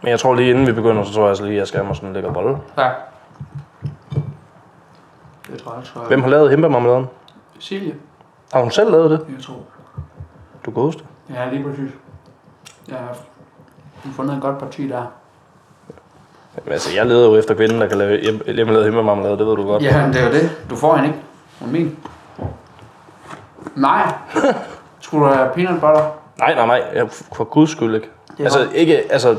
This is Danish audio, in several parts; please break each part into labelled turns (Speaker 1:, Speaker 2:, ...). Speaker 1: Men jeg tror lige inden vi begynder, så tror jeg altså lige, at Aske Ammersen lægger bolle.
Speaker 2: Tak. Jeg tror, jeg tror,
Speaker 1: Hvem har lavet himbemarmeladen?
Speaker 2: Silje,
Speaker 1: Har hun selv lavet det?
Speaker 2: jeg tror.
Speaker 1: Du godeste.
Speaker 2: Ja, lige præcis. Jeg har hun har fundet et godt parti der.
Speaker 1: Jamen, altså, jeg leder jo efter kvinden, der kan lave hjem- hjemmelavet himbemarmelade, det ved du godt.
Speaker 2: Ja, men det er jo det. Du får hende ikke. Hun er min. Nej. Skulle du have peanut butter?
Speaker 1: Nej, nej, nej. Jeg, for guds skyld ikke.
Speaker 2: er
Speaker 1: altså,
Speaker 2: godt.
Speaker 1: ikke, altså,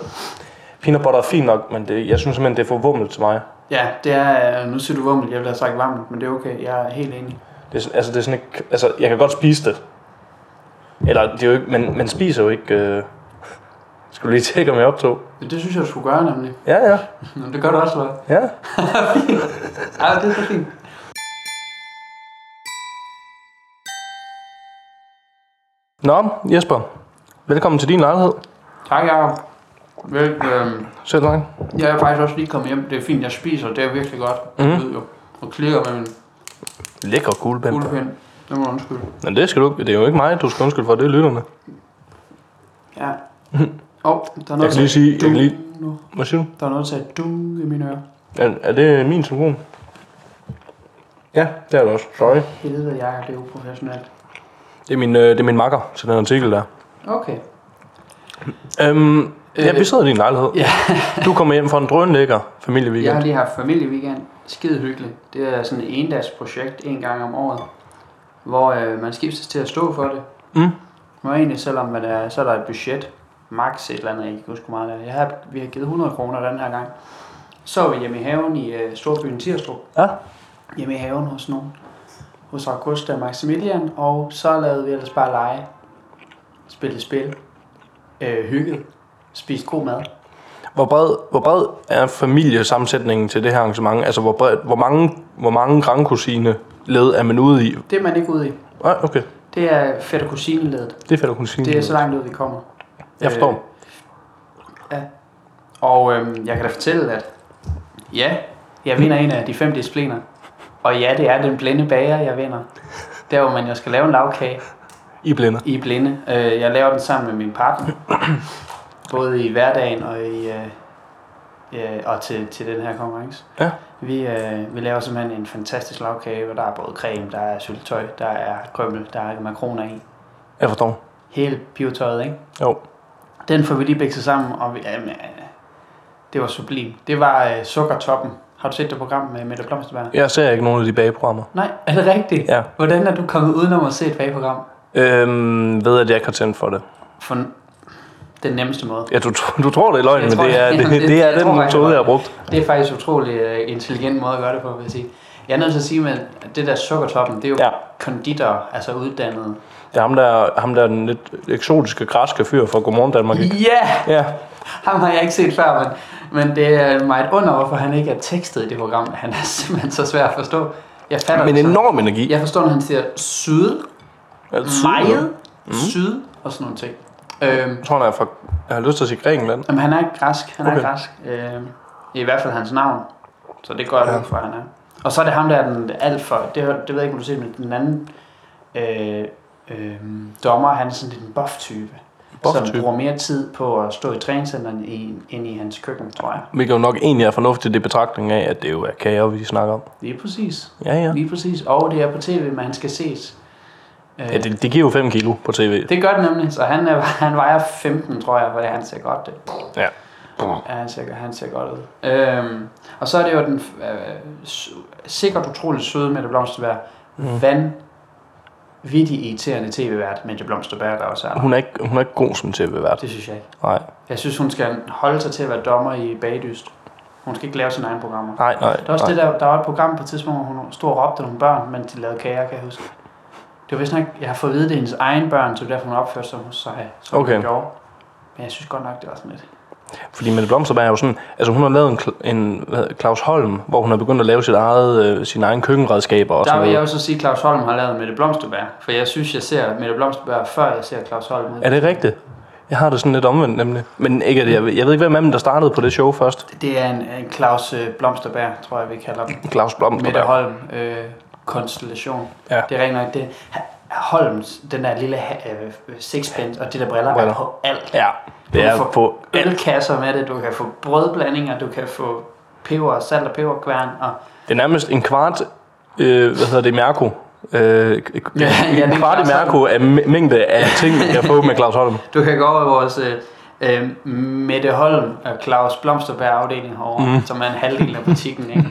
Speaker 1: peanut butter er fint nok, men det, jeg synes simpelthen, det er for vummelt til mig.
Speaker 2: Ja, det er... øh, Nu siger du vummel. Jeg ville have sagt varmt, men det er okay. Jeg er helt enig.
Speaker 1: Det er, sådan- altså, det er sådan ikke, altså, jeg kan godt spise det. Eller, det er jo ikke, men man spiser jo ikke... Øh... Skal du lige tjekke, om jeg optog?
Speaker 2: Men det synes jeg, du skulle gøre nemlig.
Speaker 1: Ja, ja,
Speaker 2: Men det gør du også, eller?
Speaker 1: ja.
Speaker 2: Ja, det er så fint.
Speaker 1: Nå, Jesper. Velkommen til din lejlighed.
Speaker 2: Tak, Jacob. Vel, øhm,
Speaker 1: Selv tak.
Speaker 2: jeg er faktisk også lige kommet hjem. Det er fint, jeg spiser. Det er virkelig godt.
Speaker 1: Mhm.
Speaker 2: Mm. Jeg ved jo. Og klikker med min
Speaker 1: Lækker kuglepen.
Speaker 2: kuglepind. Det må du undskylde.
Speaker 1: Men det skal du ikke- Det er jo ikke mig, du skal undskylde for. Det er lytterne.
Speaker 2: Ja. Åh, oh, der er noget
Speaker 1: Jeg kan lige
Speaker 2: til
Speaker 1: sige... Jeg kan
Speaker 2: du
Speaker 1: lige...
Speaker 2: nu.
Speaker 1: Hvad siger du?
Speaker 2: Der er noget til at du i mine ører.
Speaker 1: Er, er det min telefon? Ja, det er det også. Sorry.
Speaker 2: Helvede, Jacob, det er uprofessionelt.
Speaker 1: Det er min, øh, det er min makker til den artikel der.
Speaker 2: Okay.
Speaker 1: Øhm, ja,
Speaker 2: Øh,
Speaker 1: vi sidder i din lejlighed.
Speaker 2: ja.
Speaker 1: du kommer hjem fra en drønlækker
Speaker 2: Jeg
Speaker 1: familieweekend.
Speaker 2: har lige haft familieweekend. Skide hyggeligt. Det er sådan et endags projekt en gang om året, hvor øh, man skiftes til at stå for det.
Speaker 1: Mm.
Speaker 2: Og egentlig, selvom man er, så er der et budget, max et eller andet, jeg kan ikke huske hvor meget det er. Jeg har, vi har givet 100 kroner den her gang. Så var vi hjemme i haven i øh, Storbyen Tirstrup.
Speaker 1: Ja.
Speaker 2: Hjemme i haven hos nogen. Hos Augusta og Maximilian. Og så lavede vi ellers bare lege. Spille spil. Øh, hygget. Spiste god mad.
Speaker 1: Hvor bred, hvor bred er familiesammensætningen til det her arrangement? Altså, hvor, bred, hvor mange, hvor mange grandkusine led er man ude i?
Speaker 2: Det er man ikke ude i.
Speaker 1: Nej, okay.
Speaker 2: Det er fætter kusineledet.
Speaker 1: Det er fedt at kunne sige.
Speaker 2: Det er så langt ud, vi kommer.
Speaker 1: Mhm. Jeg forstår.
Speaker 2: Øh, og øhm, jeg kan da fortælle, at ja, jeg vinder en af de fem discipliner. Og ja, det er den blinde bager, jeg vinder. Der, hvor man jo skal lave en lavkage
Speaker 1: I blænder.
Speaker 2: i blinde. Øh, jeg laver den sammen med min partner. Både i hverdagen og i... Øh, øh, og til, til den her konkurrence.
Speaker 1: Ja.
Speaker 2: Vi, øh, vi laver simpelthen en fantastisk lavkage, hvor der er både creme, der er syltøj, der er krømmel, der er makroner i.
Speaker 1: Jeg forstår.
Speaker 2: Hele pivetøjet, ikke?
Speaker 1: Jo.
Speaker 2: Den får vi lige bækset sammen, og vi, jamen, øh, det var sublim. Det var øh, sukkertoppen. Har du set det program med Mette Blomsterberg?
Speaker 1: Jeg ser ikke nogen af de bageprogrammer.
Speaker 2: Nej, er det rigtigt?
Speaker 1: Ja.
Speaker 2: Hvordan er du kommet udenom at se et bagprogram?
Speaker 1: Øhm, ved at jeg ikke har tændt for det.
Speaker 2: For den nemmeste måde.
Speaker 1: Ja, du, tr- du tror, det er løgn,
Speaker 2: Jeg
Speaker 1: men
Speaker 2: tror,
Speaker 1: det er,
Speaker 2: det-
Speaker 1: det,
Speaker 2: det-
Speaker 1: det
Speaker 2: jeg
Speaker 1: er den
Speaker 2: tror faktisk, det
Speaker 1: metode,
Speaker 2: er
Speaker 1: jeg har brugt.
Speaker 2: Det er faktisk utrolig øh, intelligent måde at gøre det på, vil jeg sige. Jeg er nødt til at sige, at det der sukkertoppen, det er jo ja.
Speaker 1: Ja.
Speaker 2: konditor, altså uddannet.
Speaker 1: Det er ham der, ham der er den lidt eksotiske græske fyr fra Godmorgen Danmark. ikke?
Speaker 2: Ja!
Speaker 1: Ja,
Speaker 2: Ham har jeg ikke set før, men, men det er mig et under, hvorfor han ikke er tekstet i det program. Han er simpelthen så svær at forstå. Jeg fatter
Speaker 1: men
Speaker 2: det sådan-
Speaker 1: enorm energi.
Speaker 2: Jeg forstår, når han siger syd,
Speaker 1: Altså,
Speaker 2: meget,
Speaker 1: Mm.
Speaker 2: syd og sådan nogle ting. Øhm,
Speaker 1: Jeg tror, han er fra, jeg har lyst til at sige Grækenland.
Speaker 2: jamen, han er ikke græsk, han okay. er
Speaker 1: Okay.
Speaker 2: græsk. Øhm, I hvert fald hans navn. Så det går jeg ja. ud fra, han er. Og så er det ham, der er den alt for... Det, det ved jeg ikke, om du ser, men den anden øh, øh, dommer, han er sådan lidt en buff-type. Som
Speaker 1: Buff-type?
Speaker 2: bruger mere tid på at stå i træningscenteren i- end i hans køkken, tror jeg.
Speaker 1: Hvilket jo nok egentlig er fornuftigt i betragtning af, at det jo er kager, vi snakker om.
Speaker 2: Lige præcis.
Speaker 1: Ja, ja.
Speaker 2: Lige præcis. Og det er på tv, men han skal ses. Øh,
Speaker 1: ja det, det giver jo 5 kilo på tv.
Speaker 2: Det gør det nemlig, så han, er, han vejer 15, tror jeg, for det han ser godt det.
Speaker 1: Ja.
Speaker 2: Ja, han ser, han ser godt ud. Øhm, og så er det jo den øh, s- sikkert utrolig søde Mette Blomsterberg. Mm. Vanvittig irriterende tv-vært Mette Blomsterberg, der også er der.
Speaker 1: Hun er ikke, hun er ikke god som tv-vært.
Speaker 2: Det synes jeg ikke.
Speaker 1: Nej,
Speaker 2: Jeg synes, hun skal holde sig til at være dommer i Bagdyst. Hun skal ikke lave sine egne programmer.
Speaker 1: nej, nej.
Speaker 2: Der er også
Speaker 1: nej.
Speaker 2: det der, der var et program på et tidspunkt, hvor hun stod og råbte nogle børn, men de lavede kager, kan jeg huske. Det var vist nok, jeg har fået at vide, det er hendes egen børn, så det er derfor hun opførte sig så, så
Speaker 1: Okay.
Speaker 2: hun gjorde. Men jeg synes godt nok, det var sådan lidt.
Speaker 1: Fordi Mette Blomsterberg er jo sådan, altså hun har lavet en, Cl- en hvad hedder- Claus Holm, hvor hun har begyndt at lave sit eget, øh, sine egne køkkenredskaber og
Speaker 2: Der
Speaker 1: sådan
Speaker 2: vil jeg
Speaker 1: noget.
Speaker 2: også sige, at Claus Holm har lavet Mette Blomsterberg, for jeg synes, jeg ser Mette Blomsterberg, før jeg ser Claus Holm.
Speaker 1: Er det rigtigt? Jeg har det sådan lidt omvendt nemlig. Men ikke, at jeg, jeg ved ikke, hvem af dem, der startede på det show først.
Speaker 2: Det er en, en Claus øh, Blomsterberg, tror jeg, vi kalder den.
Speaker 1: Claus
Speaker 2: Mette
Speaker 1: Blomsterberg.
Speaker 2: Holm øh, konstellation.
Speaker 1: Ja.
Speaker 2: Det er rent nok det. Han- Holms, den der lille ha- øh, sixpence og de der briller, briller.
Speaker 1: Briller.
Speaker 2: er på alt.
Speaker 1: Ja,
Speaker 2: Du
Speaker 1: det
Speaker 2: kan
Speaker 1: er
Speaker 2: få
Speaker 1: på alt.
Speaker 2: Ølkasser med det, du kan få brødblandinger, du kan få peber, salt og peberkværn. Og,
Speaker 1: Det er nærmest en kvart, øh, hvad hedder det, Mærko. Øh,
Speaker 2: Ja, ja,
Speaker 1: en
Speaker 2: det er
Speaker 1: kvart i
Speaker 2: Claus
Speaker 1: Mærko af mæ- mængde af ting, jeg får med Claus Holm.
Speaker 2: du kan gå over i vores øh, øh, Mette Holm og Claus Blomsterberg afdeling herovre, mm. som er en halvdel af butikken. Ikke?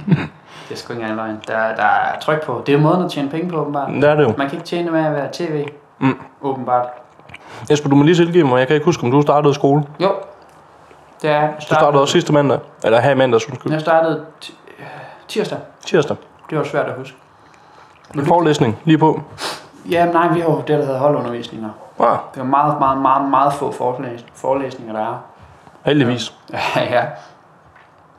Speaker 2: Det er sgu ikke engang løgn. Der, der er tryk på. Det er jo måden at tjene penge på, åbenbart.
Speaker 1: Det er det jo.
Speaker 2: Man kan ikke tjene med at være tv,
Speaker 1: Mm.
Speaker 2: åbenbart.
Speaker 1: Jesper, du må lige tilgive mig. Jeg kan ikke huske, om du startede skole. Du
Speaker 2: Jo, det er jeg.
Speaker 1: startede også sidste mandag. Eller her i mandags, undskyld.
Speaker 2: Jeg startede ti- øh, tirsdag.
Speaker 1: Tirsdag.
Speaker 2: Det var svært at huske.
Speaker 1: En forelæsning lige på.
Speaker 2: Jamen nej, vi har jo det, der hedder holdundervisninger.
Speaker 1: Ah,
Speaker 2: Det er meget, meget, meget, meget få forelæs- forelæsninger, der er.
Speaker 1: heldigvis.
Speaker 2: Ja, ja.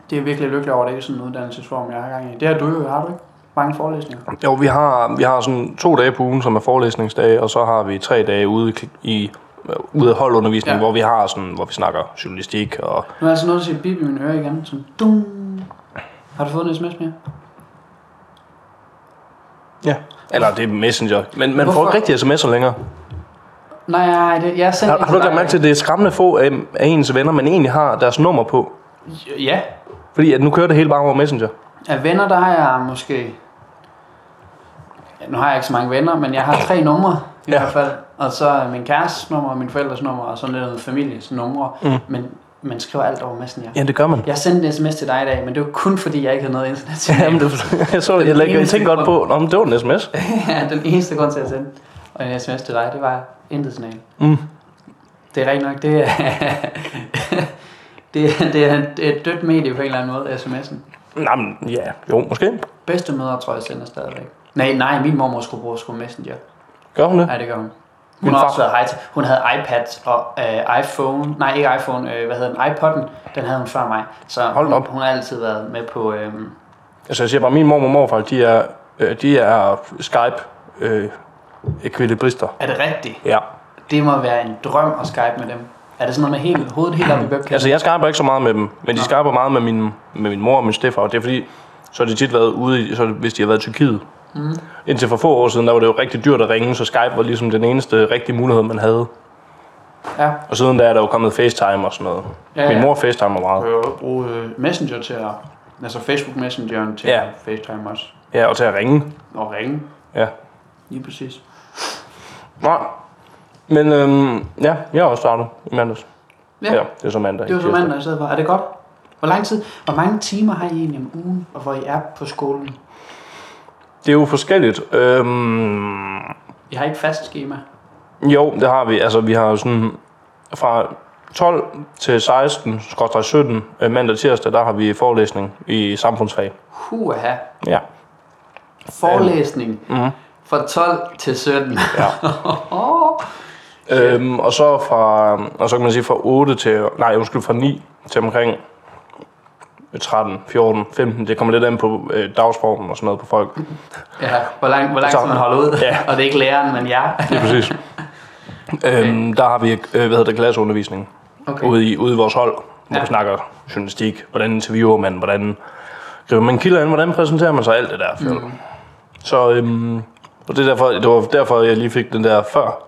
Speaker 2: Det er jeg virkelig lykkelig over, at det ikke er sådan en uddannelsesform, jeg har gang i. Det har du jo, har du ikke? Mange forelæsninger.
Speaker 1: Jo, vi har, vi har sådan to dage på ugen, som er forelæsningsdage, og så har vi tre dage ude i, kli- i øh, ude af holdundervisning,
Speaker 2: Ja.
Speaker 1: ja. hvor vi har sådan, hvor vi snakker journalistik og...
Speaker 2: Nu er altså noget, der siger bip i mine ører igen. Sådan, dum. Har du fået en sms mere?
Speaker 1: Ja. Eller det er Messenger. Men man får
Speaker 2: Hvorfor?
Speaker 1: ikke rigtig sms'er længere.
Speaker 2: Nej, nej, det, jeg sendte
Speaker 1: Har, har du ikke lagt mærke til, at det er skræmmende få af, af ens venner, man egentlig har deres nummer på?
Speaker 2: Ja,
Speaker 1: Fordi at nu kører det hele bare over Messenger.
Speaker 2: Af venner, der har jeg måske... Ja, Nu har jeg ikke så mange venner, men jeg har tre numre i ja.
Speaker 1: Ja.
Speaker 2: hvert fald. Og så er min kærestes nummer, min forældres nummer og sådan lidt noget families numre.
Speaker 1: Mm.
Speaker 2: Men man skriver alt over Messenger. Ja.
Speaker 1: Ja, det gør man.
Speaker 2: Jeg sendte en sms til dig i dag, men det var kun fordi, jeg ikke havde noget internet til
Speaker 1: Jamen, det, jeg, så, jeg, jeg, jeg tænkte godt på, om det var en sms.
Speaker 2: ja, den eneste grund til at sende og en sms til dig, det var intet signal.
Speaker 1: Mm.
Speaker 2: Det er rigtigt nok, det er, det, er, det er et dødt medie på en eller anden måde, sms'en.
Speaker 1: Nej, men ja, jo, måske.
Speaker 2: Bedstemødre tror jeg sender stadigvæk. Nej, nej, min mormor skulle bruge sgu Messenger.
Speaker 1: Gør hun det?
Speaker 2: Nej, det gør hun. Hun
Speaker 1: Min
Speaker 2: har
Speaker 1: far-
Speaker 2: også været hej til. Hun havde iPad og øh, iPhone. Nej, ikke iPhone. Øh, hvad hedder den? iPod'en. Den havde hun før mig. Så
Speaker 1: Hold
Speaker 2: hun,
Speaker 1: op.
Speaker 2: hun har altid været med på... Øh,
Speaker 1: Altså, jeg siger bare, min mor og morfar, de er, øh, de er Skype øh, ekvilibrister.
Speaker 2: er det rigtigt?
Speaker 1: Ja.
Speaker 2: Det må være en drøm at Skype med dem. Er det sådan noget med helt, hovedet helt op i webcam?
Speaker 1: Altså, jeg skyper ikke så meget med dem, men de
Speaker 2: Nå.
Speaker 1: skyper meget med min, med min mor og min stefar, og det er fordi, så har de tit været ude, i, så er det, hvis de har været i Tyrkiet.
Speaker 2: Mm.
Speaker 1: Indtil for få år siden, der var det jo rigtig dyrt at ringe, så Skype var ligesom den eneste rigtige mulighed, man havde.
Speaker 2: Ja.
Speaker 1: Og siden da er der jo kommet FaceTime og sådan noget.
Speaker 2: Ja,
Speaker 1: Min
Speaker 2: ja.
Speaker 1: mor FaceTimer meget.
Speaker 2: kan jo bruge øh, Messenger til at... Altså Facebook Messengeren til
Speaker 1: Ja.
Speaker 2: at FaceTime også.
Speaker 1: Ja, og til at ringe.
Speaker 2: Og ringe.
Speaker 1: Ja.
Speaker 2: Lige præcis.
Speaker 1: Nå. Men øhm, ja, jeg har også startet i mandags.
Speaker 2: Ja,
Speaker 1: ja det er så mandag.
Speaker 2: det var
Speaker 1: ikke
Speaker 2: så
Speaker 1: tirsdag.
Speaker 2: mandag, jeg sad for. Er det godt? Hvor lang tid? Hvor mange timer har I egentlig om ugen, og hvor I er på skolen?
Speaker 1: Det er jo forskelligt. Øhm,
Speaker 2: I har ikke fast schema.
Speaker 1: jo, det har vi. Altså, vi har jo sådan fra 12 til 16, skråstreg 17, øh, mandag og tirsdag, der har vi forelæsning i samfundsfag.
Speaker 2: Huha.
Speaker 1: Ja.
Speaker 2: Forelæsning
Speaker 1: Mhm.
Speaker 2: fra 12 til 17.
Speaker 1: Ja. Øhm, og så fra, og så kan man sige fra 8 til, nej undskyld, fra 9 til omkring øh, 13, 14, 15. Det kommer lidt an på øh, dagsformen og sådan noget på folk.
Speaker 2: ja, hvor lang, hvor lang
Speaker 1: Så-
Speaker 2: tid man holder ud.
Speaker 1: Ja.
Speaker 2: Og det er ikke læreren, men jer.
Speaker 1: Det er præcis. øhm, der har vi, øh, hvad hedder det, klasseundervisning okay. ude, i, ude i vores hold, hvor
Speaker 2: Ja.
Speaker 1: ja. vi snakker journalistik, hvordan interviewer man, hvordan griber man kilder ind, hvordan præsenterer man sig, alt det der. Mm. Så øhm, og det, er derfor, det var derfor, jeg lige fik den der før,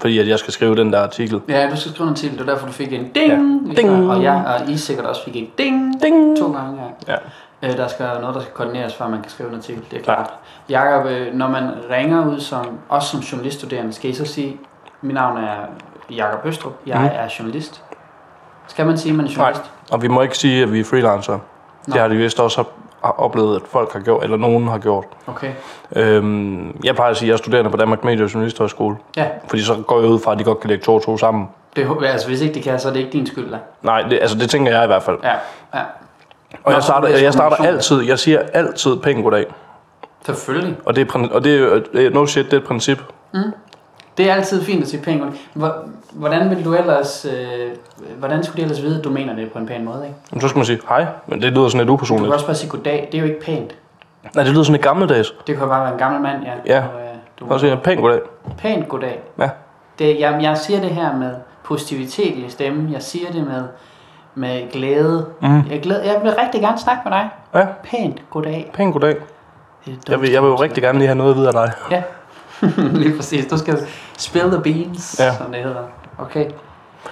Speaker 1: fordi at jeg skal skrive den der artikel.
Speaker 2: Ja, du skal skrive en titel. Det var derfor, du fik en ding.
Speaker 1: Ja. Ding.
Speaker 2: Og, jeg, og I sikkert også fik en ding.
Speaker 1: Ding!
Speaker 2: To gange, ja.
Speaker 1: Ja.
Speaker 2: Øh, der skal noget, der skal koordineres, før man kan skrive en artikel. Det er klart. Jakob, øh, når man ringer ud som, også som journaliststuderende, skal I så sige, mit navn er Jakob Høstrup, jeg
Speaker 1: Mhm.
Speaker 2: er journalist. Skal man sige, at man er
Speaker 1: Nej,
Speaker 2: journalist?
Speaker 1: og vi må ikke sige, at vi er freelancer.
Speaker 2: Nå.
Speaker 1: Det har de vist også har- har oplevet, at folk har gjort, eller nogen har gjort.
Speaker 2: Okay.
Speaker 1: Øhm, jeg plejer at sige, at jeg er studerende på Danmark Medie- og Journalisthøjskole,
Speaker 2: Ja,
Speaker 1: fordi så går jeg ud fra, at de godt kan lægge to og to sammen.
Speaker 2: Det, håber jeg. altså, hvis ikke det kan, så er det ikke din skyld, da.
Speaker 1: Nej, det, altså det tænker jeg i hvert fald.
Speaker 2: Ja, ja.
Speaker 1: Og jeg
Speaker 2: så
Speaker 1: starter,
Speaker 2: det er
Speaker 1: jeg starter
Speaker 2: kommunikation.
Speaker 1: altid, jeg siger altid pænt goddag.
Speaker 2: Selvfølgelig.
Speaker 1: Og det er, prin- og det er, jo- det er no shit, det er et princip.
Speaker 2: Det er altid fint at sige pænt. goddag. Hvor- Hvordan vil du ellers... Øh, hvordan skulle de ellers vide, at du mener det på en pæn måde, ikke?
Speaker 1: Men så skal man sige hej, men det lyder sådan lidt
Speaker 2: Du kan
Speaker 1: upersonligt.
Speaker 2: også bare sige goddag. Det er jo ikke pænt.
Speaker 1: Nej, det lyder sådan lidt gammeldags.
Speaker 2: Det kan bare være en gammel mand, ja.
Speaker 1: Ja.
Speaker 2: Og, øh, du
Speaker 1: Og så siger jeg pænt goddag.
Speaker 2: Pænt goddag.
Speaker 1: Ja.
Speaker 2: Det, jeg, jeg siger det her med positivitet i stemmen. Jeg siger det med, med glæde.
Speaker 1: Mhm.
Speaker 2: Jeg, glæder, jeg vil rigtig gerne snakke med dig.
Speaker 1: Ja,
Speaker 2: Pænt goddag.
Speaker 1: pænt goddag.
Speaker 2: Det er et dumt
Speaker 1: Jeg vil, jeg vil jo rigtig gerne lige have noget at vide af dig.
Speaker 2: Ja. Lige præcis. Du skal spill the beans,
Speaker 1: Ja.
Speaker 2: ja. som det hedder. Okay.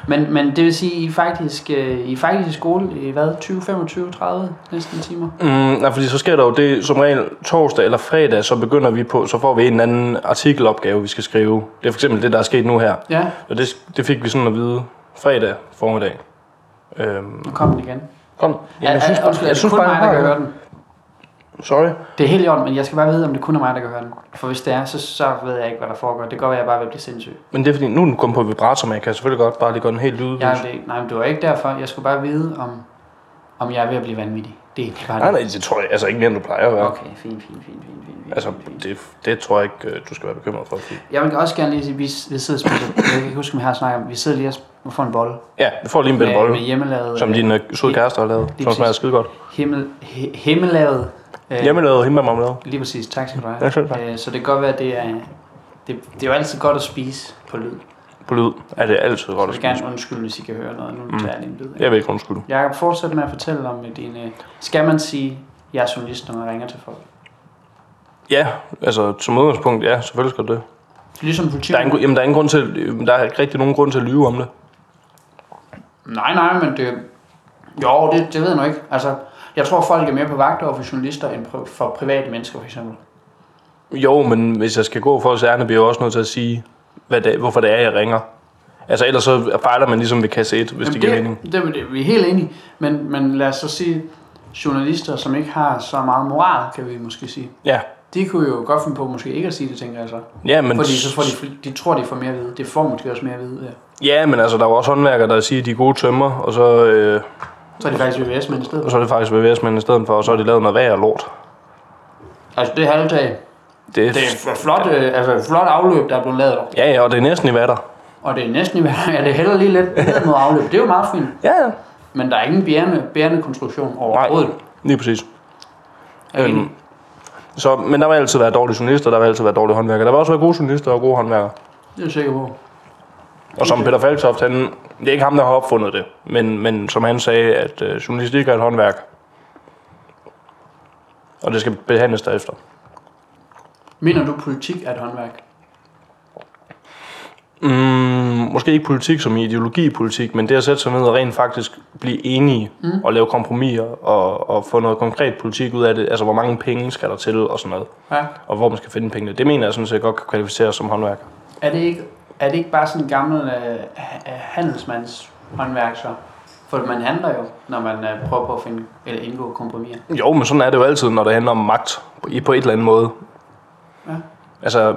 Speaker 2: Men, men det vil sige, I er faktisk, øh, I er faktisk i skole i hvad? 20, 25, 30 næsten timer?
Speaker 1: Mm, nej, fordi så sker der jo det, som regel torsdag eller fredag, så begynder vi på, så får vi en eller anden artikelopgave, vi skal skrive. Det er for eksempel det, der er sket nu her.
Speaker 2: Ja,
Speaker 1: Og det, det fik vi sådan at vide fredag formiddag. Øhm,
Speaker 2: nu kom den igen.
Speaker 1: kom. Jamen, jeg
Speaker 2: Er- er-
Speaker 1: synes bare,
Speaker 2: undskyld, er
Speaker 1: jeg
Speaker 2: det
Speaker 1: synes
Speaker 2: kun
Speaker 1: bare,
Speaker 2: mig, der kan
Speaker 1: jeg har
Speaker 2: høre den?
Speaker 1: den. Sorry.
Speaker 2: Det er helt i orden, men jeg skal bare vide, om det kun er mig, der kan høre den. For hvis det er, så, så ved jeg ikke, hvad der foregår. Det går, at jeg bare vil blive sindssyg.
Speaker 1: Men det er fordi, nu er den kommet på vibrator, men jeg kan selvfølgelig godt bare lige gøre den helt lydløs.
Speaker 2: Jeg er det, nej, men det var ikke derfor. Jeg skulle bare vide, om, om jeg er ved at blive vanvittig. Det er egentlig bare
Speaker 1: Nej, nej, det tror jeg altså ikke mere, end du plejer at være. Okay.
Speaker 2: Okay, fint, fint, fint, fint, fint. fint,
Speaker 1: Altså,
Speaker 2: fint.
Speaker 1: det, det tror jeg ikke, øh, du skal være bekymret for. Fordi...
Speaker 2: Jeg vil også gerne lige sige, vi, vi sidder og spiller, jeg kan ikke huske, om vi har snakket om, vi sidder lige og sp- får en bolle.
Speaker 1: Ja, vi får lige en bitte
Speaker 2: med, med
Speaker 1: bolle,
Speaker 2: hjemmelavet,
Speaker 1: som
Speaker 2: øh,
Speaker 1: din øh, søde
Speaker 2: lige-
Speaker 1: kæreste har lavet,
Speaker 2: lige
Speaker 1: som smager
Speaker 2: præcis.
Speaker 1: skide godt.
Speaker 2: himmel, he, himmelavet, øh,
Speaker 1: Hjemmelavet himmelmarmelade.
Speaker 2: Lige præcis, tak skal du have.
Speaker 1: Ja, selv tak.
Speaker 2: Øh, så det kan godt være, at det er, det, det er jo altid godt at spise på lyd.
Speaker 1: På lyd er det altid
Speaker 2: Så
Speaker 1: godt
Speaker 2: jeg
Speaker 1: at
Speaker 2: vil
Speaker 1: spise.
Speaker 2: gerne undskylde, hvis I kan høre noget. Nu
Speaker 1: Mm.
Speaker 2: tager jeg lige en bid. ikke?
Speaker 1: Jeg vil ikke undskylde.
Speaker 2: Jakob, fortsæt med at fortælle om øh, dine... Skal man sige, jeg er journalist, når man ringer til folk?
Speaker 1: Ja, altså som udgangspunkt, ja, selvfølgelig skal du det.
Speaker 2: Ligesom
Speaker 1: Der er,
Speaker 2: politiet.
Speaker 1: en, jamen, der er, ingen grund til, jamen, der er ikke rigtig nogen grund til at lyve om det.
Speaker 2: Nej, nej, men det... Jo, det, det ved jeg nu ikke. Altså, jeg tror, folk er mere på vagt over for journalister, end pri- for private mennesker, for eksempel.
Speaker 1: Jo, men hvis jeg skal gå for os ærne, bliver jeg også nødt til at sige, hvad det, hvorfor det er, jeg ringer. Altså ellers så fejler man ligesom ved kasse 1, hvis Jamen, det giver mening.
Speaker 2: det, det, det, vi er helt enige. Men, men lad os så sige, journalister, som ikke har så meget moral, kan vi måske sige.
Speaker 1: Ja,
Speaker 2: De kunne jo godt finde på måske ikke at sige det, tænker jeg så.
Speaker 1: ja men,
Speaker 2: Fordi så får de, fl- de tror, de får mere at vide. Det får måske også mere at vide, ja.
Speaker 1: ja, men altså, der er jo også håndværkere, der siger, at de er gode tømmer, og så, øh,
Speaker 2: Så er de faktisk VVS-mænd i stedet.
Speaker 1: og så er det faktisk VVS-mænd i stedet for, og så har de lavet noget værre lort.
Speaker 2: Altså, det er halvdag.
Speaker 1: Det er,
Speaker 2: Det er et flot, øh, altså et flot afløb, der er blevet lavet. der.
Speaker 1: Ja, ja, og det er næsten i vatter.
Speaker 2: Og det er næsten i hver- ja, det hælder lige lidt ned mod afløb. Det er jo meget fint.
Speaker 1: Ja, ja.
Speaker 2: Men der er ingen bærende, bærende konstruktion
Speaker 1: Nej,
Speaker 2: overhovedet.
Speaker 1: lige præcis.
Speaker 2: Er vi
Speaker 1: Øhm,
Speaker 2: enige?
Speaker 1: Så, men der vil altid være dårlige journalister, der vil altid være dårlige håndværkere. Der vil også være gode journalister og gode håndværkere.
Speaker 2: Det er jeg sikker på.
Speaker 1: Og som Peter Falktoft, han, det er ikke ham, der har opfundet det, men, men som han sagde, at øh, journalistik er et håndværk. Og det skal behandles derefter.
Speaker 2: Mener du, politik er et håndværk?
Speaker 1: Mm, måske ikke politik som i ideologi i politik, men det at sætte sig ned og rent faktisk blive enige mm. og lave kompromiser og, og få noget konkret politik ud af det. Altså, hvor mange penge skal der til og sådan noget.
Speaker 2: Ja.
Speaker 1: Og hvor man skal finde pengene. Det mener jeg sådan set godt kan kvalificeres som håndværker.
Speaker 2: Er det ikke, er det ikke bare sådan en gammel øh, ha- handelsmands håndværk så? For man handler jo, når man øh, prøver på at finde, eller indgå kompromiser.
Speaker 1: Jo, men sådan er det jo altid, når det handler om magt i- på et eller andet måde.
Speaker 2: Ja.
Speaker 1: Altså,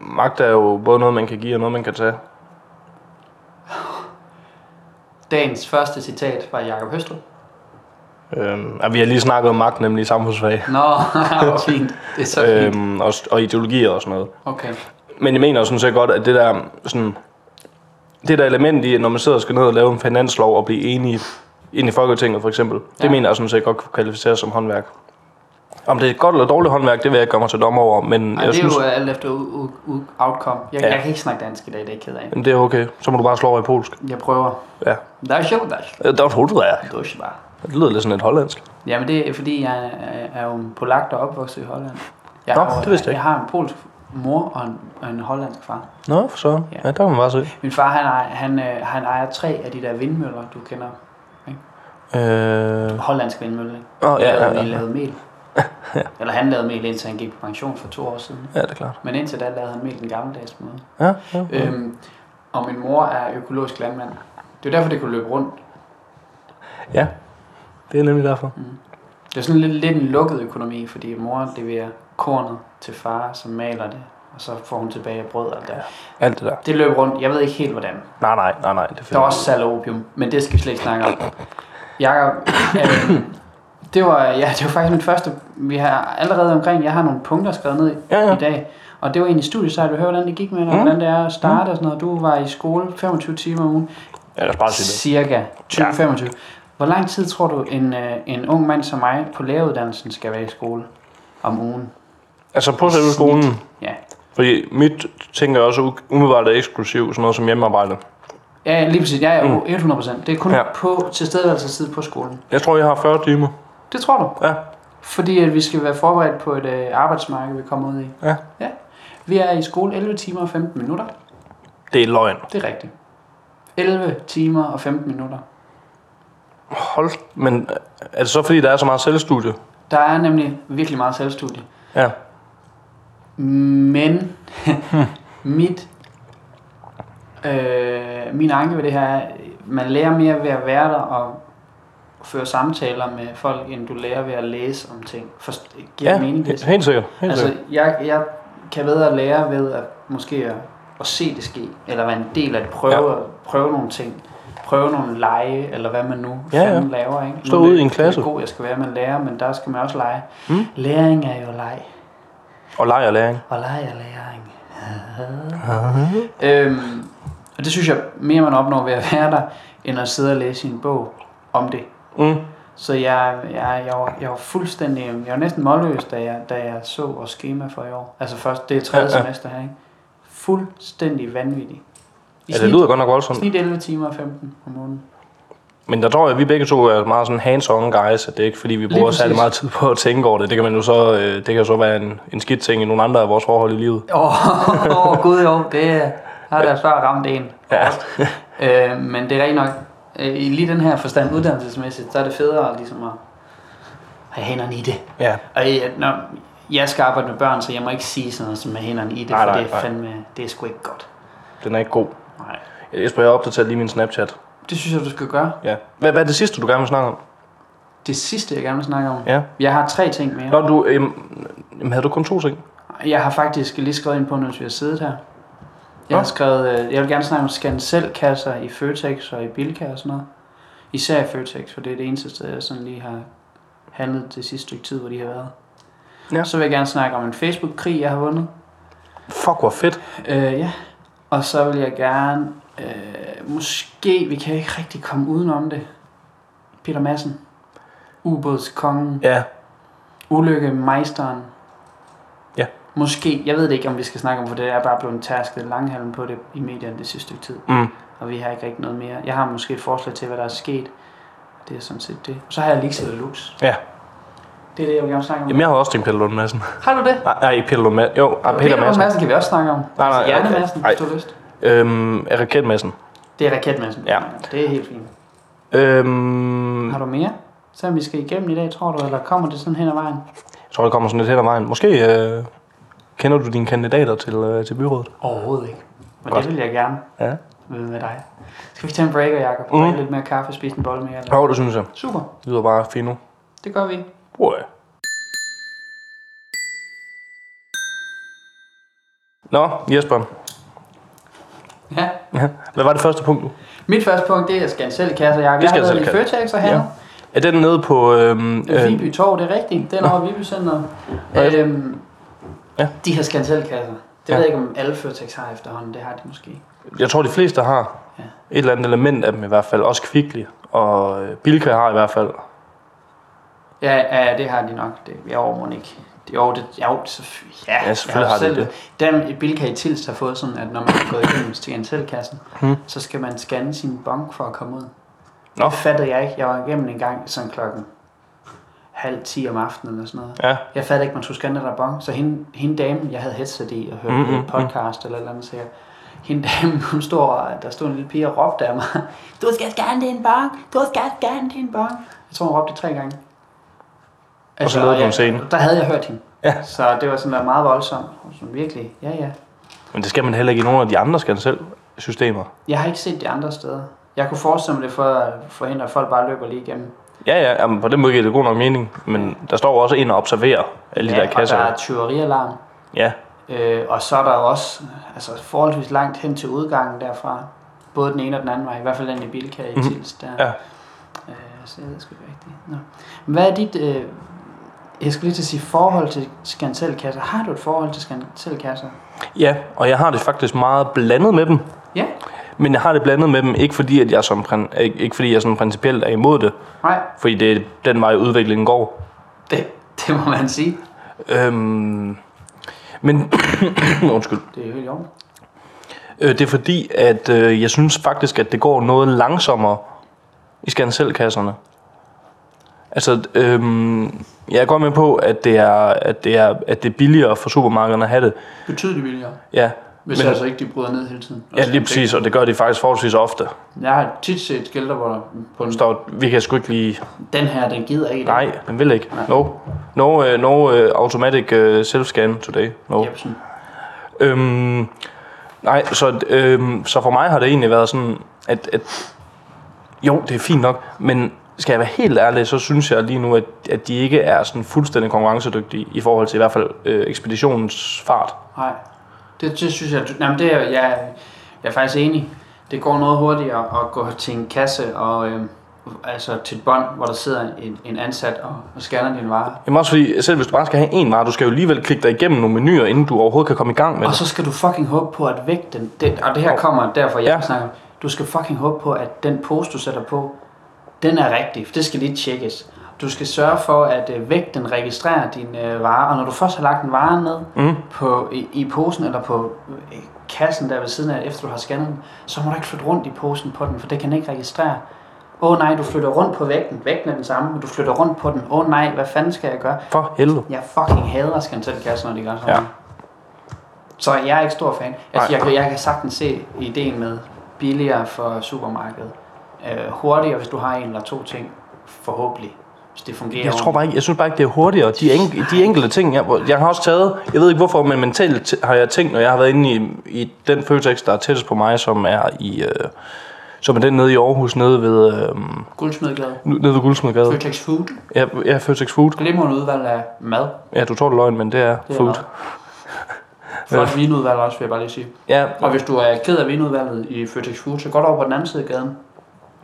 Speaker 1: magt er jo både noget, man kan give og noget, man kan tage.
Speaker 2: Dagens første citat var Jakob Høstrup.
Speaker 1: Øhm, og vi har lige snakket om magt, nemlig i samfundsfag.
Speaker 2: Nå, hvor fint. Det er så fint.
Speaker 1: Øhm, og, og ideologier og sådan noget.
Speaker 2: Okay.
Speaker 1: Men jeg mener sådan set godt, at det der, sådan, det der element i, når man sidder og skal ned og lave en finanslov og blive enige ind i Folketinget for eksempel, ja.
Speaker 2: Ja.
Speaker 1: det mener jeg sådan set godt kan kvalificeres som håndværk. Om det er godt eller dårligt håndværk, det vil jeg ikke gøre mig til dommer over, men
Speaker 2: Ej,
Speaker 1: jeg
Speaker 2: det er
Speaker 1: synes,
Speaker 2: jo øh, alt efter u- u- u- outcome. Jeg,
Speaker 1: Ja.
Speaker 2: ja. jeg kan ikke snakke dansk i dag, det er jeg ked af.
Speaker 1: Jamen, det er okay. Så må du bare slå over i polsk.
Speaker 2: Jeg prøver.
Speaker 1: Ja.
Speaker 2: Der er sjovt, der er
Speaker 1: Øh, Der er et hul, der er.
Speaker 2: sjovt. bare.
Speaker 1: Det lyder lidt sådan lidt hollandsk.
Speaker 2: Jamen det er fordi, jeg er- er jo en polak, der er opvokset i Holland. Jeg
Speaker 1: Nå,
Speaker 2: har jo-
Speaker 1: det vidste jeg
Speaker 2: Jeg har en polsk mor og en, og en hollandsk far.
Speaker 1: Nå, for så. Ja,
Speaker 2: Ja.
Speaker 1: der kan man bare se.
Speaker 2: Min far, han, ejer, han, øh, han ejer tre af de der vindmøller, du kender.
Speaker 1: Øh...
Speaker 2: Hollandsk vindmølle. ikke?
Speaker 1: Oh, ja, ja,
Speaker 2: Lavede-
Speaker 1: ja.
Speaker 2: lavede mel. Eller han lavede mel, indtil han gik på pension for to år siden.
Speaker 1: ja, det er klart.
Speaker 2: Men indtil da lavede han mel den gammeldags måde.
Speaker 1: Ja, ja. Øh.
Speaker 2: Øhm, og min mor er økologisk landmand. Det er jo derfor, det kunne løbe rundt.
Speaker 1: ja, det er nemlig derfor.
Speaker 2: Det er sådan lidt, lidt en lukket økonomi, fordi mor leverer kornet til far, som maler det, og så får hun tilbage brød og alt det.
Speaker 1: Alt det der.
Speaker 2: Det løb rundt, jeg ved ikke helt hvordan.
Speaker 1: Nej, nej, nej, nej. Det er
Speaker 2: Der var
Speaker 1: fedt.
Speaker 2: også salg og opium, men det skal vi slet ikke snakke om. Jakob, øh, det, var, ja, det var faktisk mit første, vi har allerede omkring, jeg har nogle punkter skrevet ned i,
Speaker 1: Ja, ja.
Speaker 2: i dag, og det var egentlig studiesejt, vi hørte, hvordan det gik med dig, hvordan det er at starte og sådan noget. Du var i skole 25 timer om ugen,
Speaker 1: Ja, lad os bare sige det.
Speaker 2: Cirka 20-25. Hvor lang tid tror du, en, øh, en ung mand som mig på læreruddannelsen skal være i skole om ugen?
Speaker 1: Altså på selve skolen,
Speaker 2: Ja,
Speaker 1: fordi mit tænker jeg også u- umiddelbart er eksklusivt, sådan noget som hjemmearbejde.
Speaker 2: ja lige præcis. Jeg er 100%. Det er kun
Speaker 1: Mm. Ja.
Speaker 2: ja. på tilstedeværelsestid på skolen.
Speaker 1: Jeg tror, jeg har 40 timer.
Speaker 2: Det tror du?
Speaker 1: Ja.
Speaker 2: Fordi at vi skal være forberedt på et øh, arbejdsmarked, vi kommer ud i.
Speaker 1: Ja.
Speaker 2: ja. Vi er i skole 11 timer og 15 minutter.
Speaker 1: Det er løgn.
Speaker 2: Det er rigtigt. 11 timer og 15 minutter.
Speaker 1: Hold, men øh, er det så fordi, der er så meget selvstudie?
Speaker 2: Der er nemlig virkelig meget selvstudie.
Speaker 1: Ja.
Speaker 2: Men mit, øh, min anke ved det her er, man lærer mere ved at være der og føre samtaler med folk, end du lærer ved at læse om ting. For, giver
Speaker 1: ja,
Speaker 2: det mening, det jeg
Speaker 1: he- helt sikkert. Helt
Speaker 2: Altså,
Speaker 1: sikkert.
Speaker 2: jeg, jeg kan bedre lære ved at måske at, at se det ske, eller være en del af det, prøve, ja. prøve nogle ting, prøve nogle lege, eller hvad man nu
Speaker 1: Ja, ja.
Speaker 2: fanden laver. Ikke?
Speaker 1: Stå
Speaker 2: Nu er
Speaker 1: ude
Speaker 2: det-
Speaker 1: i en klasse.
Speaker 2: Det er god, jeg skal være med at lære, men der skal man også lege.
Speaker 1: Mm.
Speaker 2: Læring er jo leg,
Speaker 1: Og leg og læring.
Speaker 2: og leg er læring. øhm, og det synes jeg mere, man opnår ved at være der, end at sidde og læse i en bog om det.
Speaker 1: Mm.
Speaker 2: Så jeg, jeg, jeg, var, jeg var fuldstændig, jeg var næsten målløs, da jeg, da jeg så vores schema for i år. Altså først, det er tredje
Speaker 1: Ja,
Speaker 2: ja,
Speaker 1: ja.
Speaker 2: ja. semester her, ikke? Fuldstændig vanvittig. I
Speaker 1: Ja, det lyder godt nok voldsomt.
Speaker 2: snit 11 timer og 15 om måneden.
Speaker 1: Men der tror jeg, at vi begge to er meget sådan hands-on guys, at det er ikke fordi, vi
Speaker 2: Lige
Speaker 1: bruger særlig
Speaker 2: præcis.
Speaker 1: meget tid på at tænke over det. Det kan, man jo så, øh, det kan jo så være en, en skidt ting i nogle andre af vores forhold i livet.
Speaker 2: Åh, oh, oh, gud jo, det er- har der før ramt en.
Speaker 1: Ja.
Speaker 2: Øh, men det er rigtigt nok, øh, i lige den her forstand uddannelsesmæssigt, så er det federe ligesom at have hænderne i det.
Speaker 1: Ja,
Speaker 2: Og jeg, når, jeg skal arbejde med børn, så jeg må ikke sige sådan noget som med hænderne i det,
Speaker 1: Nej,
Speaker 2: for
Speaker 1: nej,
Speaker 2: det er
Speaker 1: nej.
Speaker 2: fandme, det er sgu ikke godt.
Speaker 1: den er ikke god.
Speaker 2: Nej.
Speaker 1: Jesper, jeg har opdateret lige min Snapchat.
Speaker 2: Det synes jeg, du skal gøre.
Speaker 1: Ja. Hvad, hvad er det sidste, du gerne vil snakke om?
Speaker 2: Det sidste, jeg gerne vil snakke om.
Speaker 1: Ja.
Speaker 2: Jeg har tre ting mere.
Speaker 1: Nå, du, øhm, øhm, havde du kun to ting?
Speaker 2: Jeg har faktisk lige skrevet ind på, når vi har siddet her.
Speaker 1: Nå.
Speaker 2: Jeg har skrevet, øh, jeg vil gerne snakke om scan selv kasser i Føtex og i Bilka og sådan noget. Især i Føtex, for det er det eneste sted, jeg sådan lige har handlet det sidste stykke tid, hvor de har været.
Speaker 1: Ja.
Speaker 2: Ja. Så vil jeg gerne snakke om en Facebook-krig, jeg har vundet.
Speaker 1: Fuck, hvor fedt.
Speaker 2: Øh, ja. Og så vil jeg gerne, øh, måske, vi kan ikke rigtig komme udenom det. Peter Madsen. Ubådskongen.
Speaker 1: Ja,
Speaker 2: Ulykke Meisteren.
Speaker 1: Ja.
Speaker 2: Måske, jeg ved det ikke, om vi skal snakke om, for det er bare blevet tærsket langhalm på det i medierne det sidste stykke tid.
Speaker 1: mm.
Speaker 2: Og vi har ikke rigtig noget mere. Jeg har måske et forslag til, hvad der er sket. Det er sådan set det. Og så har jeg Lixel og Lux.
Speaker 1: ja.
Speaker 2: Det er det, jeg vil gerne snakke om.
Speaker 1: Jamen, jeg havde også tænkt Peter Lund Madsen.
Speaker 2: Har du det?
Speaker 1: Nej, nej, ikke Peter Lund Madsen. Jo, nej, Peter, Peter Madsen.
Speaker 2: Madsen kan vi også snakke om.
Speaker 1: nej,
Speaker 2: altså,
Speaker 1: okay.
Speaker 2: Hjernemassen,
Speaker 1: Ej.
Speaker 2: hvis du har lyst.
Speaker 1: Øhm, er Raket Madsen.
Speaker 2: Det er raketmassen.
Speaker 1: Ja.
Speaker 2: Det er helt fint.
Speaker 1: Øhm,
Speaker 2: Har du mere? Så vi skal igennem i dag, tror du, eller kommer det sådan hen ad vejen?
Speaker 1: jeg tror, det kommer sådan lidt hen ad vejen. Måske øh, kender du dine kandidater til, øh, til byrådet.
Speaker 2: Overhovedet ikke. Men
Speaker 1: Godt.
Speaker 2: det vil jeg gerne
Speaker 1: Ja.
Speaker 2: vide med dig. Skal vi tage en breaker, Jacob?
Speaker 1: Mm.
Speaker 2: Mm. lidt mere kaffe, spise en bolle mere? Eller?
Speaker 1: Jo, det synes jeg.
Speaker 2: Super.
Speaker 1: Det lyder bare fint nu.
Speaker 2: Det gør vi.
Speaker 1: Boy. Nå, Jesper.
Speaker 2: Ja.
Speaker 1: Ja. Hvad var det første punkt nu?
Speaker 2: Mit første punkt, det er scan selv kasser, Jacob.
Speaker 1: Det
Speaker 2: Jeg
Speaker 1: skal
Speaker 2: har været i
Speaker 1: selv
Speaker 2: Føtex og handlet.
Speaker 1: Er den nede på... Øhm,
Speaker 2: Ja.
Speaker 1: øh,
Speaker 2: Viby Torv, det er rigtigt. Den er over i Viby Center.
Speaker 1: Right.
Speaker 2: Øhm,
Speaker 1: Ja.
Speaker 2: De her scan selv kasser. Det
Speaker 1: Ja.
Speaker 2: ved jeg ikke, om alle Føtex har efterhånden. Det har de måske.
Speaker 1: jeg tror, de fleste har
Speaker 2: Ja.
Speaker 1: et eller andet element af dem i hvert fald. Også Kvickly. Og øh, Bilka har i hvert fald.
Speaker 2: Ja, ja, det har de nok. Det, jeg overmål ikke. Det, jo, det, jo, det, så, ja, jeg
Speaker 1: selvfølgelig har de
Speaker 2: selv- Dem i Bilka i Tils har fået sådan, at når man har gået igennem scan selv kassen,
Speaker 1: Hmm.
Speaker 2: så skal man scanne sin bank for at komme ud.
Speaker 1: Nå.
Speaker 2: Det fattede jeg ikke. Jeg var igennem en gang sådan klokken halv ti om aftenen eller sådan noget.
Speaker 1: Ja.
Speaker 2: Jeg fattede ikke, man skulle scanne den der bon. Så hende, hende dame, jeg havde headset i og hørte
Speaker 1: Mm,
Speaker 2: mm,
Speaker 1: mm,
Speaker 2: mm, podcast eller et eller andet, så jeg, hende dame, hun stod, og- der stod en lille pige og råbte af mig, du skal scanne din bon, du skal scanne din bon. Jeg tror, hun råbte det tre gange.
Speaker 1: lavede du en
Speaker 2: jeg-
Speaker 1: scene.
Speaker 2: Der havde jeg hørt hende.
Speaker 1: Ja.
Speaker 2: Så det var sådan der meget voldsomt. Og Sådan virkelig, ja ja.
Speaker 1: Men det skal man heller ikke i nogen af de andre skal selv systemer.
Speaker 2: Jeg har ikke set det andre steder. Jeg kunne forestille mig det for at forhindre, at folk bare løber lige igennem.
Speaker 1: Ja, ja, jamen, på den måde giver det god nok mening. Men der står jo også en og observerer alle de der kasser.
Speaker 2: og der er tyverialarm.
Speaker 1: Ja,
Speaker 2: Øh, og så er der jo også altså, forholdsvis langt hen til udgangen derfra. Både den ene og den anden vej. I hvert fald den i Bilka i
Speaker 1: Mhm.
Speaker 2: Tils. Der.
Speaker 1: Ja.
Speaker 2: Øh, så jeg ved sgu ikke rigtigt. Nå. Men Hvad er dit... Øh, jeg skulle lige til at sige forhold til skanselkasser. Har du et forhold til skanselkasser?
Speaker 1: Ja, og jeg har det faktisk meget blandet med dem.
Speaker 2: Ja.
Speaker 1: Men jeg har det blandet med dem, ikke fordi, at jeg, som, prin- ikke ikke fordi jeg sådan principielt er imod det,
Speaker 2: Nej,
Speaker 1: fordi det er den vej, udviklingen går.
Speaker 2: det, det må man sige.
Speaker 1: Øhm, men undskyld.
Speaker 2: Det er jo helt i orden.
Speaker 1: Øh, det er fordi, at øh, jeg synes faktisk, at det går noget langsommere i skanselkasserne. Altså, øhm, jeg er godt med på, at det er, at det er, at det er billigere for supermarkederne at have det.
Speaker 2: Betydeligt billigere.
Speaker 1: Ja,
Speaker 2: Hvis
Speaker 1: Men-
Speaker 2: Men, altså ikke de bryder ned hele tiden.
Speaker 1: ja
Speaker 2: Altså,
Speaker 1: lige præcis, og det gør de faktisk forholdsvis ofte.
Speaker 2: det- Jeg har tit set skilter, hvor der på en
Speaker 1: Der står, vi kan sgu ikke lige...
Speaker 2: Den her, den gider ikke.
Speaker 1: Nej, den vil ikke.
Speaker 2: Nej.
Speaker 1: No. No, uh, no uh, automatic uh, self-scan today. No.
Speaker 2: Yep, sådan.
Speaker 1: Øhm, nej, så, øhm, så for mig har det egentlig været sådan, at, at jo, det er fint nok, men skal jeg være helt ærlig, så synes jeg lige nu, at, at de ikke er sådan fuldstændig konkurrencedygtige i forhold til i hvert fald øh, ekspeditionens fart.
Speaker 2: Nej. Det, det synes jeg... du- Jamen, det er, jeg, jeg er faktisk enig. Det går noget hurtigere at gå til en kasse og... Øh, altså til et bånd, hvor der sidder en, en ansat og, og scanner din vare.
Speaker 1: Jamen også fordi, selv hvis du bare skal have en vare, du skal jo alligevel klikke dig igennem nogle menuer, inden du overhovedet kan komme i gang med
Speaker 2: Og
Speaker 1: det.
Speaker 2: så skal du fucking håbe på, at vægten... Den, og det her kommer derfor, jeg
Speaker 1: Ja.
Speaker 2: ja. snakker om. Du skal fucking håbe på, at den pose, du sætter på, den er rigtig. For det skal lige tjekkes. Du skal sørge for, at øh, vægten registrerer din øh, vare. Og når du først har lagt en vare ned
Speaker 1: Mm.
Speaker 2: på, i, i posen, eller på øh, kassen der ved siden af, efter du har scannet den, så må du ikke flytte rundt i posen på den, for det kan den ikke registrere. Åh oh, nej, du flytter rundt på vægten. Vægten er den samme, men du flytter rundt på den. Åh oh, nej, hvad fanden skal jeg gøre?
Speaker 1: For helvede.
Speaker 2: Jeg fucking hader skantelkassen, når de gør sådan
Speaker 1: Ja.
Speaker 2: noget. Så jeg er ikke stor fan. Altså,
Speaker 1: Nej.
Speaker 2: jeg, kan- jeg kan sagtens se ideen med billigere for supermarkedet. Øh, hurtigere, hvis du har en eller to ting. Forhåbentlig. Hvis det fungerer.
Speaker 1: Jeg tror bare ikke, jeg synes bare ikke, det er hurtigere. De, enkel, de enkelte ting, jeg, hvor- jeg har også taget, jeg ved ikke hvorfor, men mentalt t- har jeg tænkt, når jeg har været inde i, i den Føtex, der er tættest på mig, som er i, øh, som er den nede i Aarhus, nede ved, øh,
Speaker 2: ordentligt. Guldsmedgade.
Speaker 1: nede ved Guldsmedgade.
Speaker 2: Føtex Food.
Speaker 1: Ja, ja, Føtex Food.
Speaker 2: Glimrende udvalg af mad.
Speaker 1: Ja, du tror det er løgn, men det er,
Speaker 2: Det er
Speaker 1: food.
Speaker 2: mad. Flot vinudvalg også, vil jeg bare lige sige.
Speaker 1: Ja,
Speaker 2: Og hvis du er ked af vinudvalget i Føtex Food, så gå over på den anden side af gaden.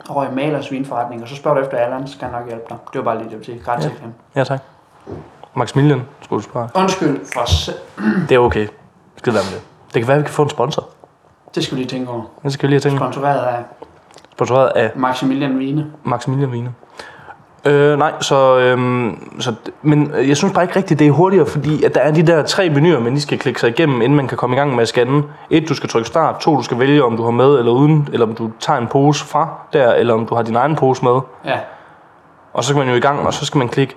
Speaker 2: Over i Malers vinforretning, og så spørger du efter Allan, så skal han nok hjælpe dig. Det var bare lige det, jeg ville sige. Gratis ja.
Speaker 1: ja tak. Maximilian, skulle du spørge.
Speaker 2: Undskyld for se-
Speaker 1: Det er okay. Skid være med det. Det kan være, at vi kan få en sponsor.
Speaker 2: Det skal vi lige tænke over.
Speaker 1: Det skal vi lige have tænkt.
Speaker 2: Sponsoreret af
Speaker 1: Sponsoreret af
Speaker 2: Maximilian Vine.
Speaker 1: Maximilian Wiener. Øh, nej, så, øhm, så... Men øh, jeg synes bare ikke rigtigt, det er hurtigere, fordi at der er de der tre menuer, man lige skal klikke sig igennem, inden man kan komme i gang med at scanne. Et, du skal trykke start. To, du skal vælge, om du har med eller uden, eller om du tager en pose fra der, eller om du har din egen pose med.
Speaker 2: Ja,
Speaker 1: Og så skal man jo i gang, og så skal man klikke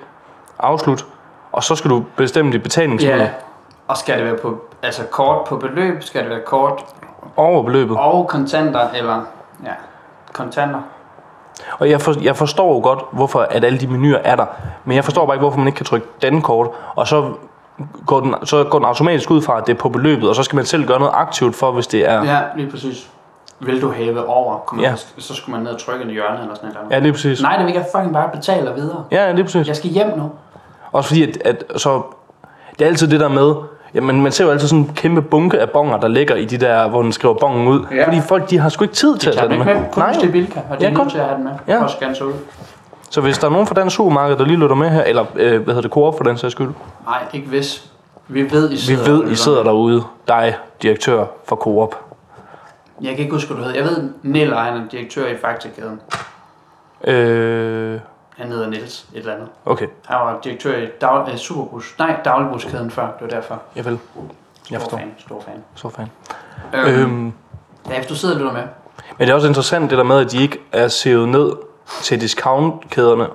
Speaker 1: afslut. Og så skal du bestemme dit betalingsmiddel
Speaker 2: ja. Og skal det være på, altså kort på beløb? Skal det være kort
Speaker 1: over beløbet.
Speaker 2: og kontanter? Eller, ja, kontanter.
Speaker 1: Og jeg, for, jeg forstår jo godt, hvorfor at alle de menuer er der. Men jeg forstår bare ikke, hvorfor man ikke kan trykke dankort, og så går, den, så går den automatisk ud fra, at det er på beløbet, og så skal man selv gøre noget aktivt for, hvis det er...
Speaker 2: Ja, ja lige præcis. Vil du hæve over? Kunne man,
Speaker 1: Ja.
Speaker 2: Så skulle man ned og trykke en hjørne eller sådan noget.
Speaker 1: Ja, lige præcis.
Speaker 2: Nej, det vil jeg fucking bare betale og videre.
Speaker 1: Ja, ja, lige præcis.
Speaker 2: Jeg skal hjem nu.
Speaker 1: Også fordi, at, at så, det er altid det der med, jamen, man ser jo altid sådan en kæmpe bunke af bonger, der ligger i de der, hvor den skriver bongen ud.
Speaker 2: Ja.
Speaker 1: Fordi folk, de har sgu ikke tid til at
Speaker 2: Tag
Speaker 1: tage
Speaker 2: den
Speaker 1: den
Speaker 2: ikke
Speaker 1: med.
Speaker 2: med. Kun
Speaker 1: Nej.
Speaker 2: hvis det er Bilka, og det
Speaker 1: Ja,
Speaker 2: er
Speaker 1: kun-
Speaker 2: nødt til at have den med.
Speaker 1: Ja.
Speaker 2: Ja. For at scanne sig ud.
Speaker 1: Så hvis der er nogen fra den supermarked, der lige lytter med her, eller øh, hvad hedder det, Coop for den sags skyld,
Speaker 2: Nej, ikke hvis. Vi ved, I
Speaker 1: vi
Speaker 2: sidder.
Speaker 1: ved, I sidder derude, dig, direktør for Coop.
Speaker 2: Jeg kan ikke huske, hvad du hedder. Jeg ved, Niel han er direktør i Faktakæden.
Speaker 1: Øh,
Speaker 2: Han hedder Niels et eller andet.
Speaker 1: okay.
Speaker 2: Han var direktør i dag, eh, Superbus. Nej, dagligbrugskæden før. Det var derfor.
Speaker 1: Jeg vil. Jeg
Speaker 2: Stor
Speaker 1: forstår.
Speaker 2: fan. Stor fan.
Speaker 1: Så fan.
Speaker 2: Øhm, øhm.
Speaker 1: Øhm,
Speaker 2: Ja, hvis du sidder og lytter med.
Speaker 1: men det er også interessant det der med, at de ikke er sævet ned til discountkæderne.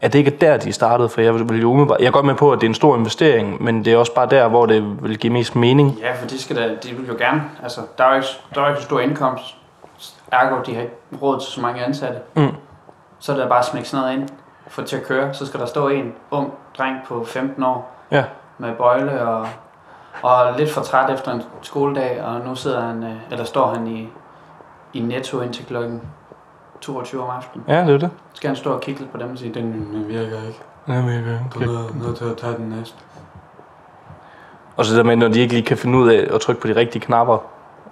Speaker 1: At det ikke er der, de er startet, for jeg vil jo umiddelbart... Jeg er godt med på, at det er en stor investering, men det er også bare der, hvor det vil give mest mening.
Speaker 2: Ja, for de, skal da, de vil jo gerne. Altså, der er jo ikke, der er jo ikke så stor indkomst. Ergo, de har ikke råd til så mange ansatte.
Speaker 1: Mm.
Speaker 2: Så er det bare at smække sådan noget ind. Få det til at køre. Så skal der stå en ung dreng på 15 år
Speaker 1: Ja.
Speaker 2: med bøjle og, og lidt for træt efter en skoledag. Og nu sidder han, øh, eller står han i, i netto indtil klokken 22 om aftenen.
Speaker 1: Ja, det er det.
Speaker 2: Så skal han stå og kigge lidt på dem og sige, den øh, virker ikke.
Speaker 1: Jamen, jeg kan
Speaker 2: Du er nødt til at tage den næste.
Speaker 1: Og så det der med, når de ikke lige kan finde ud af at trykke på de rigtige knapper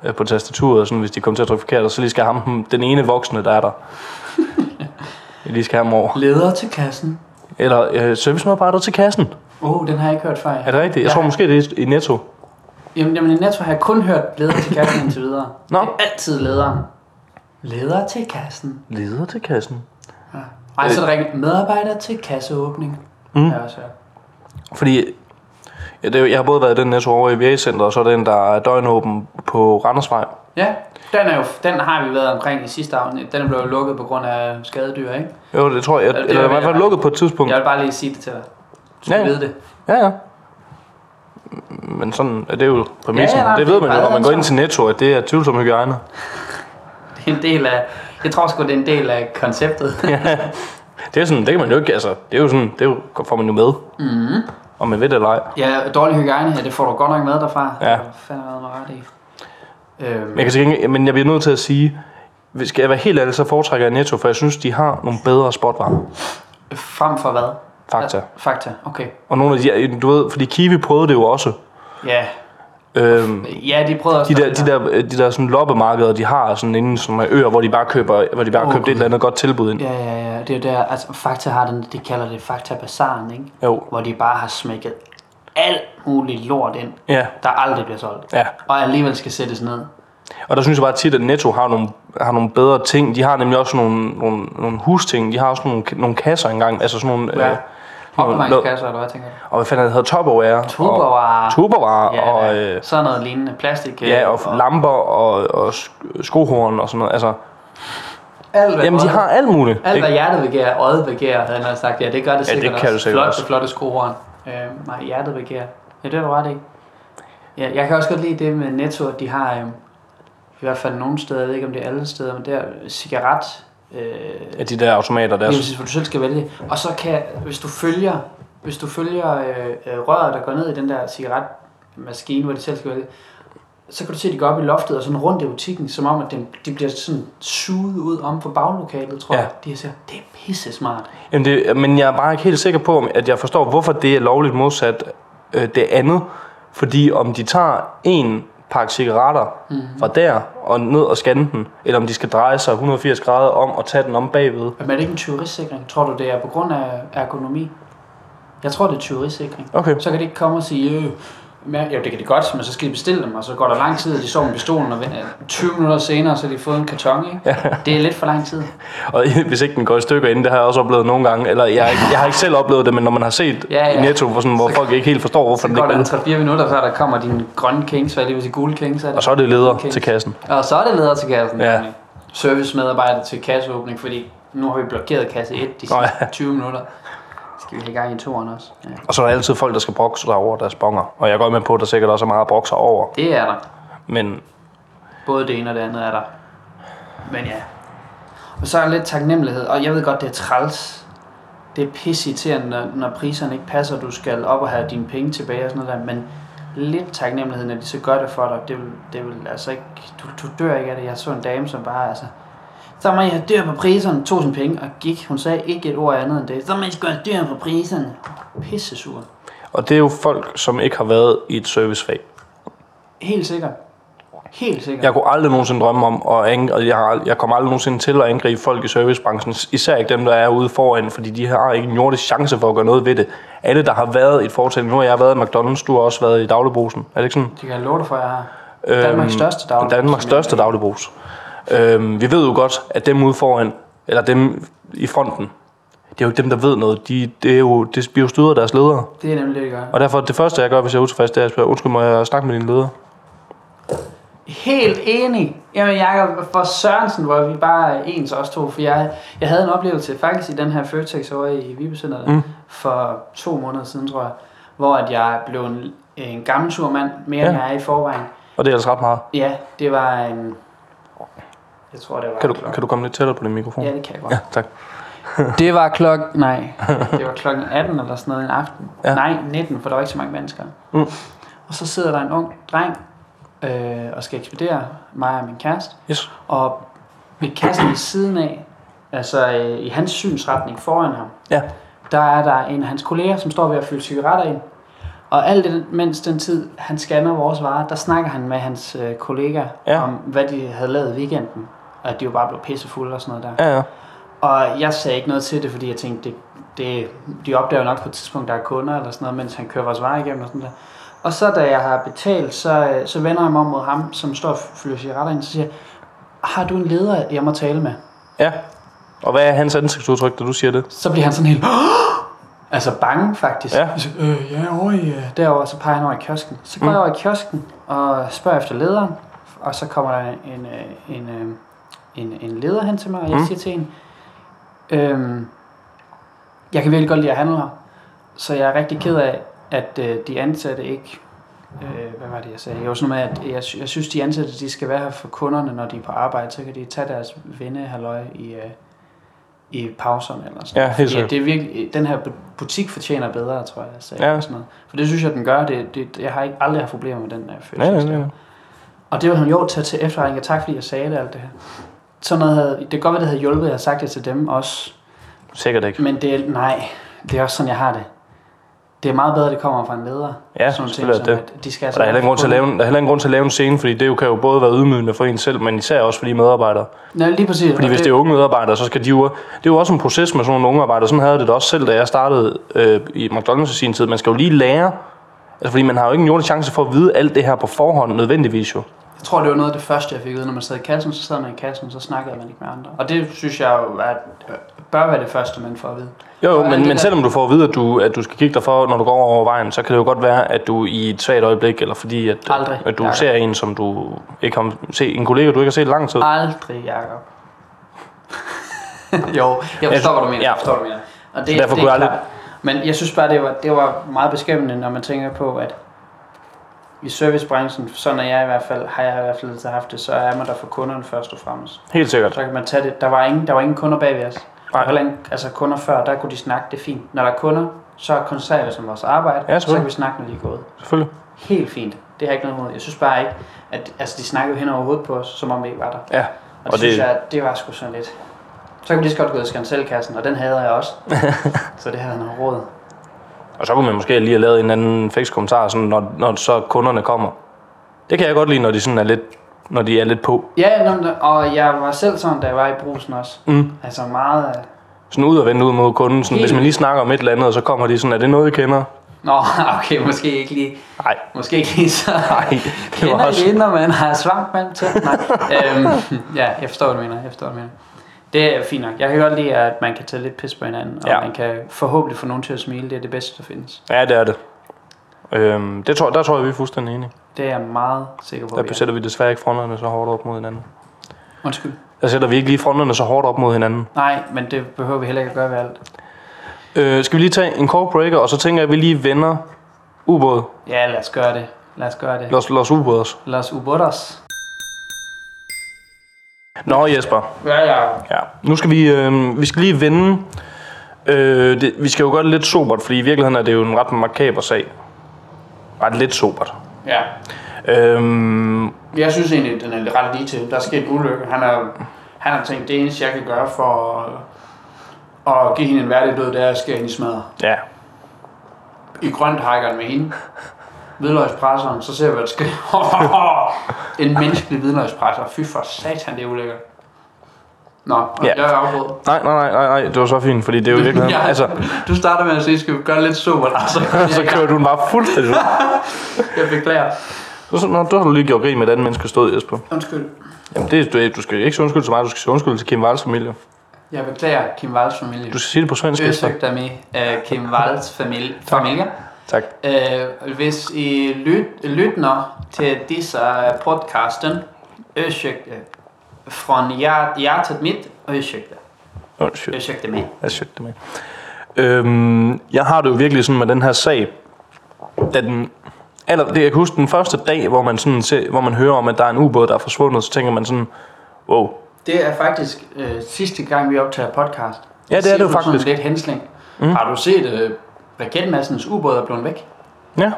Speaker 1: øh, på tastaturet, og sådan, hvis de kommer til at trykke forkert, og så lige skal ham, den- den ene voksne, der er der, Jeg lige skal ham over.
Speaker 2: Leder til kassen.
Speaker 1: Eller øh, servicemedarbejder til kassen.
Speaker 2: Åh, oh, den har jeg ikke hørt før.
Speaker 1: Er det rigtigt? Jeg
Speaker 2: Ja.
Speaker 1: tror måske, det er i Netto.
Speaker 2: Jamen, jamen, i Netto har jeg kun hørt leder til kassen indtil videre.
Speaker 1: Nå.
Speaker 2: Det er altid lederen. Leder til kassen.
Speaker 1: Leder til kassen.
Speaker 2: Ja. Ej, så er der rigtigt. Medarbejder til kasseåbning.
Speaker 1: Øh. Mm.
Speaker 2: Mm. Jeg også hørt.
Speaker 1: Fordi ja, det, er jo- jeg har både været i den Netto over i VA-centret, og så den, der er døgnåben på Randersvej.
Speaker 2: Ja, den, er jo, den har vi været omkring i sidste afsnit. Den blev jo lukket på grund af skadedyr, ikke?
Speaker 1: Jo, det tror jeg.
Speaker 2: Ja, det
Speaker 1: Eller
Speaker 2: er
Speaker 1: i hvert fald
Speaker 2: jeg-
Speaker 1: lukket på et tidspunkt.
Speaker 2: Jeg vil bare lige sige det til dig. Du skal
Speaker 1: Ja, ja.
Speaker 2: vide det.
Speaker 1: Ja, ja. Men sådan er det jo præmissen.
Speaker 2: Ja,
Speaker 1: Ja,
Speaker 2: ja,
Speaker 1: ja,
Speaker 2: nej,
Speaker 1: det
Speaker 2: det er altså-
Speaker 1: ved man jo,
Speaker 2: meget
Speaker 1: når man går ind
Speaker 2: ansvar.
Speaker 1: til Netto, at det er tvivlsom hygiejne.
Speaker 2: Det er en del af... Jeg tror sgu, det er en del af konceptet.
Speaker 1: Det er sådan, det kan man jo ikke, altså, det er jo sådan, det er jo, får man jo med,
Speaker 2: Mm.
Speaker 1: om man ved det eller ej.
Speaker 2: Ja, dårlig hygiejne, ja, det får du godt nok med derfra.
Speaker 1: Ja.
Speaker 2: Det fandt jeg ret i. Øhm,
Speaker 1: Men jeg, kan til gengæld, men jeg bliver nødt til at sige, hvis skal jeg være helt ærlig, så foretrækker jeg Netto, for jeg synes, de har nogle bedre spotvarer.
Speaker 2: frem for hvad?
Speaker 1: Fakta.
Speaker 2: Ja, fakta, okay.
Speaker 1: Og nogle af de, du ved, fordi Kiwi prøvede det jo også.
Speaker 2: Ja,
Speaker 1: Øhm,
Speaker 2: ja de prøvede også...
Speaker 1: de der, de der, øh, de der sådan loppemarkeder, de har sådan inden som er øer, hvor de bare køber, hvor de bare
Speaker 2: Åh,
Speaker 1: oh, køber et
Speaker 2: Gud.
Speaker 1: eller andet godt tilbud ind.
Speaker 2: Ja, ja, ja. Det er jo der, altså Fakta har den, de kalder det Fakta Bazaren, ikke?
Speaker 1: Jo.
Speaker 2: Hvor de bare har smækket alt muligt lort ind,
Speaker 1: Ja,
Speaker 2: der aldrig bliver solgt.
Speaker 1: ja.
Speaker 2: Og alligevel skal sættes ned.
Speaker 1: Og der synes jeg bare tit, at Netto har nogle, har nogle bedre ting. De har nemlig også nogle, nogle, nogle husting. De har også nogle, nogle kasser engang. Altså sådan nogle...
Speaker 2: Ja.
Speaker 1: Øh,
Speaker 2: Opbevaringskasser, eller hvad tænker du?
Speaker 1: og hvad fanden er det hedder? Tupperware. Og,
Speaker 2: Tubervarer.
Speaker 1: Tupperware.
Speaker 2: Ja,
Speaker 1: og,
Speaker 2: ja.
Speaker 1: øh,
Speaker 2: sådan noget lignende. Plastik. øh,
Speaker 1: ja, og, lamper og, og sk- skohorn og sådan noget. Altså,
Speaker 2: alt, hvad
Speaker 1: jamen, de
Speaker 2: øjet-
Speaker 1: har alt muligt.
Speaker 2: Alt,
Speaker 1: ikke?
Speaker 2: hvad hjertet begærer, øjet begærer, havde han sagt. Ja, det gør det
Speaker 1: Ja, det
Speaker 2: sikkert
Speaker 1: kan
Speaker 2: også.
Speaker 1: du sikkert
Speaker 2: Flot,
Speaker 1: også.
Speaker 2: det flotte skohorn. Øh, nej, hjertet begærer. Ja, det er du ret i. Ja, jeg kan også godt lide det med Netto, at de har øh, i hvert fald nogle steder, jeg ved ikke om det er alle steder, men der øh, cigaret, øh,
Speaker 1: Ja, de der automater der.
Speaker 2: Lige præcis, hvor du selv skal vælge. Og så kan, hvis du følger, hvis du følger øh, øh, røret, der går ned i den der cigaretmaskine, hvor de selv skal vælge, så kan du se, at de går op i loftet og sådan rundt i butikken, som om, at de, de bliver sådan suget ud om for baglokalet, tror
Speaker 1: Ja.
Speaker 2: jeg. De her siger, det er pisse smart.
Speaker 1: Jamen det, men jeg er bare ikke helt sikker på, om- at jeg forstår, hvorfor det er lovligt modsat øh, det andet. Fordi om de tager en pakke cigaretter
Speaker 2: Mhm.
Speaker 1: mm-hmm. fra der og ned og scanne den, eller om de skal dreje sig 180 grader om og tage den om bagved.
Speaker 2: Men er det ikke en tyverisikring? Tror du, det er på grund af ergonomi? Jeg tror, det er tyverisikring.
Speaker 1: Okay.
Speaker 2: Så kan de ikke komme og sige, øh, men- jo, det kan de godt, men så skal de bestille dem, og så går der lang tid, og de sover med pistolen, og venter- 20 minutter senere, så har de fået en karton, ikke? Ja. Det er lidt for lang tid.
Speaker 1: Og hvis ikke den går i stykker inden, det har jeg også oplevet nogle gange. Eller jeg, har ikke- jeg har ikke selv oplevet det, men når man har set
Speaker 2: Ja,
Speaker 1: ja,
Speaker 2: ja.
Speaker 1: ja. i Netto, hvor, sådan, hvor folk ikke helt forstår, hvorfor
Speaker 2: Så
Speaker 1: den
Speaker 2: går
Speaker 1: ikke er
Speaker 2: der
Speaker 1: med.
Speaker 2: 3-4 minutter, før der kommer din grønne kings, hvad er det, hvis gule kings er det?
Speaker 1: Og så er det leder
Speaker 2: Okay.
Speaker 1: til kassen.
Speaker 2: og så er det leder til kassen.
Speaker 1: Ja.
Speaker 2: nemlig. Servicemedarbejder til kasseåbning, fordi nu har vi blokeret kasse 1 de sidste
Speaker 1: Nå, ja.
Speaker 2: 20 minutter. Skal vi have gang i toren også? Ja.
Speaker 1: Og så er der altid folk, der skal brokse sig over deres bonger. Og jeg går med på, at der sikkert også er meget at brokse sig over.
Speaker 2: Det er der.
Speaker 1: Men
Speaker 2: Både det ene og det andet er der. Men ja. Og så er der lidt taknemmelighed, og jeg ved godt, det er træls. Det er pisseirriterende, når, når priserne ikke passer, og du skal op og have dine penge tilbage og sådan noget der, men lidt taknemmelighed, når de så gør det for dig, det vil, det vil altså ikke, du, du dør ikke af det. Jeg så en dame, som bare altså, så må jeg dør på priserne, tog sine penge og gik. Hun sagde ikke et ord andet end det. Så må jeg sgu have dør på priserne. Pissesur.
Speaker 1: Og det er jo folk, som ikke har været i et servicefag.
Speaker 2: Helt sikkert. Helt sikkert.
Speaker 1: Jeg kunne aldrig nogensinde drømme om, at ang- og jeg, har ald- jeg kommer aldrig nogensinde til at angribe folk i servicebranchen. Især ikke dem, der er ude foran, fordi de har ikke en jordisk chance for at gøre noget ved det. Alle, der har været i et foretagende, nu har jeg været i McDonald's, du har også været i dagligbrugsen. Er det ikke sådan?
Speaker 2: Det kan jeg love dig for, jeg har. Danmarks største
Speaker 1: Øhm,
Speaker 2: dagligbrus,
Speaker 1: Danmarks
Speaker 2: som jeg
Speaker 1: største dagligbrus. Øhm, vi ved jo godt, at dem ude foran, eller dem i fronten, det er jo ikke dem, der ved noget. De, det er jo, det bliver jo styret af deres ledere.
Speaker 2: Det er nemlig det, det gør.
Speaker 1: Og derfor, det første, jeg gør, hvis jeg er utilfreds, det er at spørge, undskyld, må jeg snakke med din leder?
Speaker 2: Helt enig. Jamen Jacob, for Sørensen var vi bare ens os to, for jeg, jeg havde en oplevelse faktisk i den her Føtex over i Vibecenteret mm. for to måneder siden, tror jeg, hvor at jeg blev en, en gammel turmand, mere ja.
Speaker 1: Ja.
Speaker 2: end jeg er i forvejen.
Speaker 1: Og det er altså ret meget.
Speaker 2: Ja, det var en... Jeg tror, det var...
Speaker 1: Kan du,
Speaker 2: klokken-
Speaker 1: kan du komme lidt tættere på din mikrofon?
Speaker 2: Ja, det kan jeg godt.
Speaker 1: ja tak.
Speaker 2: Det var klokken... Nej, det var klokken 18 eller sådan noget en aften. Ja.
Speaker 1: Ja.
Speaker 2: Nej, 19, for der var ikke så mange mennesker.
Speaker 1: Mm.
Speaker 2: Og så sidder der en ung dreng øh, og skal ekspedere mig og min kæreste.
Speaker 1: Yes.
Speaker 2: Og ved kassen ved siden af, altså øh, i hans synsretning foran ham,
Speaker 1: Ja.
Speaker 2: der er der en af hans kolleger, som står ved at fylde cigaretter ind. Og alt det, mens den tid, han scanner vores varer, der snakker han med hans øh, kollegaer ja.
Speaker 1: Ja.
Speaker 2: om, hvad de havde lavet i weekenden. Og at de jo bare blev pissefulde og sådan noget der.
Speaker 1: Ja, ja.
Speaker 2: Og jeg sagde ikke noget til det, fordi jeg tænkte, det, det, de opdager jo nok på et tidspunkt, der er kunder eller sådan noget, mens han kører vores varer igennem og sådan der. Og så da jeg har betalt, så, øh, så vender jeg mig om mod ham, som står og fylder cigaretter ind, så siger jeg, har du en leder, jeg må tale med?
Speaker 1: ja. Og hvad er hans ansigtsudtryk, da du siger det?
Speaker 2: Så bliver han sådan helt, altså bange faktisk.
Speaker 1: Ja.
Speaker 2: Og Så, øh, ja, over i, øh, derovre, så peger han over i kiosken. Så går mm. jeg over i kiosken og spørger efter lederen, og så kommer der en, øh, en, øh, en, en leder hen til mig, og jeg
Speaker 1: Mm.
Speaker 2: siger til hende, øhm, jeg kan virkelig godt lide at handle her, så jeg er rigtig ked af, at øh, de ansatte ikke, øh, hvad var det, jeg sagde? Jeg var sådan noget med, at jeg, sy- jeg synes, de ansatte, de skal være her for kunderne, når de er på arbejde, så kan de tage deres vennehalløj i, øh, i pauserne eller sådan
Speaker 1: Ja, helt
Speaker 2: Ja,
Speaker 1: sikkert.
Speaker 2: det er virkelig, øh, den her butik fortjener bedre, tror jeg, sagde
Speaker 1: Ja.
Speaker 2: ja. sådan noget. For det synes jeg, den gør. Det, det, jeg har ikke, aldrig haft problemer med den øh,
Speaker 1: Nej,
Speaker 2: følelse.
Speaker 1: nej, nej. nej.
Speaker 2: Og det var hun jo tage til efterregning, og tak fordi jeg sagde det alt det her. Sådan noget havde, det kan godt være, det havde hjulpet, at jeg havde sagt det til dem også.
Speaker 1: Sikkert ikke.
Speaker 2: Men det er, nej, det er også sådan, jeg har det. Det er meget bedre, at det kommer fra en leder.
Speaker 1: Ja,
Speaker 2: nogle
Speaker 1: selvfølgelig er det
Speaker 2: som, at de skal
Speaker 1: Og
Speaker 2: altså
Speaker 1: der er, heller ikke grund til at lave, en- der er heller ingen grund til at lave en scene, fordi det jo kan jo både være ydmygende for en selv, men især også for de medarbejdere.
Speaker 2: Nej, lige præcis.
Speaker 1: Fordi
Speaker 2: og
Speaker 1: hvis det er unge medarbejdere, så skal de jo... Det er jo også en proces med sådan nogle unge arbejdere. Sådan havde jeg det da også selv, da jeg startede øh, i McDonald's i sin tid. Man skal jo lige lære... Altså, fordi man har jo ikke en jordisk chance for at vide alt det her på forhånd, nødvendigvis jo.
Speaker 2: Jeg tror, det var noget af det første, jeg fik ud, når man sad i kassen, så sad man i kassen, så snakkede man ikke med andre. Og det synes jeg jo, at bør være det første, man får at vide.
Speaker 1: Jo,
Speaker 2: Og
Speaker 1: jo
Speaker 2: alt
Speaker 1: men,
Speaker 2: det
Speaker 1: men
Speaker 2: der-
Speaker 1: selvom du får at vide, at du, at du skal kigge dig for, når du går over vejen, så kan det jo godt være, at du i et svagt øjeblik, eller fordi at,
Speaker 2: Aldrig.
Speaker 1: at du
Speaker 2: Ja.
Speaker 1: ser en, som du ikke har set, en kollega, du ikke har set i lang tid.
Speaker 2: Aldrig, Jacob. jo, jeg
Speaker 1: Jeg-
Speaker 2: forstår, hvad du
Speaker 1: Altså,
Speaker 2: mener.
Speaker 1: ja.
Speaker 2: Jeg forstår, hvad du mener. Og det,
Speaker 1: Så derfor
Speaker 2: det er
Speaker 1: kunne jeg
Speaker 2: klart.
Speaker 1: aldrig-
Speaker 2: Men jeg synes bare, det var, det var meget beskæmmende, når man tænker på, at i servicebranchen, sådan er jeg i hvert fald, har jeg i hvert fald altid haft det, så er man der for kunderne først og fremmest.
Speaker 1: Helt sikkert.
Speaker 2: Så kan man tage det. Der var ingen, der var ingen kunder bag ved os. Der var
Speaker 1: Nej.
Speaker 2: heller ingen, altså kunder før, der kunne de snakke, det er fint. Når der er kunder, så koncentrerer vi os om vores arbejde,
Speaker 1: Ja, selvfølgelig.
Speaker 2: så kan vi snakke, når de er gået.
Speaker 1: Selvfølgelig.
Speaker 2: Helt fint. Det har jeg ikke noget imod. Jeg synes bare ikke, at altså, de snakkede hen over hovedet på os, som om vi ikke var der.
Speaker 1: Ja.
Speaker 2: Og, og
Speaker 1: Og
Speaker 2: det, synes
Speaker 1: det-
Speaker 2: jeg, det var sgu sådan lidt. Så kunne de lige så godt gå ud og scanne selvkassen, og den havde jeg også. så det havde noget råd.
Speaker 1: Og så kunne man måske lige have lavet en anden fix kommentar, sådan, når, når så kunderne kommer. Det kan jeg godt lide, når de sådan er lidt, når de er lidt på.
Speaker 2: Ja, nå, men der- og jeg var selv sådan, da jeg var i brusen også.
Speaker 1: Mm.
Speaker 2: Altså meget... øh,
Speaker 1: Sådan ud og vende ud mod kunden. Sådan,
Speaker 2: Helt
Speaker 1: hvis man lige snakker om et eller andet, og så kommer de sådan, er det noget, I kender?
Speaker 2: Nå, okay, måske ikke lige,
Speaker 1: Nej,
Speaker 2: måske ikke lige så...
Speaker 1: nej, det var
Speaker 2: Kender
Speaker 1: også...
Speaker 2: også... inden, man har svamp mellem tænderne. Nej. øhm, ja, jeg forstår, hvad du mener. Jeg forstår, hvad du mener. Det er fint nok. Jeg kan godt lide, at man kan tage lidt pis på hinanden, og
Speaker 1: Ja.
Speaker 2: ja. man kan forhåbentlig få nogen til at smile. Det er det bedste, der findes.
Speaker 1: Ja, det er det. Øhm, det tror, der tror jeg, vi er fuldstændig enige.
Speaker 2: Det er jeg meget sikker på.
Speaker 1: Der
Speaker 2: vi er.
Speaker 1: besætter vi desværre ikke fronterne så hårdt op mod hinanden.
Speaker 2: Undskyld.
Speaker 1: Der sætter vi ikke lige fronterne så hårdt op mod hinanden.
Speaker 2: Nej, men det behøver vi heller ikke at gøre ved alt.
Speaker 1: Øh, skal vi lige tage en kort breaker, og så tænker jeg, at vi lige vender ubåd.
Speaker 2: Ja, lad os gøre det. Lad os gøre det.
Speaker 1: Los, los ubåd også.
Speaker 2: Lad os ubåde os.
Speaker 1: Nå Jesper,
Speaker 2: Ja, ja.
Speaker 1: Ja, nu skal vi, øh, vi skal lige vende. Øh, det, vi skal jo gøre det lidt sobert, fordi i virkeligheden er det jo en ret makaber sag. Ret lidt sobert.
Speaker 2: ja.
Speaker 1: Øh,
Speaker 2: Jeg synes egentlig, den er ret lige til. Der er sket en ulykke. Han har, han har tænkt, det eneste, jeg kan gøre for at, at give hende en værdig død, det er at skære hende i smadre.
Speaker 1: ja,
Speaker 2: i grønt hakkeren med hende. Hvidløgspresseren, så ser vi, hvad der sker. en menneskelig hvidløgspresser. Fy for satan, det er ulækkert. Nå, og
Speaker 1: Ja.
Speaker 2: jeg er afbrudt.
Speaker 1: nej, nej, nej, nej, nej, det var så fint, fordi det er jo i virkeligheden...
Speaker 2: Ja.
Speaker 1: altså,
Speaker 2: Du starter med at sige, skal vi gøre det lidt super, altså.
Speaker 1: så kører du den bare fuldstændig ud.
Speaker 2: Jeg beklager.
Speaker 1: Så sådan, Nå, der har du lige gjort grin med, at andet menneske stod, Jesper.
Speaker 2: Undskyld.
Speaker 1: Jamen, det, du, du skal ikke sige undskyld til mig, du skal sige undskyld til Kim Walls familie.
Speaker 2: Jeg beklager Kim Walls familie.
Speaker 1: Du skal sige det på svensk, Jesper.
Speaker 2: Øsøg dig med uh, Kim Walls familie. familie.
Speaker 1: Tak.
Speaker 2: Uh, hvis I lyt, lytter til disse øh, podcasten, Øsøg dig. Fra hjert- hjertet mit, Øsøg dig.
Speaker 1: Undskyld.
Speaker 2: Øsøg dig med.
Speaker 1: Jeg søgte det med. Øhm, jeg har det jo virkelig sådan med den her sag, da den, eller, det, jeg kan huske den første dag, hvor man, sådan ser, hvor man hører om, at der er en ubåd, der er forsvundet, så tænker man sådan, wow,
Speaker 2: Det er faktisk øh, sidste gang, vi optager podcast.
Speaker 1: Ja, det er
Speaker 2: Siger
Speaker 1: det jo
Speaker 2: du sådan
Speaker 1: faktisk.
Speaker 2: lidt hensling. Mm. Har du set øh, raketmassens ubåd er blevet væk?
Speaker 1: ja,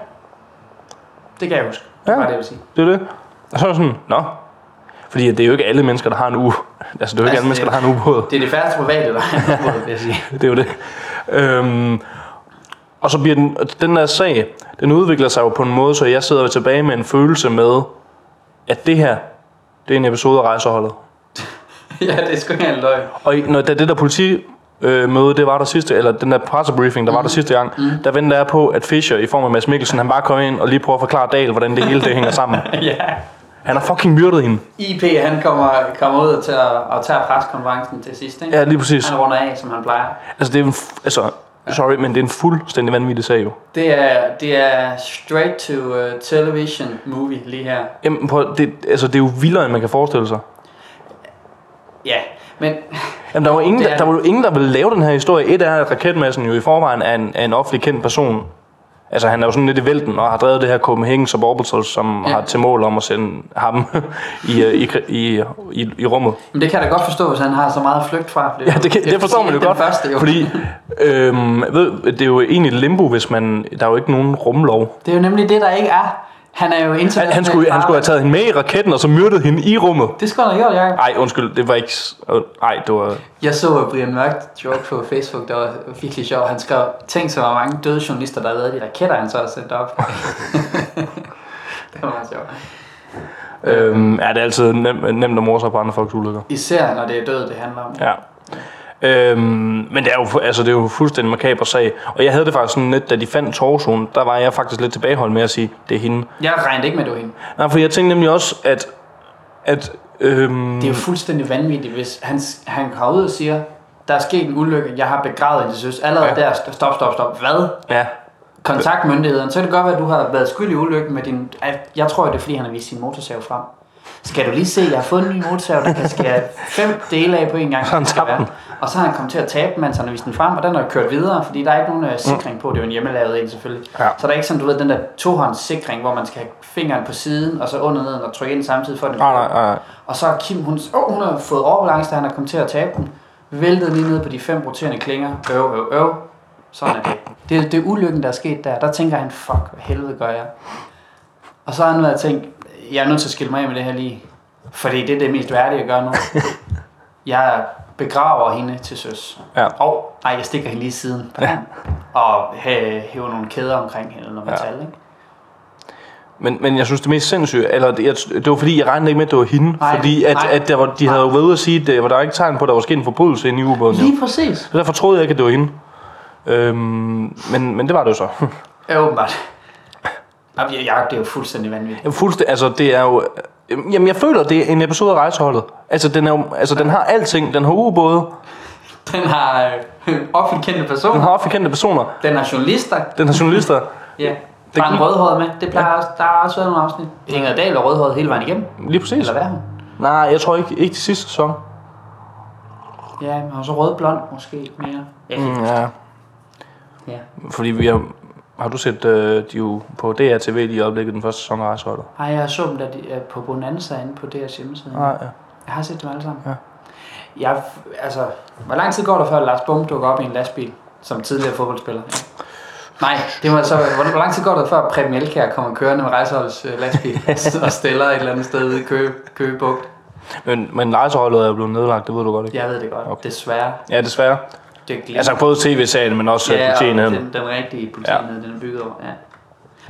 Speaker 2: Det kan jeg huske.
Speaker 1: Ja.
Speaker 2: Ja. Det var det, jeg ville sige.
Speaker 1: det er det. Og så er jeg sådan, nå, fordi det er jo ikke alle mennesker, der har en u. Altså, det er jo ikke alle
Speaker 2: Altså,
Speaker 1: mennesker, der
Speaker 2: det-
Speaker 1: har en ubåd.
Speaker 2: Det er det færreste private, der har en ubåd, vil jeg sige.
Speaker 1: Det er jo det. Øhm, og så bliver den, og den der sag, den udvikler sig jo på en måde, så jeg sidder tilbage med en følelse med, at det her, det er en episode af Rejseholdet.
Speaker 2: ja, det er sgu ikke en løgn.
Speaker 1: Og i- når, da det der politi øh, møde, det var der sidste, eller den der pressebriefing, der var der sidste gang, mm. der venter jeg på, at Fischer i form af Mads Mikkelsen, han bare kommer ind og lige prøver at forklare Dahl, hvordan det hele det hænger sammen.
Speaker 2: ja.
Speaker 1: Han har fucking myrdet hende.
Speaker 2: IP, han kommer, kommer ud til at, og tager preskonferencen til sidst, ikke?
Speaker 1: Ja, lige præcis.
Speaker 2: Han runder af, som han plejer.
Speaker 1: Altså, det er en f- altså, Ja. Sorry, men det er en fuldstændig vanvittig sag jo.
Speaker 2: Det er, det er straight to uh, television movie lige her.
Speaker 1: Jamen, prøv, det, altså, det er jo vildere, end man kan forestille sig.
Speaker 2: Ja, men
Speaker 1: Jamen, der var, ingen,
Speaker 2: det er
Speaker 1: der, der var jo ingen, der ville lave den her historie. Et er, at raketmassen jo i forvejen er en, er en offentlig kendt person. Altså, han er jo sådan lidt i vælten og har drevet det her Copenhagen Suborbital, som
Speaker 2: Ja.
Speaker 1: ja. har til mål om at sende ham i, øh, i, i, i, i rummet.
Speaker 2: Men det kan jeg da godt forstå, hvis han har så meget flygt fra. For det,
Speaker 1: Ja, det, kan, det forstår man jo
Speaker 2: den
Speaker 1: godt.
Speaker 2: Første, jo.
Speaker 1: Fordi øhm, ved, det er jo egentlig limbo, hvis man... Der er jo ikke nogen rumlov.
Speaker 2: Det er jo nemlig det, der ikke er. Han er jo
Speaker 1: Han,
Speaker 2: international.
Speaker 1: han, skulle, han skulle have taget hende med i raketten, og så myrdet hende i rummet.
Speaker 2: Det skulle han have gjort, Jacob.
Speaker 1: Ej, undskyld, det var ikke... s- øh, Ej, det var...
Speaker 2: Jeg så øh, Brian Mørk joke på Facebook, der var virkelig sjov. Han skrev, tænk så hvor mange døde journalister, der har været i de raketter, han så har sendt op. det var meget sjovt.
Speaker 1: Øhm, ja, det er altid nem, nemt at morse sig på andre folks ulykker.
Speaker 2: Især når det er død, det handler om.
Speaker 1: Ja. Øhm, men det er, jo, altså, det er jo fuldstændig makaber sag. Og jeg havde det faktisk sådan lidt, da de fandt torsoen, der var jeg faktisk lidt tilbageholdt med at sige, det er hende.
Speaker 2: Jeg regnede ikke med, at det var hende.
Speaker 1: Nej, for jeg tænkte nemlig også, at... at øhm,
Speaker 2: Det er jo fuldstændig vanvittigt, hvis han, han kommer ud og siger, der er sket en ulykke, jeg har begravet hendes søs. Allerede
Speaker 1: Ja.
Speaker 2: der, stop, stop, stop. Hvad?
Speaker 1: ja,
Speaker 2: kontaktmyndighederne, så kan det godt være, at du har været skyld i ulykken med din... Ej, Jeg tror, det er, fordi han har vist sin motorsav frem. Skal du lige se, jeg har fået en ny motorsav, der kan skære fem dele af på en gang.
Speaker 1: Så han
Speaker 2: Det skal
Speaker 1: tabte
Speaker 2: være.
Speaker 1: den.
Speaker 2: Og så har han kommet til at tabe den, mens han har vist den frem, og den har jo kørt videre, fordi der er ikke nogen øh, sikring på. Det er jo en hjemmelavet en selvfølgelig.
Speaker 1: Mm. Ja.
Speaker 2: Så der er ikke sådan, du ved, den der tohånds sikring, hvor man skal have fingeren på siden, og så under neden og trykke ind samtidig for at den.
Speaker 1: nej, nej, nej.
Speaker 2: Og så har Kim, hun, oh, hun har fået overbalance, da han er kommet til at tabe den. Væltet lige ned på de fem roterende klinger. Øv, øv, øv. Sådan er det. Det, er- det er ulykken, der er sket der. Der tænker han, fuck, hvad helvede gør jeg? Og så har han været og tænkt, jeg er nødt til at skille mig af med det her lige. Fordi det er det mest værdige at gøre nu. Jeg begraver hende til søs.
Speaker 1: Ja.
Speaker 2: Og nej, jeg stikker hende lige i siden.
Speaker 1: Ja.
Speaker 2: Og hæ- hæver nogle kæder omkring hende, eller noget
Speaker 1: Ja.
Speaker 2: metal, ikke?
Speaker 1: Men, men jeg synes, det mest sindssyge, eller det, jeg, det var fordi, jeg regnede ikke med, at det var hende.
Speaker 2: Nej,
Speaker 1: fordi at,
Speaker 2: nej,
Speaker 1: at der var, de havde jo været ude at sige, at der var der var ikke tegn på, at der var sket en forbrydelse inde i ubåden. jo.
Speaker 2: Lige præcis.
Speaker 1: Så derfor troede jeg ikke, at det var hende. Øhm, men, men det var det jo så.
Speaker 2: Ja, åbenbart. Jamen, Jacob, det er jo fuldstændig vanvittigt.
Speaker 1: Jamen, fuldstændig, altså det er jo... øh, Jamen, jeg føler, det er en episode af Rejseholdet. Altså, den, er jo, altså, den har alting. Den har ubåde,
Speaker 2: Den har øh, offentligt kendte
Speaker 1: den
Speaker 2: personer.
Speaker 1: har offentligt kendte personer,
Speaker 2: Den har journalister.
Speaker 1: den har journalister.
Speaker 2: Ja. Der er en rødhåret med. Det plejer også, der har også været nogle afsnit. Inger Dahl er rødhåret hele vejen igennem.
Speaker 1: Lige præcis.
Speaker 2: Eller hvad er hun?
Speaker 1: Nej, jeg tror ikke, ikke de sidste sæson.
Speaker 2: Ja, men hun er så rødblond måske mere. Ja.
Speaker 1: Mm, ja,
Speaker 2: ja.
Speaker 1: fordi vi har... Har du set øh, de er jo på DRTV lige i øjeblikket den første sæson af Rejseholdet?
Speaker 2: Ej, jeg så dem da de, øh, på Bonanza inde på DR's hjemmeside.
Speaker 1: Nej, ja.
Speaker 2: Jeg har set dem alle sammen.
Speaker 1: Ja.
Speaker 2: Jeg, altså, hvor lang tid går der før Lars Bum dukker op i en lastbil som tidligere fodboldspiller? Ja. Nej, det var så, hvor, hvor lang tid går der før Preben Elkjær kommer kørende med rejseholds øh, lastbil og stiller et eller andet sted ude i Køge, Køge Bugt?
Speaker 1: Men, men Rejseholdet er blevet nedlagt, det ved du godt, ikke?
Speaker 2: Jeg ved det godt, okay.
Speaker 1: Okay.
Speaker 2: desværre.
Speaker 1: Ja, desværre.
Speaker 2: Det glemmer.
Speaker 1: Altså, både tv-serien, men også øh, ja,
Speaker 2: ja, og
Speaker 1: politienheden.
Speaker 2: den, den rigtige politienhed, ja. den er bygget over. Ja.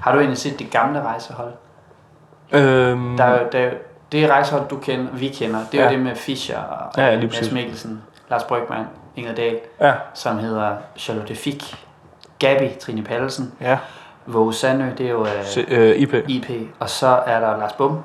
Speaker 2: Har du egentlig set det gamle rejsehold?
Speaker 1: Øhm,
Speaker 2: Der, er jo- der, er jo- det rejsehold, du kender, vi kender, det er jo
Speaker 1: Ja.
Speaker 2: det med Fischer og
Speaker 1: Ja, ja, lige
Speaker 2: Mads
Speaker 1: præcis.
Speaker 2: Mikkelsen, Lars Brygman, Inger Dahl.
Speaker 1: ja,
Speaker 2: som hedder Charlotte Fick, Gabi, Trine Pallesen,
Speaker 1: ja.
Speaker 2: Våge Sandø, det er jo øh,
Speaker 1: Se, øh, IP,
Speaker 2: IP, og så er der Lars Bum,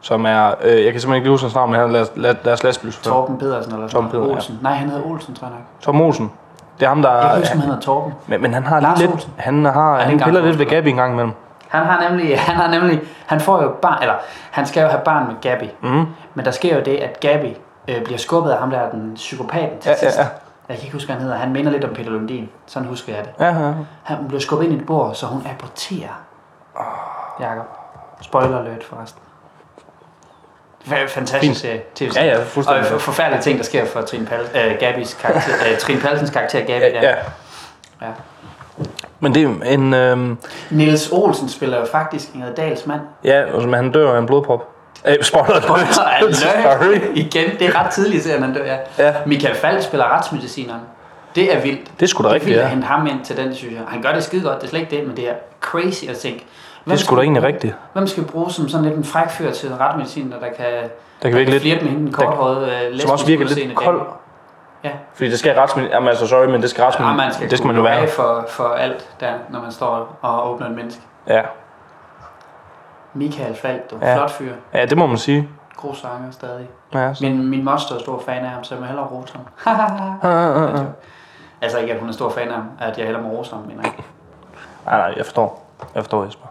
Speaker 1: som er... Øh, jeg kan simpelthen ikke huske hans navn, men han er deres, deres lastbilschauffør.
Speaker 2: Torben Pedersen eller sådan
Speaker 1: Torben
Speaker 2: noget.
Speaker 1: Peder, ja. Ah,
Speaker 2: Olsen. Nej, han hedder Olsen, tror jeg nok.
Speaker 1: Tom Olsen. Det er ham, der...
Speaker 2: Jeg kan huske, om han hedder Torben.
Speaker 1: Men, men han har
Speaker 2: Lars
Speaker 1: lige lidt...
Speaker 2: Olsen.
Speaker 1: Han, har,
Speaker 2: det er
Speaker 1: han
Speaker 2: Lars
Speaker 1: piller lidt
Speaker 2: Olsen.
Speaker 1: ved Gabi en gang imellem.
Speaker 2: Han har nemlig, han har nemlig, han får jo barn, eller han skal jo have barn med Gabi.
Speaker 1: Mm.
Speaker 2: Men der sker jo det, at Gabi øh, bliver skubbet af ham der, den psykopaten til
Speaker 1: Ja, ja,
Speaker 2: sidst.
Speaker 1: ja.
Speaker 2: Jeg kan ikke huske, hvad han hedder. Han minder lidt om Peter Lundin. Sådan husker jeg det.
Speaker 1: Ja, ja.
Speaker 2: Han hun bliver skubbet ind i et bord, så hun aborterer.
Speaker 1: Ah.
Speaker 2: Jakob. Spoiler alert forresten. Fa- Fantastisk serie. TV
Speaker 1: Ja, ja,
Speaker 2: Og
Speaker 1: fuldstændig.
Speaker 2: f- forfærdelige ting, der sker for Trine, Pal- øh, Gabis karakter, øh, Trine Palsens karakter Gabi.
Speaker 1: Ja, ja.
Speaker 2: ja.
Speaker 1: Men det er en... Øh,
Speaker 2: Niels Olsen spiller jo faktisk Ingrid Dahls mand.
Speaker 1: ja, altså, men han dør af en blodprop. Øh, spoiler alert.
Speaker 2: Spoiler
Speaker 1: Sorry.
Speaker 2: alert. Igen, det er ret tidligt, serien han dør. Ja.
Speaker 1: Ja,
Speaker 2: Michael Falk spiller retsmedicineren. Det er vildt.
Speaker 1: det er sgu da
Speaker 2: Det er
Speaker 1: rigtigt,
Speaker 2: vildt at
Speaker 1: ja.
Speaker 2: hente ham ind til den, synes jeg. Han gør det skide godt, det er slet ikke det, men det er crazy at tænke.
Speaker 1: Det er sgu da egentlig rigtigt.
Speaker 2: Hvem skal bruge som sådan lidt en fræk fyr til en retmediciner, der kan,
Speaker 1: Der kan virke lidt...
Speaker 2: flirte med hende, den
Speaker 1: der-
Speaker 2: korthårede øh,
Speaker 1: Som også virker lidt
Speaker 2: lesbisk
Speaker 1: kold.
Speaker 2: Ja.
Speaker 1: Fordi det skal retsmænd... Jamen altså, sorry, men det skal
Speaker 2: Ja, Ah, man
Speaker 1: retsmænd...
Speaker 2: skal
Speaker 1: Det skal man jo være.
Speaker 2: være. For, for alt der, når man står og åbner en menneske.
Speaker 1: Ja.
Speaker 2: Michael Falk, du.
Speaker 1: Ja.
Speaker 2: Flot fyr.
Speaker 1: ja, det må man sige.
Speaker 2: God sanger stadig.
Speaker 1: Ja, altså. så.
Speaker 2: Min, min moster er stor fan af ham, så jeg må hellere rose ham.
Speaker 1: Ah, ah, ah, ah.
Speaker 2: Altså ikke, at hun er stor fan af ham, at jeg heller må rose ham, mener jeg.
Speaker 1: Ah, Nej, nej, jeg forstår. Jeg forstår Jesper.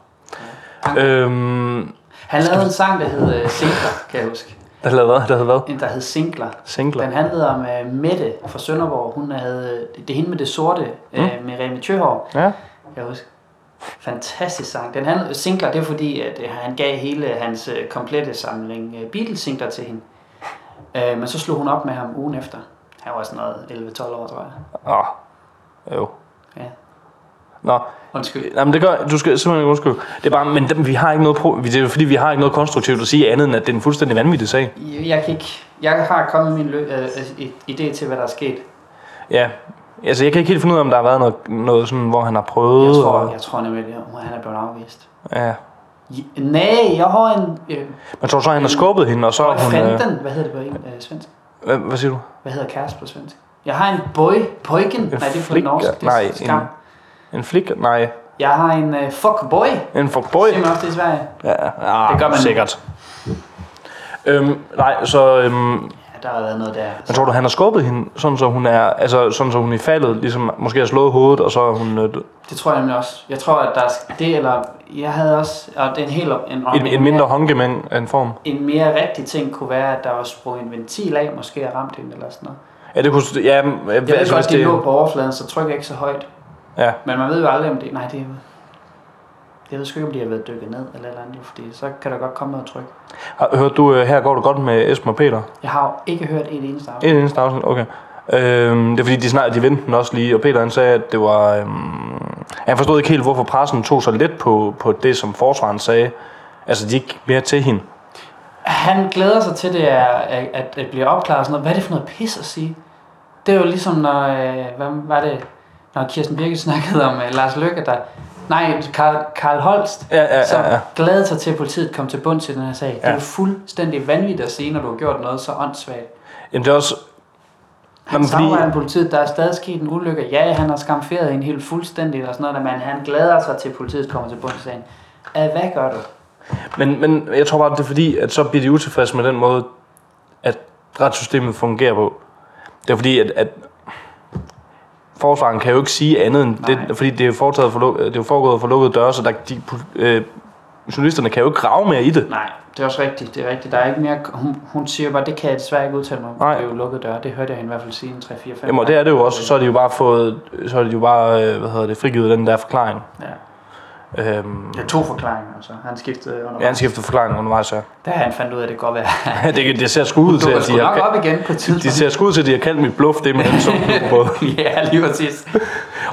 Speaker 2: Tak.
Speaker 1: Øhm,
Speaker 2: Han lavede en sang, der hed øh, Singler, kan jeg huske.
Speaker 1: der havde hvad? Der havde hvad?
Speaker 2: En, der hed Singler.
Speaker 1: Singler.
Speaker 2: Den handlede om øh, Mette fra Sønderborg. Hun havde, det er hende med det sorte,
Speaker 1: Mm.
Speaker 2: øh, med Remi Tjøhår,
Speaker 1: Ja.
Speaker 2: kan jeg huske. Fantastisk sang. Den handlede, Singler, det er fordi, at øh, han gav hele hans øh, komplette samling øh, Beatles-singler til hende. Øh, men så slog hun op med ham ugen efter. Han var sådan noget 11-12 år, tror jeg.
Speaker 1: Åh. Jo.
Speaker 2: Ja.
Speaker 1: Nå,
Speaker 2: Undskyld.
Speaker 1: Nej, men det gør, du skal simpelthen undskylde. Det er bare, men dem, vi har ikke noget, pro- det er jo fordi, vi har ikke noget konstruktivt at sige andet, end at det er en fuldstændig vanvittig sag.
Speaker 2: Jeg, kan ikke, jeg har kommet med min lø- øh, øh, idé til, hvad der er sket.
Speaker 1: Ja, altså jeg kan ikke helt finde ud af, om der har været noget, noget sådan, hvor han har prøvet.
Speaker 2: Jeg tror,
Speaker 1: og,
Speaker 2: jeg tror nemlig, at han er blevet afvist.
Speaker 1: ja.
Speaker 2: Ja, nej, jeg har en... Øh,
Speaker 1: Man tror så, han har skubbet hende, og så er
Speaker 2: Boy
Speaker 1: hun... Øh,
Speaker 2: Fanden, hvad hedder det på en, øh, svensk?
Speaker 1: hvad, hvad siger du?
Speaker 2: Hvad hedder kæreste på svensk? Jeg har en boy, pojken. Nej, det er på
Speaker 1: flikker.
Speaker 2: norsk. Det er
Speaker 1: Nej,
Speaker 2: skam.
Speaker 1: en- En flik? Nej,
Speaker 2: Jeg har en øh, fuckboy.
Speaker 1: en fuckboy.
Speaker 2: Det er ofte i Sverige.
Speaker 1: Ja, ah,
Speaker 2: Det gør man nu.
Speaker 1: sikkert. Øhm, nej, så øhm,
Speaker 2: Ja, der har været noget der.
Speaker 1: jeg tror du, han har skubbet hende, sådan så hun er, altså sådan så hun i faldet, ligesom måske har slået hovedet, og så er hun øh, død.
Speaker 2: Det tror jeg nemlig også. Jeg tror, at der er det, eller jeg havde også, og det er en helt... op- En,
Speaker 1: en, en mindre håndgemænd af en form.
Speaker 2: En mere rigtig ting kunne være, at der var sprunget en ventil af, måske har ramt hende eller sådan noget.
Speaker 1: Ja, det kunne... Ja, men,
Speaker 2: Jeg ved
Speaker 1: altså,
Speaker 2: godt,
Speaker 1: hvis
Speaker 2: det
Speaker 1: det,
Speaker 2: lå på overfladen, så tryk ikke så højt.
Speaker 1: Ja.
Speaker 2: Men man ved jo aldrig, om det... Nej, det er... Jeg ved sgu ikke, om de har været dykket ned eller et eller andet, jo, fordi så kan der godt komme noget tryk.
Speaker 1: Har- Hørte du, øh, her går det godt med Esben og Peter?
Speaker 2: Jeg har jo ikke hørt en eneste afsnit.
Speaker 1: En eneste afsnit, okay. Øhm, det er fordi, de snart de vendte den også lige, og Peter han sagde, at det var... Øhm, han forstod ikke helt, hvorfor pressen tog så let på, på det, som forsvaren sagde. Altså, de gik mere til hende.
Speaker 2: Han glæder sig til, det er, at, at det bliver opklaret og sådan noget. Hvad er det for noget pis at sige? Det er jo ligesom, når, øh, hvad var det, når Kirsten Birke snakkede om øh, Lars Løkke, der... Nej, Karl, Karl Holst,
Speaker 1: Ja, ja,
Speaker 2: som
Speaker 1: ja, ja.
Speaker 2: glædede sig til, at politiet kom til bund til den her sag. Det er
Speaker 1: Ja.
Speaker 2: jo fuldstændig vanvittigt at sige, når du har gjort noget så åndssvagt.
Speaker 1: Jamen, det er også...
Speaker 2: Han
Speaker 1: Jamen, fordi-
Speaker 2: samarbejder med politiet, der er stadig sket en ulykke. Ja, han har skamferet hende helt fuldstændigt og sådan noget, men han glæder sig til, at politiet kommer til bund til sagen. Ah, hvad gør du?
Speaker 1: Men, men jeg tror bare, det er fordi, at så bliver de utilfredse med den måde, at retssystemet fungerer på. Det er fordi, at, at forsvaren kan jo ikke sige andet end
Speaker 2: Nej.
Speaker 1: det, fordi det er, jo foretaget for, luk- det er jo foregået for lukkede døre, så der, de, øh, journalisterne kan jo ikke grave mere i det.
Speaker 2: Nej, det er også rigtigt. Det er rigtigt. Der er ikke mere... Hun, hun siger bare, det kan jeg desværre ikke udtale mig om.
Speaker 1: Nej.
Speaker 2: Det er jo lukket døre. Det hørte jeg hende i hvert fald sige en 3-4-5
Speaker 1: Jamen, og det er det jo også, så er de jo bare fået, så er de jo bare, øh, hvad hedder det, frigivet den der forklaring.
Speaker 2: Ja.
Speaker 1: Øhm,
Speaker 2: Det er to forklaringer, altså. Han skiftede
Speaker 1: ja, han
Speaker 2: undervejs.
Speaker 1: skifter forklaring undervejs, ja.
Speaker 2: Ja. Der har han fandt ud af, at det godt være.
Speaker 1: det, det ser sgu ud til,
Speaker 2: Du var
Speaker 1: at
Speaker 2: sgu
Speaker 1: de
Speaker 2: nok
Speaker 1: har,
Speaker 2: op igen på et
Speaker 1: de
Speaker 2: tidspunkt.
Speaker 1: ser sgu ud til, at de har kaldt mit bluff, det med den som på.
Speaker 2: ja, lige præcis.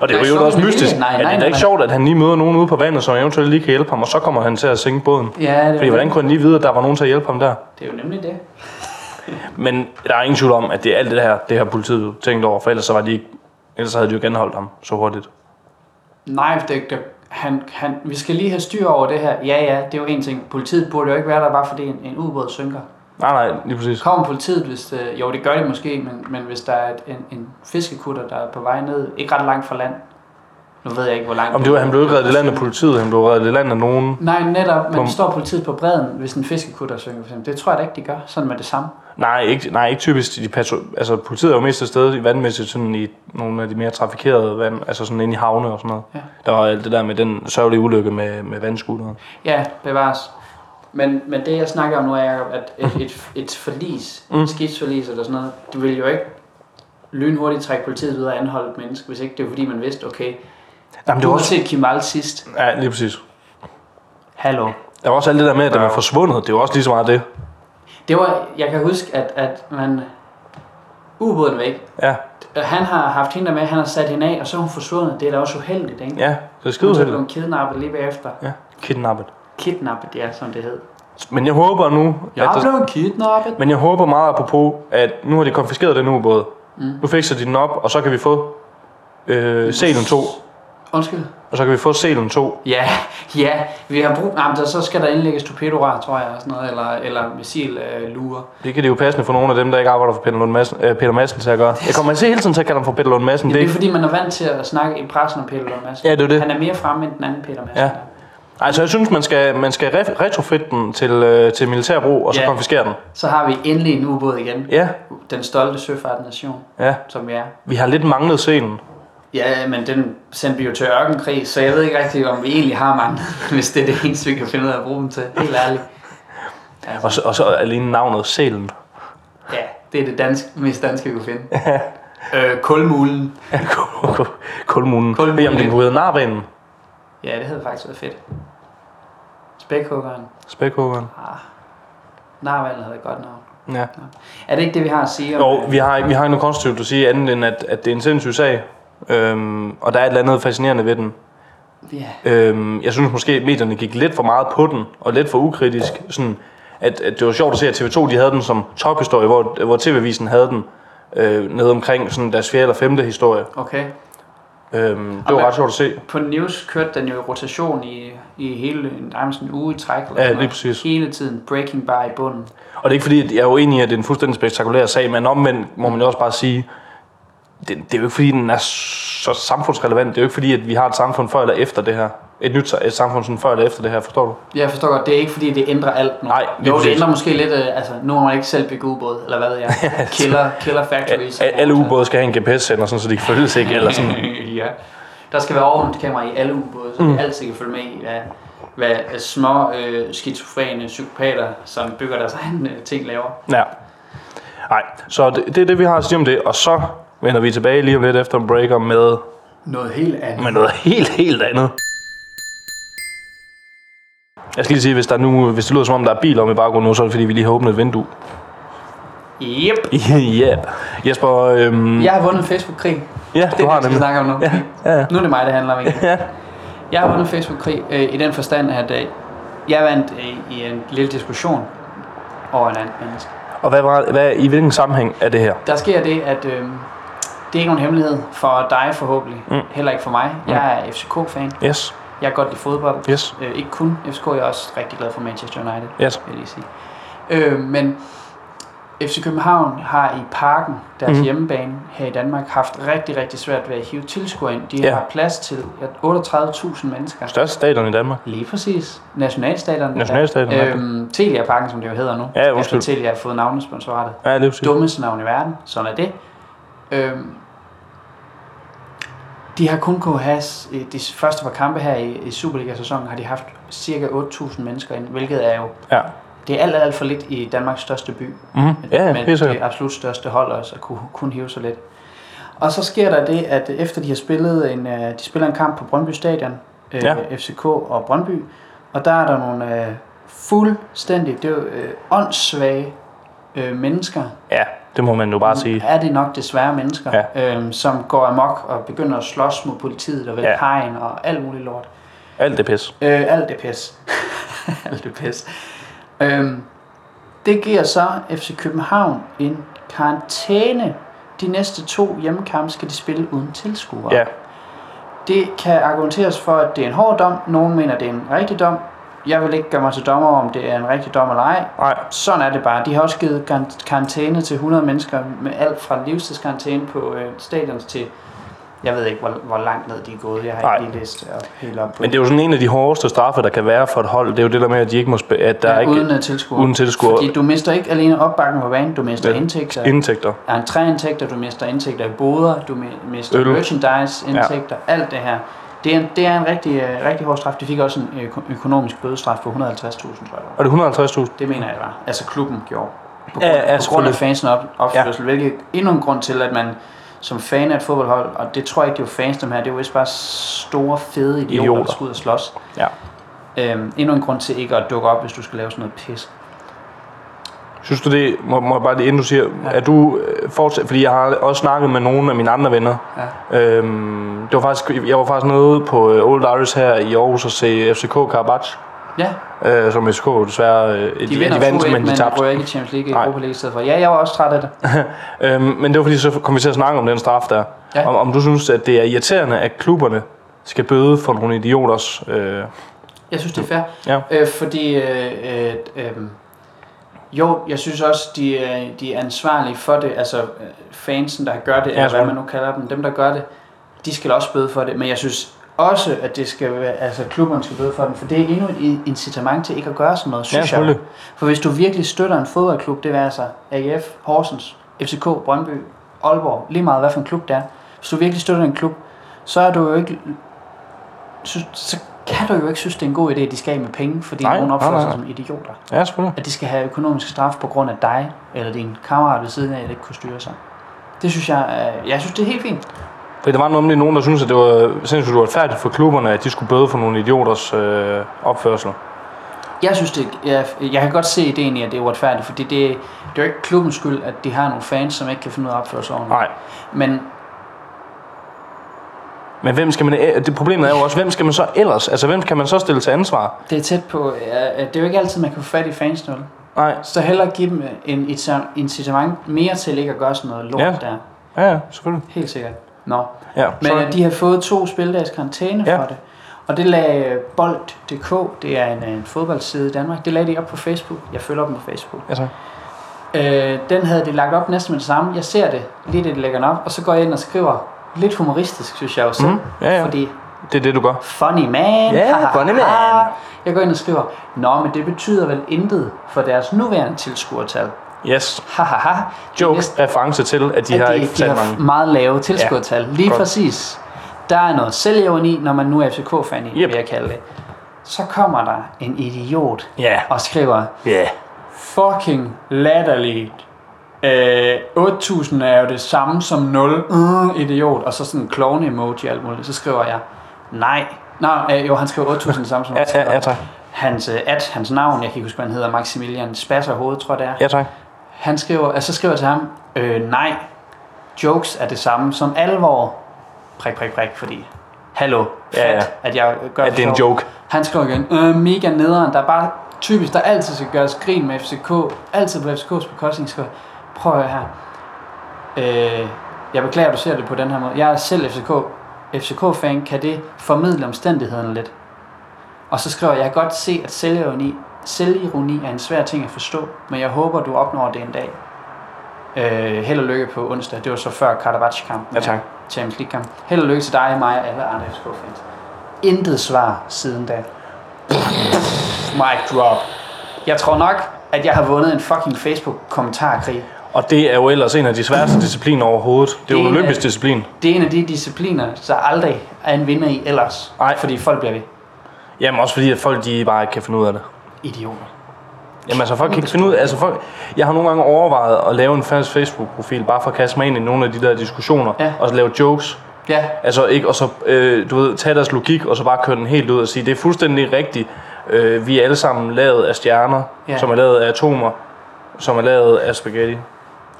Speaker 1: Og det er
Speaker 2: Nej,
Speaker 1: jo
Speaker 2: så
Speaker 1: også
Speaker 2: er det
Speaker 1: mystisk,
Speaker 2: vildt. Nej,
Speaker 1: at
Speaker 2: nej,
Speaker 1: det er da
Speaker 2: nej,
Speaker 1: ikke
Speaker 2: nej.
Speaker 1: sjovt, at han lige møder nogen ude på vandet, som eventuelt lige kan hjælpe ham, og så kommer han til at sænke båden.
Speaker 2: Ja, det er,
Speaker 1: Fordi
Speaker 2: jo-
Speaker 1: hvordan kunne han lige vide, at der var nogen til at hjælpe ham der?
Speaker 2: det er jo nemlig det.
Speaker 1: Men der er ingen tvivl om, at det er alt det her, det har politiet tænkt over, for ellers, så var de ikke, ellers så havde de jo genholdt ham så hurtigt.
Speaker 2: Nej, det, er ikke det, han, han, vi skal lige have styr over det her. Ja, ja, det er jo en ting. Politiet burde jo ikke være der, bare fordi en, en ubåd synker.
Speaker 1: Nej, nej, lige præcis.
Speaker 2: Kommer politiet, hvis... Øh, jo, det gør de måske, men, men hvis der er et, en, en fiskekutter, der er på vej ned, ikke ret langt fra land. Nu ved jeg ikke, hvor langt... Altså,
Speaker 1: Om det var, han blev ikke reddet i land af politiet, han blev reddet i land af nogen.
Speaker 2: Nej, netop, men
Speaker 1: Kom.
Speaker 2: står politiet på bredden, hvis en fiskekutter synger for eksempel. Det tror jeg da ikke, de gør, sådan med det samme.
Speaker 1: Nej, ikke, nej, ikke typisk. De patru- altså, politiet er jo mest til stede vandmæssigt sådan i nogle af de mere trafikerede vand, altså sådan inde i havne og sådan noget.
Speaker 2: Ja.
Speaker 1: Der var alt det der med den sørgelige ulykke med, med vandskuteren.
Speaker 2: Ja, bevares. Men, men det, jeg snakker om nu, er, Jacob, at et, et, et forlis,
Speaker 1: Mm.
Speaker 2: mm. skibsforlis eller sådan noget, du vil jo ikke lynhurtigt trække politiet ud og anholde et menneske, hvis ikke det er fordi, man vidste, okay,
Speaker 1: Jamen, det
Speaker 2: du
Speaker 1: var
Speaker 2: har
Speaker 1: også...
Speaker 2: set Kimal sidst.
Speaker 1: Ja, lige præcis.
Speaker 2: Hallo.
Speaker 1: Der var også alt det der med, at den
Speaker 2: Ja.
Speaker 1: var forsvundet. Det er jo også lige så meget det.
Speaker 2: Det var, jeg kan huske, at, at man... Ubåden væk.
Speaker 1: Ja,
Speaker 2: Han har haft hende der med, han har sat hende af, og så er hun forsvundet. Det er da også uheldigt, ikke?
Speaker 1: ja. Det er
Speaker 2: Hun er
Speaker 1: skide
Speaker 2: blevet kidnappet lige bagefter.
Speaker 1: Ja, kidnappet.
Speaker 2: Kidnappet, ja, som det hed.
Speaker 1: Men jeg håber nu...
Speaker 2: Jeg
Speaker 1: at der...
Speaker 2: er blevet kidnappet.
Speaker 1: Men jeg håber meget apropos, at nu har de konfiskeret den ubåd.
Speaker 2: Mm.
Speaker 1: Nu fikser de den op, og så kan vi få øh, selen 2.
Speaker 2: Undskyld.
Speaker 1: Og så kan vi få selen 2.
Speaker 2: Ja, ja, vi har brug... Nej, men der, så skal der indlægges torpedorør, tror jeg, og sådan noget, eller, eller øh, missillurer.
Speaker 1: Det kan det jo passende for nogle af dem, der ikke arbejder for Peter, Lund Madsen, øh, Peter Madsen til at gøre. Jeg kommer til hele tiden til at kalde ham for Peter Lund Madsen.
Speaker 2: Øh, det
Speaker 1: Det er
Speaker 2: er
Speaker 1: ikke...
Speaker 2: fordi, man er vant til at snakke i pressen om Peter Lund Madsen.
Speaker 1: Ja, det er det.
Speaker 2: Han er mere fremme end den anden Peter Madsen.
Speaker 1: Ja.
Speaker 2: er.
Speaker 1: Altså, jeg synes, man skal, man skal re- retrofit den til, øh, til militærbrug, og så
Speaker 2: Ja.
Speaker 1: konfiskere den.
Speaker 2: Så har vi endelig en ubåd igen.
Speaker 1: Ja,
Speaker 2: Den stolte søfartnation,
Speaker 1: ja.
Speaker 2: som vi er.
Speaker 1: Vi har lidt manglet selen.
Speaker 2: Ja, men den sendte vi jo til ørkenkrig, så jeg ved ikke rigtig, om vi egentlig har mange, hvis det er det eneste, vi kan finde ud af at bruge dem til. Helt ærligt. Altså,
Speaker 1: Og så, og så alene navnet Sælen.
Speaker 2: Ja, det er det dansk, mest danske, vi kunne finde. øh, kulmulen.
Speaker 1: Kulmunen.
Speaker 2: Kulmunen.
Speaker 1: Kulmunen. Jamen, den kunne hedde Narbanen.
Speaker 2: Ja, det havde faktisk været fedt. Spækhuggeren.
Speaker 1: Spækhuggeren.
Speaker 2: Ah. Narvalget havde et godt navn.
Speaker 1: Ja.
Speaker 2: Er det ikke det, vi har at sige? om-
Speaker 1: Jo, vi har, ikke- vi har ikke noget konstruktivt at sige andet end, at, at det er en sindssyg sag. Øhm, og der er et eller andet fascinerende ved den.
Speaker 2: Ja.
Speaker 1: Øhm, jeg synes måske, at medierne gik lidt for meget på den, og lidt for ukritisk. Sådan, at, at det var sjovt at se, at TV2 de havde den som tophistorie, hvor, hvor TV-avisen havde den øh, nede omkring sådan deres fjerde eller femte historie.
Speaker 2: Okay.
Speaker 1: Øhm, det
Speaker 2: Og
Speaker 1: var
Speaker 2: hvad-
Speaker 1: ret sjovt at se.
Speaker 2: På News kørte den jo i rotation i, i hele, nærmest en uge i træk.
Speaker 1: Ja,
Speaker 2: Eller sådan
Speaker 1: lige
Speaker 2: noget.
Speaker 1: præcis.
Speaker 2: Hele tiden breaking bar i bunden.
Speaker 1: Og det er ikke fordi, at jeg er uenig i, at det er en fuldstændig spektakulær sag, men omvendt må man jo også bare sige, det, det er jo ikke fordi, den er så samfundsrelevant. Det er jo ikke fordi, at vi har et samfund før eller efter det her. Et nyt sa- et samfund sådan før eller efter det her, forstår du?
Speaker 2: Ja, Jeg forstår godt, det er ikke fordi, det ændrer alt nu.
Speaker 1: Nej, lige
Speaker 2: jo, det
Speaker 1: præcis.
Speaker 2: ændrer måske lidt, øh, altså nu har man ikke selv bygget ubåd, eller hvad ved jeg. Killer, killer factories.
Speaker 1: altså. A- a- alle ubåde skal have en GPS-sender, sådan, så de kan følges ikke, eller sådan.
Speaker 2: ja. Der skal være overhåndskamera i alle ubåde, så mm. vi altid kan følge med i, hvad, hvad små øh, skizofrene psykopater, som bygger deres egne øh, ting, laver.
Speaker 1: Ja. Nej, så det, det er det, vi har at sige om det. Og så vender vi tilbage lige om lidt efter en breaker med,
Speaker 2: Noget helt andet.
Speaker 1: med noget helt, helt andet. Jeg skal lige sige, hvis, der nu, hvis det lyder som om, der er biler om i baggrunden nu, så er det fordi, vi lige har åbnet et vindue.
Speaker 2: Yep.
Speaker 1: Ja. Jesper, øhm,
Speaker 2: Jeg har vundet Facebook-krig.
Speaker 1: ja,
Speaker 2: Det
Speaker 1: du
Speaker 2: er
Speaker 1: har
Speaker 2: det, vi
Speaker 1: nemlig.
Speaker 2: snakker om nu. Ja, ja, ja. Nu er det mig, det handler om igen. ja. Jeg har vundet Facebook-krig øh, i den forstand, at øh, jeg vandt øh, i en lille diskussion over en anden menneske.
Speaker 1: Og hvad, var, hvad, i hvilken sammenhæng er det her?
Speaker 2: Der sker det, at øh, det er ikke nogen hemmelighed for dig forhåbentlig. Mm. Heller ikke for mig. Jeg er FCK-fan.
Speaker 1: Yes,
Speaker 2: Jeg kan godt lide fodbold.
Speaker 1: yes,
Speaker 2: Øh, ikke kun FCK, jeg er også rigtig glad for Manchester United,
Speaker 1: yes.
Speaker 2: vil jeg lige sige. Øh, men FC København har i parken, deres
Speaker 1: Mhm.
Speaker 2: mm. hjemmebane her i Danmark, haft rigtig, rigtig svært ved at hive tilskuere ind. De
Speaker 1: Ja.
Speaker 2: har plads til ja, 38.000 mennesker.
Speaker 1: Største stadion i Danmark.
Speaker 2: Lige præcis. Nationalstaterne.
Speaker 1: Nationalstadion,
Speaker 2: Øhm, Telia-parken, som det jo hedder nu.
Speaker 1: Ja,
Speaker 2: efter
Speaker 1: undskyld.
Speaker 2: Telia har fået navnesponsoratet
Speaker 1: Ja, det er jo præcis.
Speaker 2: dummeste navn i verden. Sådan er det. Øhm, de har kun kunnet have, s- i de s- første par kampe her i, i Superliga-sæsonen, har de haft cirka 8.000 mennesker ind, hvilket er jo,
Speaker 1: Ja.
Speaker 2: det er alt, alt for lidt i Danmarks største by.
Speaker 1: Mm-hmm. Ja, ja,
Speaker 2: men
Speaker 1: helt sikkert.
Speaker 2: det absolut største hold også, at kunne, kunne hive så lidt. Og så sker der det, at efter de har spillet en, øh, de spiller en kamp på Brøndby Stadion, øh,
Speaker 1: Ja.
Speaker 2: FCK og Brøndby, og der er der nogle øh, fuldstændig, det er jo øh, åndssvage øh, mennesker,
Speaker 1: Ja, det må man jo bare sige.
Speaker 2: er det nok desværre mennesker, ja. øhm, som går amok og begynder at slås mod politiet og vælger
Speaker 1: Ja.
Speaker 2: hegn og alt muligt lort.
Speaker 1: Alt det pis.
Speaker 2: Øh, alt det pis. alt det pis. Øhm, det giver så FC København en karantæne. De næste to hjemmekampe skal de spille uden tilskuere.
Speaker 1: Ja,
Speaker 2: Det kan argumenteres for, at det er en hård dom. Nogen mener, det er en rigtig dom. Jeg vil ikke gøre mig til dommer, om det er en rigtig dom eller ej.
Speaker 1: nej.
Speaker 2: Sådan er det bare. De har også givet gar- karantæne til 100 mennesker med alt fra livstidskarantæne på øh, stadions til, jeg ved ikke, hvor, hvor langt ned de er gået. Jeg har
Speaker 1: Nej.
Speaker 2: ikke lige læst op, helt op på
Speaker 1: Men det er jo sådan en af de hårdeste straffe, der kan være for et hold. Det er jo det der med, at, de ikke må sp- at der
Speaker 2: Ja,
Speaker 1: er ikke
Speaker 2: uden øh, tilskuere.
Speaker 1: uden tilskuere.
Speaker 2: Fordi du mister ikke alene opbakken på banen, du mister
Speaker 1: Ja.
Speaker 2: indtægter.
Speaker 1: indtægter.
Speaker 2: Ja, entréindtægter, du mister indtægter i boder, du mi- mister
Speaker 1: Øl.
Speaker 2: merchandise-indtægter, ja. alt det her. Det er, en, det er en rigtig, øh, rigtig hård straf. De fik også en øko- økonomisk bødestraf på 150.000, tror jeg.
Speaker 1: Er det 150.000?
Speaker 2: Det mener jeg, det var. Altså klubben gjorde. På grund,
Speaker 1: Ja, ja,
Speaker 2: ja, ja, på grund
Speaker 1: selvfølgelig.
Speaker 2: af fansen op, opførsel, ja. hvilket er endnu en grund til, at man som fan af et fodboldhold, og det tror jeg ikke, det er jo fans dem her, det er jo vist bare store, fede idioter,
Speaker 1: Idioter.
Speaker 2: idioter. der skal ud og slås.
Speaker 1: Ja.
Speaker 2: Øhm, endnu en grund til ikke at dukke op, hvis du skal lave sådan noget pis.
Speaker 1: Synes du det, må, må jeg bare lige inden du siger, ja. er du øh, fortsat, fordi jeg har også snakket med nogle af mine andre venner. Ja. Øhm, det var faktisk, jeg var faktisk nede på øh, Old Irish her i Aarhus og se FCK Karabach,
Speaker 2: Ja,
Speaker 1: øh, som FCK desværre, øh,
Speaker 2: de, vinder
Speaker 1: de vandt,
Speaker 2: 2-1,
Speaker 1: men de tabte.
Speaker 2: rører ikke i Champions League i
Speaker 1: Nej.
Speaker 2: Europa League i stedet for. Ja, jeg var også træt af det.
Speaker 1: Øhm, men det var fordi, så kom vi til at snakke om den straf der. Ja.
Speaker 2: Ja.
Speaker 1: Om, om du synes, at det er irriterende, at klubberne skal bøde for nogle idioters... Øh,
Speaker 2: Jeg synes, det er fair.
Speaker 1: Ja.
Speaker 2: Øh, fordi, øh, øh, øh, jo, jeg synes også, de, øh, de er ansvarlige for det. Altså øh, fansen, der gør det, ja, eller hvad
Speaker 1: selvfølgelig.
Speaker 2: man nu kalder dem, dem der gør det, de skal også bøde for det. Men jeg synes også, at det skal være, altså klubberne skal bøde for den, for det er endnu et i- incitament til ikke at gøre sådan noget,
Speaker 1: ja,
Speaker 2: synes jeg.
Speaker 1: selvfølgelig.
Speaker 2: For hvis du virkelig støtter en fodboldklub, det vil altså AGF, Horsens, FCK, Brøndby, Aalborg, lige meget hvad for en klub det er. Hvis du virkelig støtter en klub, så er du jo ikke... Synes, så kan du jo ikke synes, det er en god idé, at de skal af med penge, fordi
Speaker 1: Nej,
Speaker 2: nogen
Speaker 1: nej,
Speaker 2: opfører
Speaker 1: nej,
Speaker 2: sig
Speaker 1: nej.
Speaker 2: som idioter.
Speaker 1: Ja, selvfølgelig.
Speaker 2: At de skal have økonomisk straf på grund af dig, eller din kammerat ved siden af, der ikke kunne styre sig. Det synes jeg, er- jeg synes, det er helt fint.
Speaker 1: Fordi der var nemlig nogen, der syntes, at det var sindssygt uretfærdigt for klubberne, at de skulle bøde for nogle idioters øh, opførsel.
Speaker 2: Jeg synes det, jeg, jeg kan godt se ideen i, at det er uretfærdigt, fordi det, det er jo ikke klubbens skyld, at de har nogle fans, som ikke kan finde ud af at opføre sig ordentligt.
Speaker 1: Nej.
Speaker 2: Men
Speaker 1: Men hvem skal man, det problemet er jo også, hvem skal man så ellers? Altså, hvem kan man så stille til ansvar?
Speaker 2: det er tæt på, øh, det er jo ikke altid, man kan få fat i fans nu.
Speaker 1: Nej.
Speaker 2: Så hellere give dem en incita- incitament mere til ikke at gøre sådan noget lort
Speaker 1: Ja.
Speaker 2: der.
Speaker 1: Ja, ja, selvfølgelig.
Speaker 2: Helt sikkert. Nå.
Speaker 1: Ja,
Speaker 2: Men øh, de har fået to spildags karantæne
Speaker 1: Ja.
Speaker 2: for det. Og det lagde øh, bold.dk, det er en, øh, en fodboldside i Danmark, det lagde de op på Facebook. Jeg følger dem på Facebook.
Speaker 1: Ja, tak.
Speaker 2: Øh, den havde de lagt op næsten med det samme. Jeg ser det, lige det de lægger den op, og så går jeg ind og skriver lidt humoristisk, synes jeg jo selv.
Speaker 1: Mhm, ja, ja.
Speaker 2: Fordi
Speaker 1: Det er det, du gør.
Speaker 2: funny man.
Speaker 1: Ja, funny man.
Speaker 2: Jeg går ind og skriver, Nå, men det betyder vel intet for deres nuværende tilskuertal.
Speaker 1: Yes.
Speaker 2: Hahaha.
Speaker 1: Joke, reference til, at de
Speaker 2: at
Speaker 1: har
Speaker 2: de,
Speaker 1: ikke
Speaker 2: de
Speaker 1: sat
Speaker 2: har
Speaker 1: mange.
Speaker 2: meget lave tilskuertal. Lige
Speaker 1: Godt.
Speaker 2: præcis. Der er noget selvironi, når man nu er FCK-fan i,
Speaker 1: Yep.
Speaker 2: vil jeg kalde det. Så kommer der en idiot
Speaker 1: Ja,
Speaker 2: og skriver,
Speaker 1: ja.
Speaker 2: fucking latterligt. Øh, 8.000 er jo det samme som 0. Mm, idiot. Og så sådan en klovne emoji og alt muligt. Så skriver jeg, nej. Nej, øh, jo, han skriver 8.000 det samme som
Speaker 1: Ja,
Speaker 2: jeg
Speaker 1: ja,
Speaker 2: skriver.
Speaker 1: ja, tak.
Speaker 2: Hans øh, at, hans navn, jeg kan ikke huske, hvad han hedder, Maximilian Spasser Hoved, tror jeg det er.
Speaker 1: Ja, tak.
Speaker 2: Han skriver, altså, så skriver jeg til ham, øh, nej, jokes er det samme som alvor. Prik, prik, prik, fordi, hallo, fat,
Speaker 1: Ja, ja.
Speaker 2: at jeg gør
Speaker 1: At det er en
Speaker 2: sjov.
Speaker 1: joke.
Speaker 2: Han skriver igen, øh, mega nederen, der er bare typisk, der altid skal gøres grin med FCK, altid på FCK's bekostning, skriver, jeg, prøv at høre her, øh, jeg beklager, du ser det på den her måde, jeg er selv FCK, FCK-fan, kan det formidle omstændighederne lidt? Og så skriver jeg, jeg kan godt se, at selvironi, selvironi er en svær ting at forstå, men jeg håber, du opnår det en dag. Øh, held og lykke på onsdag. Det var så før Karabach-kampen.
Speaker 1: Ja, tak.
Speaker 2: Champions League-kamp. Held og lykke til dig, mig og alle andre FCK-fans. Intet svar siden da. Mic drop. Jeg tror nok, at jeg har vundet en fucking Facebook-kommentarkrig.
Speaker 1: Og det er jo ellers en af de sværeste discipliner overhovedet. Det er jo
Speaker 2: Mm. Det
Speaker 1: en
Speaker 2: er-
Speaker 1: olympisk disciplin.
Speaker 2: Det er en af de discipliner, der aldrig er en vinder i ellers.
Speaker 1: Nej.
Speaker 2: Fordi folk bliver ved.
Speaker 1: Jamen også fordi, at folk de bare ikke kan finde ud af det.
Speaker 2: Idioter.
Speaker 1: Jamen altså, folk kan ikke finde ud af, altså folk, jeg har nogle gange overvejet at lave en fast Facebook-profil, bare for at kaste mig ind i nogle af de der diskussioner,
Speaker 2: Ja.
Speaker 1: og så lave jokes,
Speaker 2: Ja,
Speaker 1: altså ikke, og så, øh, du ved, tage deres logik, og så bare køre den helt ud og sige, det er fuldstændig rigtigt, øh, vi er alle sammen lavet af stjerner,
Speaker 2: Ja.
Speaker 1: som er lavet af atomer, som er lavet af spaghetti,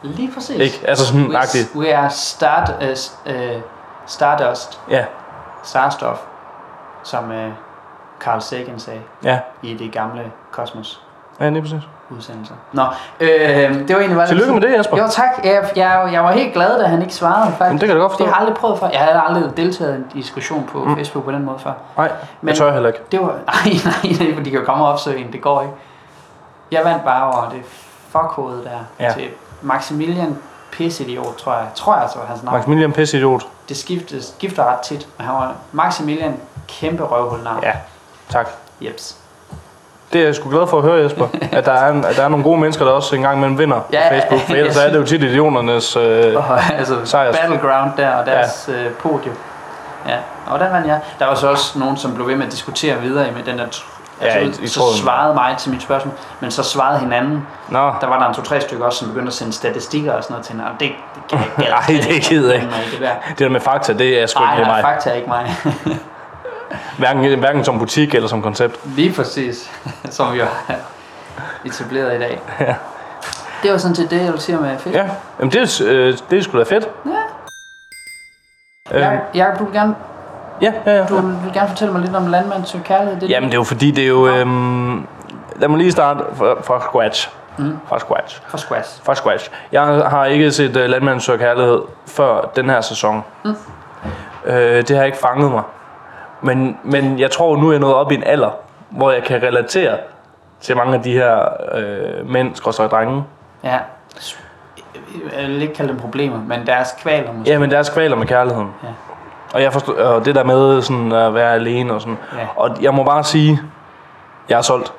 Speaker 2: lige præcis.
Speaker 1: ikke? Altså sådan, agtigt,
Speaker 2: We, we are start, uh, uh, Stardust,
Speaker 1: ja,
Speaker 2: Starstof, som uh, Carl Sagan sagde
Speaker 1: ja,
Speaker 2: i det gamle Cosmos
Speaker 1: ja, lige præcis.
Speaker 2: udsendelser. Nå, øh, det var egentlig bare...
Speaker 1: Tillykke med det, Jesper.
Speaker 2: Jo tak, jeg, jeg, jeg var helt glad, da han ikke svarede faktisk.
Speaker 1: Jamen, det kan jeg da godt
Speaker 2: Det
Speaker 1: forstå.
Speaker 2: har jeg aldrig prøvet før. Jeg har aldrig deltaget i en diskussion på mm. Facebook på den måde før.
Speaker 1: Nej,
Speaker 2: Men-
Speaker 1: jeg tør heller ikke.
Speaker 2: Det var... Nej, nej, nej, for de kan jo komme og opsøge en. Det går ikke. Jeg vandt bare over det fuckhoved der
Speaker 1: Ja.
Speaker 2: til Maximilian Pissidiot, tror jeg. Tror jeg, altså, så var hans navn.
Speaker 1: Maximilian Pissidiot,
Speaker 2: det skiftes, skifter ret tit, men han var Maximilian kæmpe røvhul navn.
Speaker 1: ja, tak.
Speaker 2: Jeps.
Speaker 1: Det er jeg sgu glad for at høre, Jesper. At der er, en, at der er nogle gode mennesker, der også engang imellem vinder
Speaker 2: Ja,
Speaker 1: ja, på Facebook. For
Speaker 2: jeg
Speaker 1: ellers er det jo tit idioternes... Øh,
Speaker 2: Og, altså
Speaker 1: Sejrs.
Speaker 2: Battleground der og deres ja. øh, podium. Ja, og der vandt jeg. Der var så også nogen, som blev ved med at diskutere videre med den der... Tr- altså,
Speaker 1: Ja, i- i
Speaker 2: så
Speaker 1: tråden.
Speaker 2: svarede mig til mit spørgsmål, men så svarede hinanden.
Speaker 1: nå,
Speaker 2: Der var der en to-tre stykker også, som begyndte at sende statistikker og sådan noget til hinanden. Det, det kan jeg ikke.
Speaker 1: Ej, det gider jeg ikke.
Speaker 2: Nej, det der.
Speaker 1: det der med fakta, det er sgu
Speaker 2: Ej,
Speaker 1: ikke
Speaker 2: nej,
Speaker 1: mig.
Speaker 2: fakta er ikke mig.
Speaker 1: Hverken, hverken som butik eller som koncept.
Speaker 2: Lige præcis, som vi har etableret i dag. Ja. Det var sådan set det, jeg ville sige med fedt.
Speaker 1: Ja, Jamen, det, er, øh, det er sgu da fedt.
Speaker 2: Ja.
Speaker 1: Øhm,
Speaker 2: Jakob, Jakob, du vil gerne,
Speaker 1: ja, ja, ja.
Speaker 2: du vil gerne fortælle mig lidt om landmand til kærlighed. Det,
Speaker 1: Jamen, det er jo fordi, det er jo... Øhm, lad mig lige starte fra, fra scratch. Mm. Fra scratch.
Speaker 2: for squash.
Speaker 1: Fra scratch. Jeg har ikke set uh, Landmandens Søger Kærlighed før den her sæson. Mm. Øh, det har ikke fanget mig. Men, men jeg tror, nu er jeg nået op i en alder, hvor jeg kan relatere til mange af de her øh, mænd, skorstræk drenge.
Speaker 2: Ja. Jeg vil ikke kalde dem problemer, men deres kvaler måske.
Speaker 1: Jamen, deres kvaler med kærligheden.
Speaker 2: Ja.
Speaker 1: Og, jeg forstår, og det der med sådan, at være alene og sådan.
Speaker 2: Ja.
Speaker 1: Og jeg må bare sige, jeg er solgt.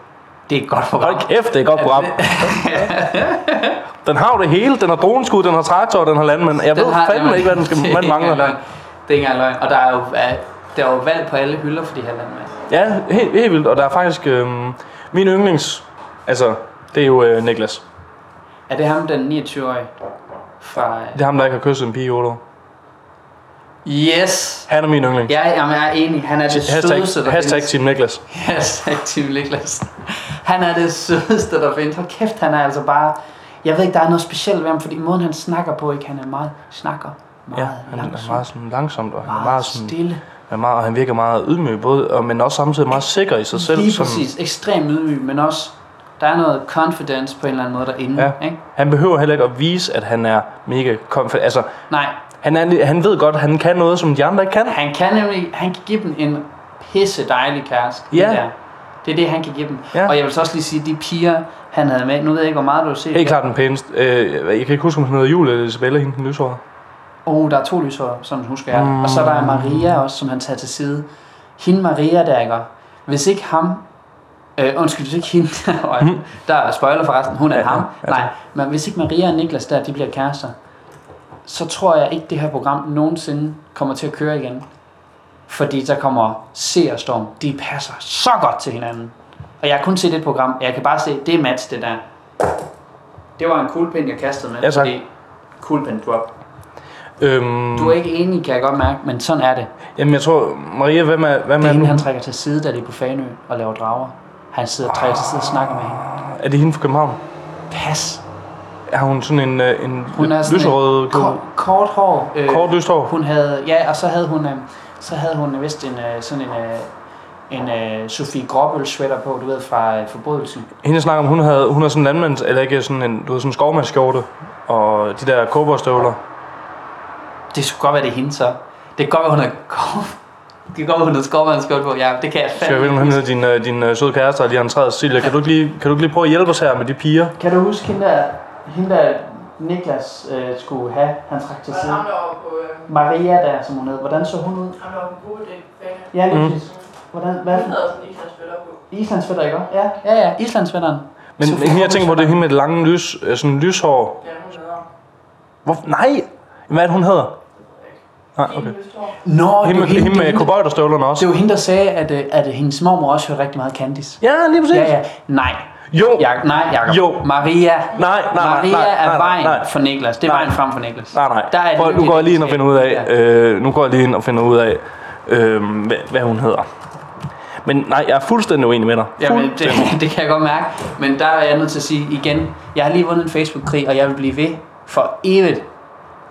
Speaker 2: Det er et godt program.
Speaker 1: Hold kæft, det er et godt program. Den har jo det hele. Den har droneskud, den har traktor, og den har landmænd. Jeg ved fandme ikke, hvad den skal, man mangler.
Speaker 2: Det Det er ikke engang løgn. Og der er jo, er, der er jo valg på alle hylder, fordi han er en mand.
Speaker 1: Ja, helt, helt vildt. Og der er faktisk... Øhm, min yndlings... Altså, det er jo øh, Niklas.
Speaker 2: Er det ham, den 29-årige? Fra...
Speaker 1: Det er ham, der ikke har kysset en pige i otte år.
Speaker 2: Yes!
Speaker 1: Han er min yndlings.
Speaker 2: Ja, jamen, jeg er enig. Han er det sødeste,
Speaker 1: hashtag,
Speaker 2: der
Speaker 1: hashtag
Speaker 2: findes.
Speaker 1: Team Niklas.
Speaker 2: Hashtag Tim Niklas. Han er det sødeste, der findes. Hold kæft, han er altså bare... Jeg ved ikke, der er noget specielt ved ham, fordi måden han snakker på, ikke? Han er meget... Snakker meget
Speaker 1: Ja, han er
Speaker 2: langsomt,
Speaker 1: meget sådan langsomt, og han er
Speaker 2: meget,
Speaker 1: meget sådan,
Speaker 2: stille.
Speaker 1: han, er meget, og han virker meget ydmyg, både, og, men også samtidig meget sikker i sig selv.
Speaker 2: Lige
Speaker 1: som-
Speaker 2: præcis. Ekstremt ydmyg, men også... Der er noget confidence på en eller anden måde derinde,
Speaker 1: Ja.
Speaker 2: ikke?
Speaker 1: Han behøver heller ikke at vise, at han er mega confident. Altså,
Speaker 2: Nej,
Speaker 1: han, er, han ved godt, at han kan noget, som de andre ikke kan.
Speaker 2: Han kan nemlig, han kan give dem en pisse dejlig kæreste.
Speaker 1: Ja.
Speaker 2: Det, der. det er det, han kan give dem.
Speaker 1: Ja.
Speaker 2: Og jeg vil så også lige sige, de piger, han havde med, nu ved jeg ikke, hvor meget du har set.
Speaker 1: Helt klart den pæneste. Øh, jeg kan ikke huske, om hun hedder Julie eller Isabella, hende den lyshårede.
Speaker 2: Oh, der er to lyshår, sådan husker jeg. Mm. Og så er der Maria også, som han tager til side. Hende Maria der, ikke? Hvis ikke ham... Øh, undskyld, hvis ikke hende... Øj, der er spoiler forresten, hun er
Speaker 1: Ja,
Speaker 2: ham.
Speaker 1: ja, ja.
Speaker 2: Nej, men hvis ikke Maria og Niklas der, de bliver kærester, så tror jeg ikke, det her program nogensinde kommer til at køre igen. Fordi der kommer seerstorm. De passer så godt til hinanden. Og jeg har kun set et program. Jeg kan bare se, det er match, det der. Det var en kuglepind, jeg kastede med.
Speaker 1: Ja, tak.
Speaker 2: Fordi kuglepind drop.
Speaker 1: Øhm,
Speaker 2: Du er ikke enig, kan jeg godt mærke, men sådan er det.
Speaker 1: Jamen, jeg tror, Maria, hvem er, hvem
Speaker 2: Det
Speaker 1: er
Speaker 2: er
Speaker 1: nu?
Speaker 2: hende, han trækker til side, da de er på Fanø og laver drager. Han sidder og trækker til side og snakker med hende.
Speaker 1: Er det hende fra København?
Speaker 2: Pas.
Speaker 1: Har hun sådan en, øh, en
Speaker 2: Hun er sådan
Speaker 1: lyserød
Speaker 2: en
Speaker 1: kort,
Speaker 2: kort, kort hår. Øh,
Speaker 1: kort lyst hår?
Speaker 2: Hun havde, ja, og så havde hun, øh, så havde hun vist en, øh, sådan en, øh, en øh, Sofie Gråbøl sweater på, du ved, fra øh, Forbrydelsen.
Speaker 1: Hende snakker om, hun, havde, hun er sådan en landmand, eller ikke sådan en, du ved, sådan en skovmandskjorte, og de der kobberstøvler.
Speaker 2: Det skulle godt være, det er hende så. Det kan godt være, hun har kov... Det kan godt være, hun har skovmandskjold på. Ja, det kan jeg
Speaker 1: Skal jeg
Speaker 2: fandme
Speaker 1: vælge
Speaker 2: ikke
Speaker 1: ham
Speaker 2: huske.
Speaker 1: ned, din, øh, din øh, søde kæreste, og lige entreret Silja. Kan du, ikke lige, kan du ikke lige prøve at hjælpe os her med de piger?
Speaker 2: Kan du huske hende der, hende der Niklas øh, skulle have, han trak til
Speaker 3: Og
Speaker 2: side?
Speaker 3: ham der var på, øh,
Speaker 2: Maria der, som hun hed, hvordan så hun ud?
Speaker 3: ham der var på gode dæk bag.
Speaker 2: Ja, lige
Speaker 1: Mm.
Speaker 2: mm. Hvordan,
Speaker 3: Hvad?
Speaker 2: hvad?
Speaker 3: Hun havde sådan en islandsk spiller på.
Speaker 2: Islandsfætter, ikke også? Ja, ja, ja, Islandsfætteren.
Speaker 1: Men
Speaker 2: Sofie
Speaker 1: hende, jeg tænker på,
Speaker 2: Gråbøl.
Speaker 1: det er hende med det lange lys, øh, sådan lyshår.
Speaker 3: Ja, hun hedder.
Speaker 1: Hvor, nej! Hvad er det, hun hedder? Nej,
Speaker 3: Fint
Speaker 1: Ah, okay.
Speaker 3: lyst hår.
Speaker 2: Nå,
Speaker 1: Hende med,
Speaker 2: det, var
Speaker 1: hende
Speaker 2: det, var
Speaker 1: med kobøjderstøvlerne også.
Speaker 2: det var hende, der sagde, at, øh, at hendes mormor også hørte rigtig meget Candice.
Speaker 1: Ja, lige præcis.
Speaker 2: Ja, ja. Nej,
Speaker 1: Jo,
Speaker 2: Jak nej, Jacob.
Speaker 1: Jo.
Speaker 2: Maria.
Speaker 1: Nej, nej, nej,
Speaker 2: Maria
Speaker 1: nej,
Speaker 2: er
Speaker 1: nej,
Speaker 2: vejen
Speaker 1: nej.
Speaker 2: for Niklas. Det er
Speaker 1: Nej.
Speaker 2: vejen frem for Niklas.
Speaker 1: Nej, nej.
Speaker 2: Der er et
Speaker 1: Prøv, nu
Speaker 2: lykkeligt
Speaker 1: går jeg lige ind og finder ud af,
Speaker 2: ægteskab.
Speaker 1: øh, nu går jeg lige ind og finder ud af, øh, hvad, hvad hun hedder. Men nej, jeg er fuldstændig uenig med dig.
Speaker 2: Jamen, det,
Speaker 1: Fuldstændig.
Speaker 2: det kan jeg godt mærke. Men der er jeg nødt til at sige igen, jeg har lige vundet en Facebook-krig, og jeg vil blive ved for evigt.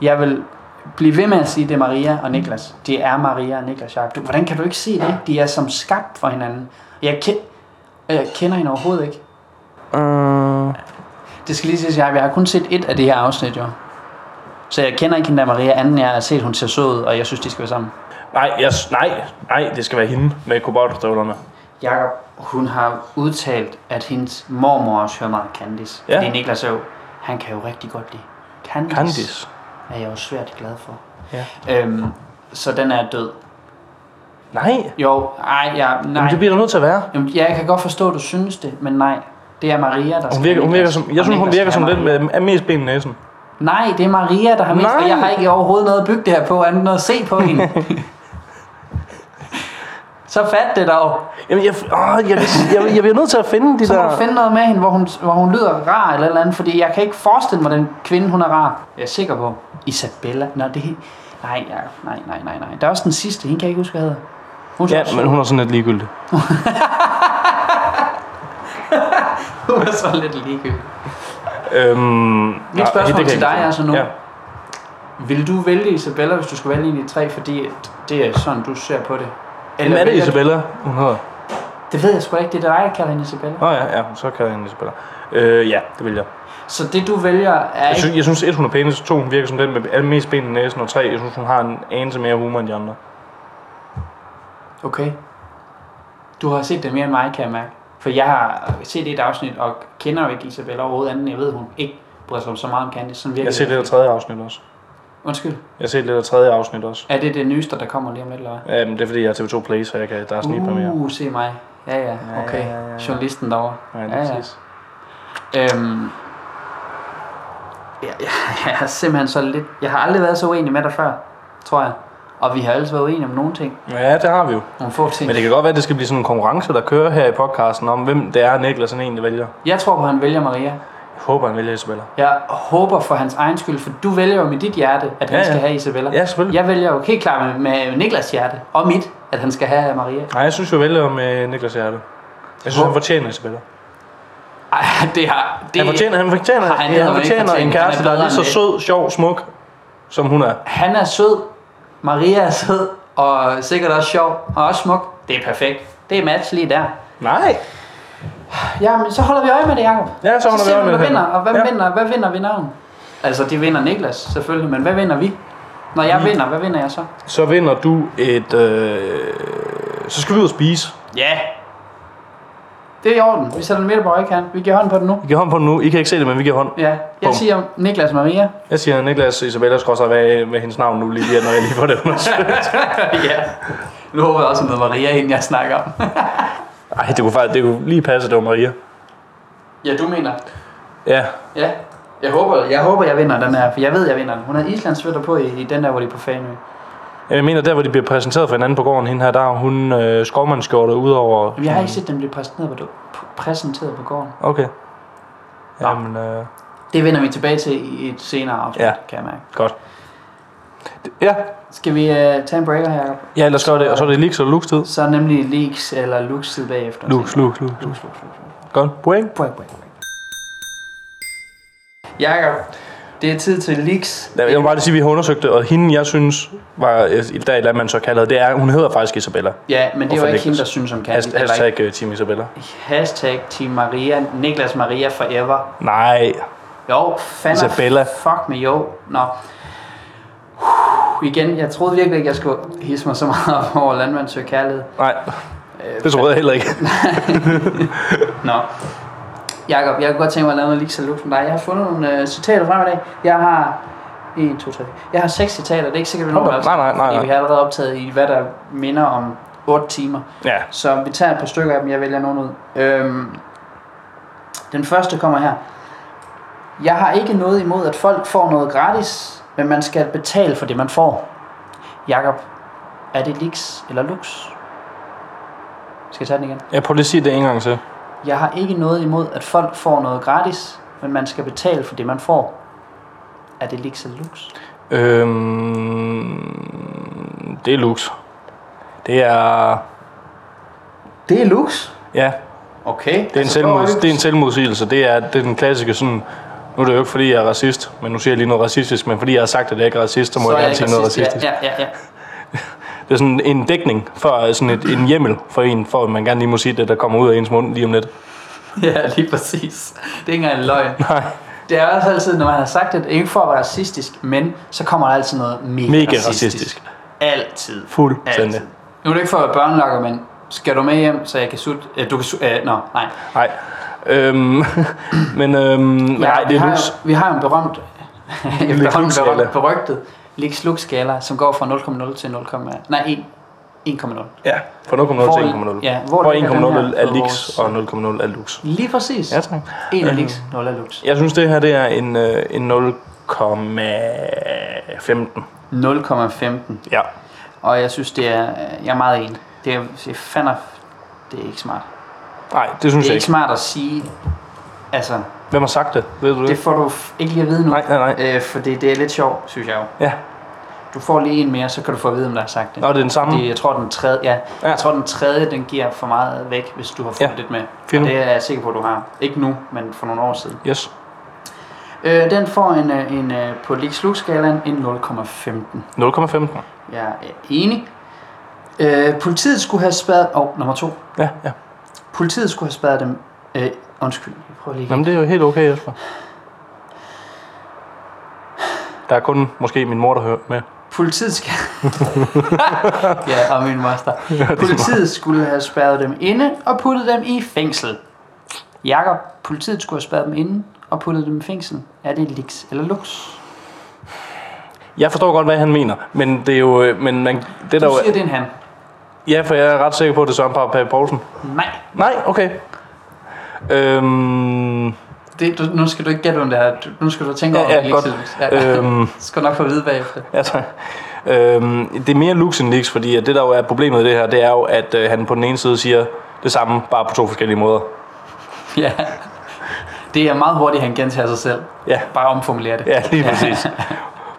Speaker 2: Jeg vil blive ved med at sige, det er Maria og Niklas. Det er Maria og Niklas, Jacob. Du, hvordan kan du ikke se det? De er som skabt for hinanden. Jeg, ke- og jeg kender hende overhovedet ikke.
Speaker 1: Øh,
Speaker 2: Det skal lige siges, Jacob, jeg har kun set et af de her afsnit, jo. Så jeg kender ikke hende der Maria, anden jeg har set, at hun ser sød, ud, og jeg synes, de skal være sammen.
Speaker 1: nej, jeg, nej, nej, det skal være hende med kobolderstøvlerne.
Speaker 2: Jakob, hun har udtalt, at hendes mormor også hører meget Candice.
Speaker 1: Ja.
Speaker 2: Ja. Fordi Niklas er jo, han kan jo rigtig godt lide Candice.
Speaker 1: Candice.
Speaker 2: Er jeg jo svært glad for.
Speaker 1: Ja.
Speaker 2: Øhm, så den er død.
Speaker 1: Nej,
Speaker 2: Jo, ej, ja, nej.
Speaker 1: Jamen, det bliver der nødt til at være.
Speaker 2: Jamen, ja, jeg kan godt forstå, at du synes det, men nej. Det er Maria, der
Speaker 1: Hun
Speaker 2: skal
Speaker 1: virker,
Speaker 2: have
Speaker 1: hun virker
Speaker 2: Niklas,
Speaker 1: som,
Speaker 2: og
Speaker 1: jeg synes, hun
Speaker 2: Niklas
Speaker 1: virker
Speaker 2: skal
Speaker 1: som
Speaker 2: have
Speaker 1: den
Speaker 2: Maria.
Speaker 1: med er mest ben i næsen.
Speaker 2: Nej, det er Maria, der har mest,
Speaker 1: Nej.
Speaker 2: og jeg har ikke overhovedet noget at bygge det her på, andet end at se på hende. så fat det dog.
Speaker 1: Jamen, jeg, åh, jeg, jeg, jeg bliver nødt til at finde de
Speaker 2: Så må
Speaker 1: der...
Speaker 2: du finde noget med hende, hvor hun, hvor hun lyder rar eller et eller andet, fordi jeg kan ikke forestille mig, den kvinde, hun er rar. Jeg er sikker på. Isabella? Nå, det er helt- Nej, ja, nej, nej, nej, nej. Der er også den sidste, hende kan jeg ikke huske, hvad hedder. Hun er
Speaker 1: Ja,
Speaker 2: også-
Speaker 1: men hun er sådan lidt ligegyldig.
Speaker 2: hun er så lidt ligegyldig.
Speaker 1: Øhm, nej,
Speaker 2: Mit spørgsmål
Speaker 1: det kan
Speaker 2: til
Speaker 1: jeg
Speaker 2: dig
Speaker 1: ikke.
Speaker 2: er så nu.
Speaker 1: Ja.
Speaker 2: Vil du vælge Isabella, hvis du skulle vælge en af de tre, fordi at det er sådan, du ser på det?
Speaker 1: Jamen, er det
Speaker 2: vælger du-
Speaker 1: Isabella, hun hedder?
Speaker 2: Det ved jeg sgu da ikke. Det er dig, der kalder hende Isabella.
Speaker 1: Nå ja, ja, så kan jeg hende Isabella. Øh, ja, det vil jeg.
Speaker 2: Så det, du vælger, er
Speaker 1: Jeg
Speaker 2: ikke...
Speaker 1: synes, jeg synes et, hun er pænest, to, hun virker som den med mest ben i næsen, og tre, jeg synes, hun har en anelse mere humor end de andre.
Speaker 2: Okay. Du har set det mere end mig, kan jeg mærke. For jeg har set et afsnit, og kender jo ikke Isabella overhovedet anden. Jeg ved, hun ikke bryder sig om så meget om Candice. Sådan
Speaker 1: Jeg
Speaker 2: virker
Speaker 1: har set lidt af tredje afsnit også.
Speaker 2: Undskyld.
Speaker 1: Jeg har set lidt af tredje afsnit også.
Speaker 2: Er det det nyeste, der kommer lige om lidt, eller hvad?
Speaker 1: Jamen, det er fordi, jeg har TV2 Play, så jeg kan, der er snigpremiere.
Speaker 2: Uh, se mig. Ja, ja,
Speaker 1: ja,
Speaker 2: okay.
Speaker 1: ja, ja, ja.
Speaker 2: Journalisten derovre.
Speaker 1: Ja, lige
Speaker 2: ja, ja.
Speaker 1: præcis.
Speaker 2: Øhm, ja, ja, jeg er simpelthen så lidt... Jeg har aldrig været så uenig med dig før, tror jeg. Og vi har altid været enige om nogle ting.
Speaker 1: Ja, det har vi jo.
Speaker 2: Nogle få ting.
Speaker 1: Men det kan godt være, at det skal blive sådan en konkurrence, der kører her i podcasten om, hvem det er, Niklas han egentlig vælger.
Speaker 2: Jeg tror på, at han vælger Maria.
Speaker 1: Jeg håber, han vælger Isabella.
Speaker 2: Jeg håber for hans egen skyld, for du vælger jo med dit hjerte, at han
Speaker 1: Ja, ja.
Speaker 2: skal have Isabella.
Speaker 1: Ja, selvfølgelig.
Speaker 2: Jeg vælger jo helt klart med, med Niklas hjerte, og mit, at han skal have Maria.
Speaker 1: Nej, jeg synes jo, jeg vælger med Niklas Hjerte. Jeg synes,
Speaker 2: Hvor-
Speaker 1: han fortjener Isabella.
Speaker 2: Ej, det har... Det,
Speaker 1: Han fortjener, han fortjener,
Speaker 2: Nej, det
Speaker 1: han,
Speaker 2: har
Speaker 1: han
Speaker 2: han ikke
Speaker 1: fortjener en
Speaker 2: fortjent.
Speaker 1: kæreste,
Speaker 2: Han
Speaker 1: der
Speaker 2: er
Speaker 1: er lige
Speaker 2: bedre
Speaker 1: så
Speaker 2: end
Speaker 1: sød,
Speaker 2: det.
Speaker 1: sjov, smuk, som hun er.
Speaker 2: Han er sød, Maria er sød, og sikkert også sjov, og også smuk. Det er perfekt. Det er match lige der.
Speaker 1: Nej.
Speaker 2: Jamen, så holder vi øje med det, Jacob.
Speaker 1: Ja, så holder vi
Speaker 2: ser
Speaker 1: øje med
Speaker 2: hvad
Speaker 1: det.
Speaker 2: vinder, og hvad,
Speaker 1: Ja.
Speaker 2: ja. vinder, hvad vinder vi navn? Altså, det vinder Niklas, selvfølgelig, men hvad vinder vi? Når
Speaker 1: Mm.
Speaker 2: jeg vinder, hvad vinder jeg så?
Speaker 1: Så vinder du et... Øh... Så skal vi ud og spise.
Speaker 2: Ja. Det er i orden. Vi sætter den midt på højkant. Vi giver hånd på den nu.
Speaker 1: Vi giver hånd på den nu. I kan ikke se det, men vi giver hånd.
Speaker 2: Ja, jeg
Speaker 1: Bum.
Speaker 2: siger Niklas Maria.
Speaker 1: Jeg siger Niklas Isabella skrosser, hvad, hvad hendes navn nu lige bliver, når jeg lige får det undersøgt.
Speaker 2: ja. Nu håber jeg også noget Maria, inden jeg snakker om.
Speaker 1: Ej, det kunne faktisk det kunne lige passe, det var Maria.
Speaker 2: ja, du mener?
Speaker 1: Ja,
Speaker 2: Ja. Jeg håber, jeg håber, jeg vinder den her, for jeg ved, jeg vinder den. Hun har Islandsvætter på i, i den der, hvor de er på Fanø.
Speaker 1: jeg mener, der hvor de bliver præsenteret for hinanden på gården, hende her, der har hun øh, skovmandskjorte ud over...
Speaker 2: Men jeg har ikke set dem blive præsenteret på, præsenteret på gården.
Speaker 1: Okay. Jamen, øh,
Speaker 2: Det vender vi tilbage til i et senere afsnit,
Speaker 1: Ja.
Speaker 2: ja. kan jeg mærke.
Speaker 1: godt. Ja,
Speaker 2: Skal vi uh, tage en breaker her, Jacob?
Speaker 1: ja, ellers gør det, og så er det Lix og Lux tid.
Speaker 2: Så er nemlig leaks eller looks tid bagefter.
Speaker 1: Lux, Lux, Lux, Lux.
Speaker 2: Lux, lux, lux.
Speaker 1: Godt, point.
Speaker 2: Break, break, break. Jakob, det er tid til leaks.
Speaker 1: Jeg vil bare lige sige, at vi har undersøgt det, og hende, jeg synes, var øh, i dag, eller man så kalder det, er, hun hedder faktisk Isabella.
Speaker 2: Ja, men det er
Speaker 1: Hvorfor
Speaker 2: jo ikke hende,
Speaker 1: Niklas?
Speaker 2: der synes om Candy.
Speaker 1: Hasht-
Speaker 2: Eller ikke.
Speaker 1: Hashtag øh, Team Isabella.
Speaker 2: Hashtag Team Maria, Niklas Maria forever.
Speaker 1: Nej,
Speaker 2: Jo, fandme.
Speaker 1: Isabella.
Speaker 2: Fuck med jo. Nå. Uh, igen, jeg troede virkelig ikke, jeg skulle hisse mig så meget op over landmand søger kærlighed.
Speaker 1: nej,
Speaker 2: Øh,
Speaker 1: det tror jeg heller ikke.
Speaker 2: Nå. Jakob, jeg kunne godt tænke mig at lave noget lige så luks med dig. Jeg har fundet nogle øh, citater frem i dag. Jeg har... 1, 2, 3. Jeg har seks citater. Det er ikke sikkert, vi når
Speaker 1: Okay.
Speaker 2: det.
Speaker 1: Nej, nej, nej,
Speaker 2: fordi
Speaker 1: nej.
Speaker 2: Vi har allerede optaget i, hvad der minder om 8 timer.
Speaker 1: Ja,
Speaker 2: Så vi tager et par stykker af dem. Jeg vælger nogen ud. Øhm, den første kommer her. Jeg har ikke noget imod, at folk får noget gratis, men man skal betale for det, man får. Jakob, er det liks eller lux? Skal jeg tage den igen?
Speaker 1: jeg prøver lige at sige det en gang til.
Speaker 2: Jeg har ikke noget imod, at folk får noget gratis, men man skal betale for det, man får. Er det Lix eller Lux?
Speaker 1: Øhm, det er Lux. Det er...
Speaker 2: Det er Lux.
Speaker 1: Ja,
Speaker 2: Okay.
Speaker 1: det Altså, er, en selvmods, det er en selvmodsigelse. Det er, det er den klassiske sådan... Nu er det jo ikke, fordi jeg er racist, men nu siger jeg lige noget racistisk. Men fordi jeg har sagt, at jeg ikke er racist, så må så jeg gerne sige noget racistisk. Ja,
Speaker 2: Ja, ja, ja.
Speaker 1: ja. Det er sådan en dækning for sådan et, en hjemmel for en, for at man gerne lige må sige det, der kommer ud af ens mund lige om lidt.
Speaker 2: ja, lige præcis. Det er ikke engang en løgn.
Speaker 1: Nej,
Speaker 2: Det er også altid, når man har sagt det, ikke for at være racistisk, men så kommer der altid noget mega,
Speaker 1: Mega racistisk.
Speaker 2: Altid.
Speaker 1: fuldstændig.
Speaker 2: Altid. Nu er det ikke for at være børnelokker, men skal du med hjem, så jeg kan sutte... Øh, du kan sutte... Øh, nå, nej.
Speaker 1: Nej. Øhm, men øhm, ja, nej, det
Speaker 2: vi,
Speaker 1: er
Speaker 2: har
Speaker 1: Lux.
Speaker 2: jo, vi har jo en berømt, en
Speaker 1: Lex
Speaker 2: berømt
Speaker 1: Lux-skala.
Speaker 2: berømt, berygtet Lex Lux skala, som går fra 0,0 til 0, nej 1, 1,0.
Speaker 1: Ja, fra 0,0 til 1,0
Speaker 2: Ja, hvor,
Speaker 1: Hvor,
Speaker 2: ligger den her
Speaker 1: 1,0 er
Speaker 2: på
Speaker 1: Lix
Speaker 2: vores-
Speaker 1: og 0,0 er Lux.
Speaker 2: Lige præcis.
Speaker 1: Ja, tak.
Speaker 2: 1 er Lix, 0 er Lux.
Speaker 1: Jeg synes, det her det er en, øh, en 0,15.
Speaker 2: 0,15.
Speaker 1: Ja.
Speaker 2: Og jeg synes, det er, jeg er meget enig. Det er, det er fandme, det er ikke smart.
Speaker 1: Nej, det synes
Speaker 2: Det
Speaker 1: jeg
Speaker 2: er ikke
Speaker 1: ikke.
Speaker 2: smart at sige, altså,
Speaker 1: Hvem har sagt det? Ved du
Speaker 2: det
Speaker 1: det?
Speaker 2: får du f- ikke lige at vide nu.
Speaker 1: Nej, nej, nej.
Speaker 2: Øh, for det, det er lidt sjovt, synes jeg jo.
Speaker 1: Ja.
Speaker 2: Du får lige en mere, så kan du få at vide, om der er sagt det.
Speaker 1: Nå, det er den samme.
Speaker 2: Fordi jeg tror, den tredje, ja,
Speaker 1: Ja.
Speaker 2: ja. Jeg tror, den tredje, den giver for meget væk, hvis du har fået
Speaker 1: Ja.
Speaker 2: ja. lidt med.
Speaker 1: Fint.
Speaker 2: Og det er jeg sikker på, at du har. Ikke nu, men for nogle år siden.
Speaker 1: Yes.
Speaker 2: Øh, den får en, øh, en øh, på Lix Lux skalaen en 0,15.
Speaker 1: 0,15.
Speaker 2: Jeg er enig. Øh, politiet skulle have spadet... Åh, oh, nummer to.
Speaker 1: Ja, ja.
Speaker 2: Politiet skulle have spadet dem... Øh, undskyld, jeg prøver lige igen.
Speaker 1: Jamen, det er jo helt okay, Jesper. Der er kun måske min mor, der hører med.
Speaker 2: Politiet skal... ja, og min master. Politiet skulle have spærret dem inde og puttet dem i fængsel. Jakob, politiet skulle have spærret dem inde og puttet dem i fængsel. Er det liks eller lux?
Speaker 1: Jeg forstår godt, hvad han mener, men det er jo... øh, Men man, det der
Speaker 2: Du
Speaker 1: jo,
Speaker 2: siger, det er en han.
Speaker 1: ja, for jeg er ret sikker på, at det er Søren Pape Poulsen.
Speaker 2: Nej,
Speaker 1: Nej, okay. Øhm,
Speaker 2: det, du, nu skal du ikke gætte, om det er. Du- Nu skal du tænke
Speaker 1: Ja,
Speaker 2: over, om
Speaker 1: ja,
Speaker 2: det er
Speaker 1: godt.
Speaker 2: liks eller lux. Ja.
Speaker 1: øhm,
Speaker 2: Du skal nok få at vide bagefter.
Speaker 1: ja, tak. Øhm, det er mere looks end leaks, fordi at det, der jo er problemet i det her, det er jo, at øh, han på den ene side siger det samme, bare på to forskellige måder.
Speaker 2: ja. Det er meget hurtigt, han gentager sig selv.
Speaker 1: Ja,
Speaker 2: Bare omformulere det.
Speaker 1: ja lige præcis.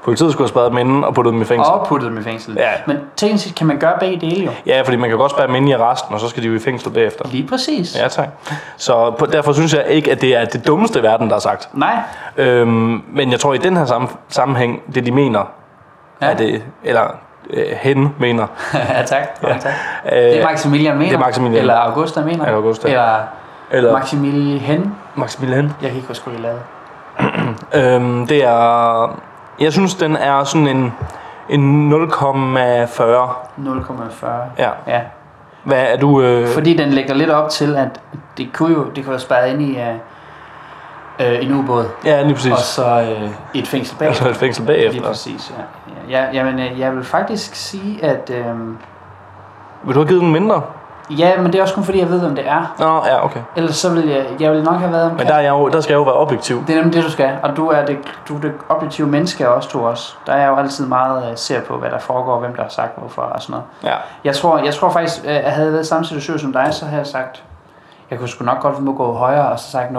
Speaker 1: Politiet skulle have spadet mænden og puttet dem i fængsel.
Speaker 2: Og puttet dem i fængsel.
Speaker 1: Ja.
Speaker 2: Men teknisk set kan man gøre begge dele jo.
Speaker 1: Ja, fordi man kan godt spærre dem inde i arresten, og så skal de jo i fængsel bagefter.
Speaker 2: Lige præcis.
Speaker 1: Ja, tak. Så på, derfor synes jeg ikke, at det er det dummeste i verden, der er sagt.
Speaker 2: Nej.
Speaker 1: Øhm, men jeg tror, i den her sam- sammenhæng, det de mener, ja. er det, eller øh, hen mener,
Speaker 2: ja, tak. Ja. tak.
Speaker 1: øh,
Speaker 2: Det er Maximilian mener.
Speaker 1: det er Maximilian.
Speaker 2: Eller Augusta mener.
Speaker 1: Eller Augusta.
Speaker 2: Eller, eller.
Speaker 1: eller
Speaker 2: Maximilian.
Speaker 1: Maximilian.
Speaker 2: Jeg kan ikke huske, hvad det lavede.
Speaker 1: Øhm, det er, jeg synes, den er sådan en, en 0,40.
Speaker 2: 0,40.
Speaker 1: Ja.
Speaker 2: Ja.
Speaker 1: Hvad er du? Øh,
Speaker 2: Fordi den lægger lidt op til, at det kunne jo det kunne være sparet ind i uh, uh, en ubåd.
Speaker 1: ja, lige præcis.
Speaker 2: Og så uh, et fængsel bag.
Speaker 1: Altså et fængsel
Speaker 2: Lige
Speaker 1: bagefter.
Speaker 2: præcis, ja. ja ja, jamen, øh, jeg vil faktisk sige, at... Øh,
Speaker 1: Vil du have givet den mindre?
Speaker 2: ja, men det er også kun fordi, jeg ved, hvem det er.
Speaker 1: Nå, ja, okay.
Speaker 2: Ellers så vil jeg... Jeg ville nok have været
Speaker 1: Men
Speaker 2: omkring...
Speaker 1: der, er jeg jo, der skal jeg jo være objektiv.
Speaker 2: Det er nemlig det, du skal. Og du er det, du er det objektive menneske, og også to også. Der er jeg jo altid meget uh, ser på, hvad der foregår, hvem der har sagt hvorfor og sådan noget.
Speaker 1: Ja.
Speaker 2: Jeg tror, jeg tror faktisk, øh, at jeg havde været i samme situation som dig, så havde jeg sagt, jeg kunne sgu nok godt må gå højere, og så sagt 0,5,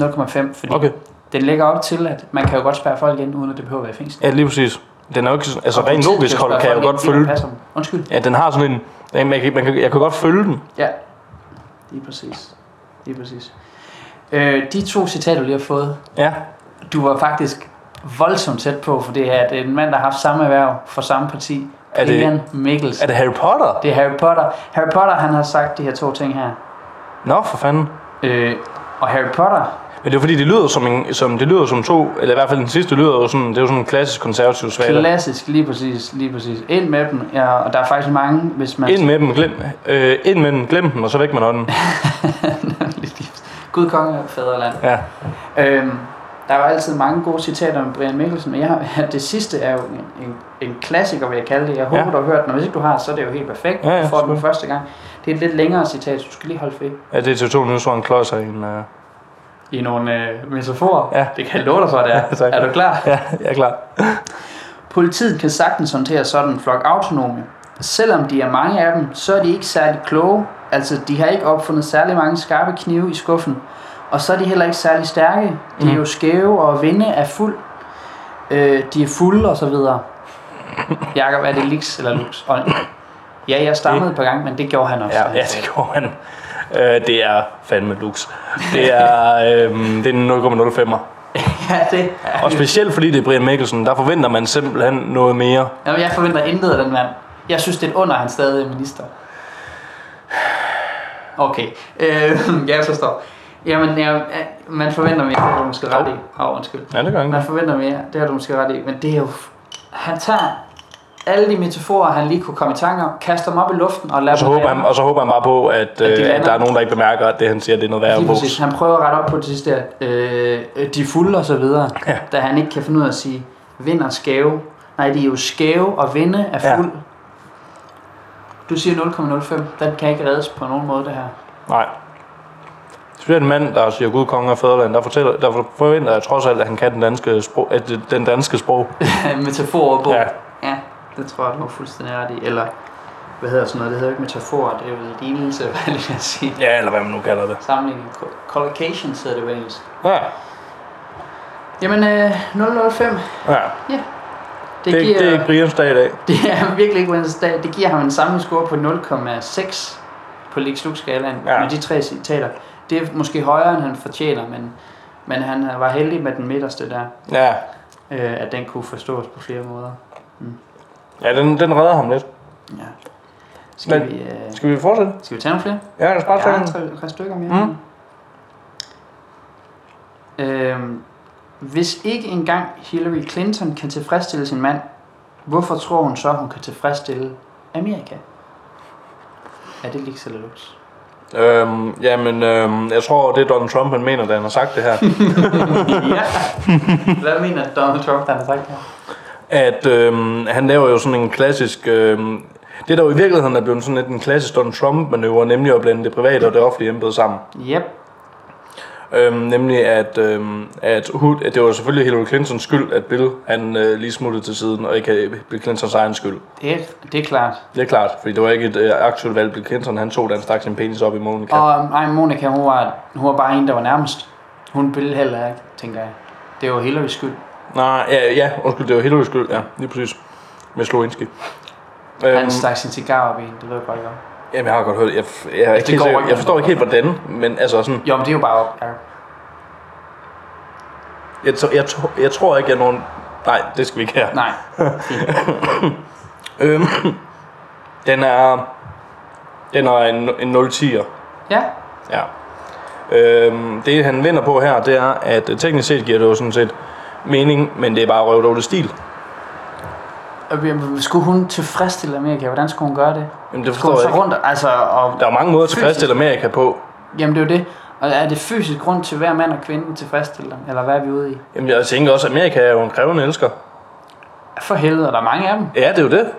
Speaker 2: 0,5 fordi
Speaker 1: Okay.
Speaker 2: den lægger op til, at man kan jo godt spærre folk ind, uden at det behøver at være i fængsel.
Speaker 1: Ja, lige præcis. Den er jo ikke, sådan- altså
Speaker 2: Og
Speaker 1: rent
Speaker 2: politiet
Speaker 1: logisk
Speaker 2: jo
Speaker 1: hold,
Speaker 2: spærre
Speaker 1: kan jeg jo
Speaker 2: folk
Speaker 1: godt
Speaker 2: ind, fordi
Speaker 1: følge.
Speaker 2: man passer dem. Undskyld.
Speaker 1: Ja, den har sådan en... Jamen, jeg, kan, man kan, jeg kan godt følge den.
Speaker 2: Ja, lige præcis. Lige præcis. Øh, de to citater, du lige har fået,
Speaker 1: Ja.
Speaker 2: du var faktisk voldsomt tæt på, for det er at øh, en mand, der har haft samme erhverv for samme parti.
Speaker 1: Er det-
Speaker 2: Ian Mikkelsen.
Speaker 1: Er det Harry Potter?
Speaker 2: Det er Harry Potter. Harry Potter, han har sagt de her to ting her.
Speaker 1: Nå, for fanden.
Speaker 2: Øh, og Harry Potter,
Speaker 1: Men det er jo fordi, det lyder som, en, som, det lyder som to... Eller i hvert fald den sidste lyder jo sådan... Det er jo sådan en klassisk konservativ svale.
Speaker 2: klassisk, lige præcis, lige præcis. Ind med dem, ja, og der er faktisk mange, hvis man...
Speaker 1: Ind med dem, glem, øh, ind med dem, glem dem, og så væk med ånden.
Speaker 2: Gud, konge og fædreland.
Speaker 1: Ja.
Speaker 2: Øhm, der er jo altid mange gode citater om Brian Mikkelsen, men jeg har, det sidste er jo en, en, en klassiker, vil jeg kalde det. Jeg håber,
Speaker 1: Ja.
Speaker 2: ja. du har hørt den, og hvis ikke du har, så er det jo helt perfekt.
Speaker 1: Ja, ja,
Speaker 2: du får den
Speaker 1: selvfølgelig.
Speaker 2: første gang. Det er et lidt længere citat, så du skal lige holde fed.
Speaker 1: ja det er TV2 News, hvor han klodser en... Øh.
Speaker 2: I nogle øh, metaforer.
Speaker 1: Ja.
Speaker 2: Det kan jeg love dig for, det er.
Speaker 1: Ja, tak.
Speaker 2: er du klar?
Speaker 1: Ja, jeg er klar.
Speaker 2: Politiet kan sagtens håndtere sådan en flok autonome. Selvom de er mange af dem, så er de ikke særlig kloge. Altså, de har ikke opfundet særlig mange skarpe knive i skuffen. Og så er de heller ikke særlig stærke. De
Speaker 1: Mm.
Speaker 2: er jo skæve, og vinde er fuld. Øh, de er fulde, og så videre. Jakob, er det Lix eller Lux? Og, ja, jeg stammede et par gange, men det gjorde han også.
Speaker 1: Ja, ja det gjorde han. Øh, det er fandme lux. Det er, øh, det er en 0,05'er.
Speaker 2: ja, det.
Speaker 1: Og specielt fordi det er Brian Mikkelsen, der forventer man simpelthen noget mere.
Speaker 2: Jamen, jeg forventer intet af den mand. Jeg synes, det er et under, at han stadig er minister. Okay, øh, jeg forstår. Jamen, jeg, man forventer mere, det har du måske ret i. Åh, oh, undskyld.
Speaker 1: Ja, det gør han.
Speaker 2: Man forventer mere, det har du måske ret i. Men det er jo... Han tager alle de metaforer, han lige kunne komme i tanke om, kaster dem op i luften og lader
Speaker 1: Og så,
Speaker 2: dem
Speaker 1: håber
Speaker 2: lande.
Speaker 1: han, og så håber han bare på, at, øh, at
Speaker 2: lander.
Speaker 1: der er nogen, der ikke bemærker, at det, han siger, det er noget værre
Speaker 2: Lige
Speaker 1: vås.
Speaker 2: præcis. Han prøver at rette op på det sidste, at øh, de er fulde og så videre,
Speaker 1: Ja.
Speaker 2: ja. da han ikke kan finde ud af at sige, vind og skæve. Nej, de er jo skæve, og vinde
Speaker 1: Ja.
Speaker 2: er fuld. Du siger 0,05. Den kan ikke reddes på nogen måde, det her.
Speaker 1: Nej. Så er en mand, der siger Gud, konge og fædreland, der, fortæller, der forventer jeg trods alt, at han kan den danske sprog. At det- den danske sprog.
Speaker 2: Metaforer på.
Speaker 1: Ja.
Speaker 2: Ja. ja. det tror jeg, du har fuldstændig ret i. Eller, hvad hedder sådan noget? Det hedder jo ikke metaforer, det er jo lignelse, hvad jeg lige vil sige.
Speaker 1: ja, eller hvad man nu kalder det.
Speaker 2: Sammenligning. Co- Collocations hedder det på engelsk.
Speaker 1: Ja,
Speaker 2: Jamen, øh, 005.
Speaker 1: ja. Det, det,
Speaker 2: giver...
Speaker 1: det er ikke Brians dag i dag.
Speaker 2: Det er virkelig ikke Wednesdays dag. Det giver ham en samlet score på 0,6 på Lex Lux skalaen
Speaker 1: Ja.
Speaker 2: ja. med de tre citater. Det er måske højere, end han fortjener, men, men han var heldig med den midterste der,
Speaker 1: Ja,
Speaker 2: øh, at den kunne forstås på flere måder.
Speaker 1: ja den, den redder ham lidt.
Speaker 2: Ja. Skal,
Speaker 1: Men-
Speaker 2: vi, øh,
Speaker 1: Skal vi fortsætte?
Speaker 2: skal vi tage nogle flere?
Speaker 1: Ja, lad os bare tage
Speaker 2: Ja,
Speaker 1: den.
Speaker 2: tre, tre stykker mere.
Speaker 1: Mm.
Speaker 2: Mm. Øhm, hvis ikke engang Hillary Clinton kan tilfredsstille sin mand, hvorfor tror hun så, hun kan tilfredsstille Amerika? Er det Lex eller Lux?
Speaker 1: Øhm, jamen, øhm, jeg tror, det er Donald Trump, han mener, da han har sagt det her.
Speaker 2: ja. Hvad mener Donald Trump, der har sagt her?
Speaker 1: at øhm, han laver jo sådan en klassisk... Øhm, det, der jo i virkeligheden er blevet sådan lidt en klassisk Donald Trump-manøvre, nemlig at blande det private og det offentlige embede sammen.
Speaker 2: Yep.
Speaker 1: Øhm, nemlig at, øhm, at, Hood, at det var selvfølgelig Hillary Clintons skyld, at Bill han, øh, lige smuttede til siden, og ikke øh, Bill Clintons egen skyld.
Speaker 2: Det er, det er klart.
Speaker 1: Det er klart, fordi det var ikke et øh, aktuelt valg. Bill Clinton han tog, da han stak sin penis op i Monica.
Speaker 2: Ja. Og nej, Monica, hun var, hun var bare en, der var nærmest. Hun ville heller ikke, tænker jeg. Det var Hillary's skyld.
Speaker 1: Nej, ja, ja, undskyld, det var Hillary's skyld, ja, lige præcis. Med Slowinski. Øhm,
Speaker 2: Han stak sin cigar op i hende, det ved jeg godt ikke om.
Speaker 1: jamen, jeg har godt hørt det. Jeg, jeg, jeg, er ikke
Speaker 2: Det
Speaker 1: helt
Speaker 2: går
Speaker 1: sikker-
Speaker 2: ikke.
Speaker 1: jeg forstår ikke helt, hvordan, men altså sådan,
Speaker 2: Jo, men det er jo bare op, Jacob.
Speaker 1: jeg, jeg, jeg, tror- jeg tror ikke, jeg når... en- Nej, det skal vi ikke have.
Speaker 2: Nej,
Speaker 1: Øhm, den er... Den er en, en 0-10'er.
Speaker 2: ja,
Speaker 1: Ja. Øhm, det han vinder på her, det er, at øh, teknisk set giver det jo sådan set mening, men det er bare røvdårlig stil.
Speaker 2: Og vi- Skulle hun tilfredsstille Amerika? Hvordan skulle hun gøre det?
Speaker 1: Jamen, det
Speaker 2: Skulle
Speaker 1: forstår
Speaker 2: hun så
Speaker 1: jeg ikke.
Speaker 2: rundt? Altså, og,
Speaker 1: Der er mange måder at
Speaker 2: Fysisk.
Speaker 1: tilfredsstille Amerika på.
Speaker 2: jamen, det er jo det. Og er det fysisk grund til hver mand og kvinde tilfredsstille dem? Eller hvad er vi ude i?
Speaker 1: Jamen, jeg tænker også, at Amerika er jo en krævende elsker.
Speaker 2: For helvede, og der er mange af dem.
Speaker 1: Ja, det er jo det.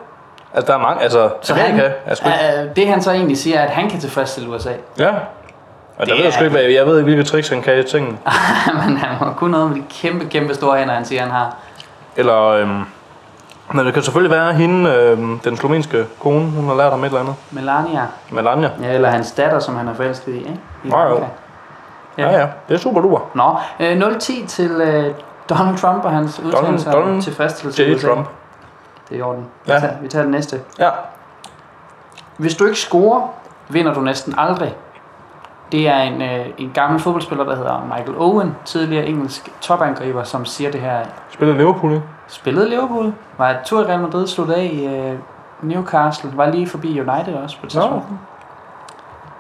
Speaker 1: Altså, der er mange, altså, så Amerika han, er sgu ikke...
Speaker 2: øh, det han så egentlig siger, er, at han kan tilfredsstille USA.
Speaker 1: Ja. Og der
Speaker 2: Det
Speaker 1: ved jeg
Speaker 2: er-
Speaker 1: sgu ikke, hvad, jeg ved ikke, hvilke tricks han kan i tingene.
Speaker 2: Men han må kun noget med de kæmpe, kæmpe store hænder, han siger, han har.
Speaker 1: Eller, øhm, men det kan selvfølgelig være at hende, øhm, den slovenske kone, hun har lært ham et eller andet.
Speaker 2: Melania.
Speaker 1: Melania.
Speaker 2: Ja, eller hans datter, som han er forelsket i, ikke? I
Speaker 1: Nå, jo.
Speaker 2: Amerika.
Speaker 1: Ja, ja. Det er super duper.
Speaker 2: Nå, øh, 0-10 til øh, Donald Trump og hans udtalelse om
Speaker 1: Donald
Speaker 2: tilfredsstillelse. af
Speaker 1: J.
Speaker 2: USA.
Speaker 1: Trump.
Speaker 2: Det er i orden.
Speaker 1: Ja.
Speaker 2: Vi, tager, vi tager den næste.
Speaker 1: Ja.
Speaker 2: Hvis du ikke scorer, vinder du næsten aldrig. Det er en, øh, en gammel fodboldspiller, der hedder Michael Owen, tidligere engelsk topangriber, som siger det her.
Speaker 1: Spiller Liverpool, ikke?
Speaker 2: Spillede Liverpool, var et tur i Real Madrid, sluttede af i øh, Newcastle, var lige forbi United også på et
Speaker 1: Nå.
Speaker 2: tidspunkt.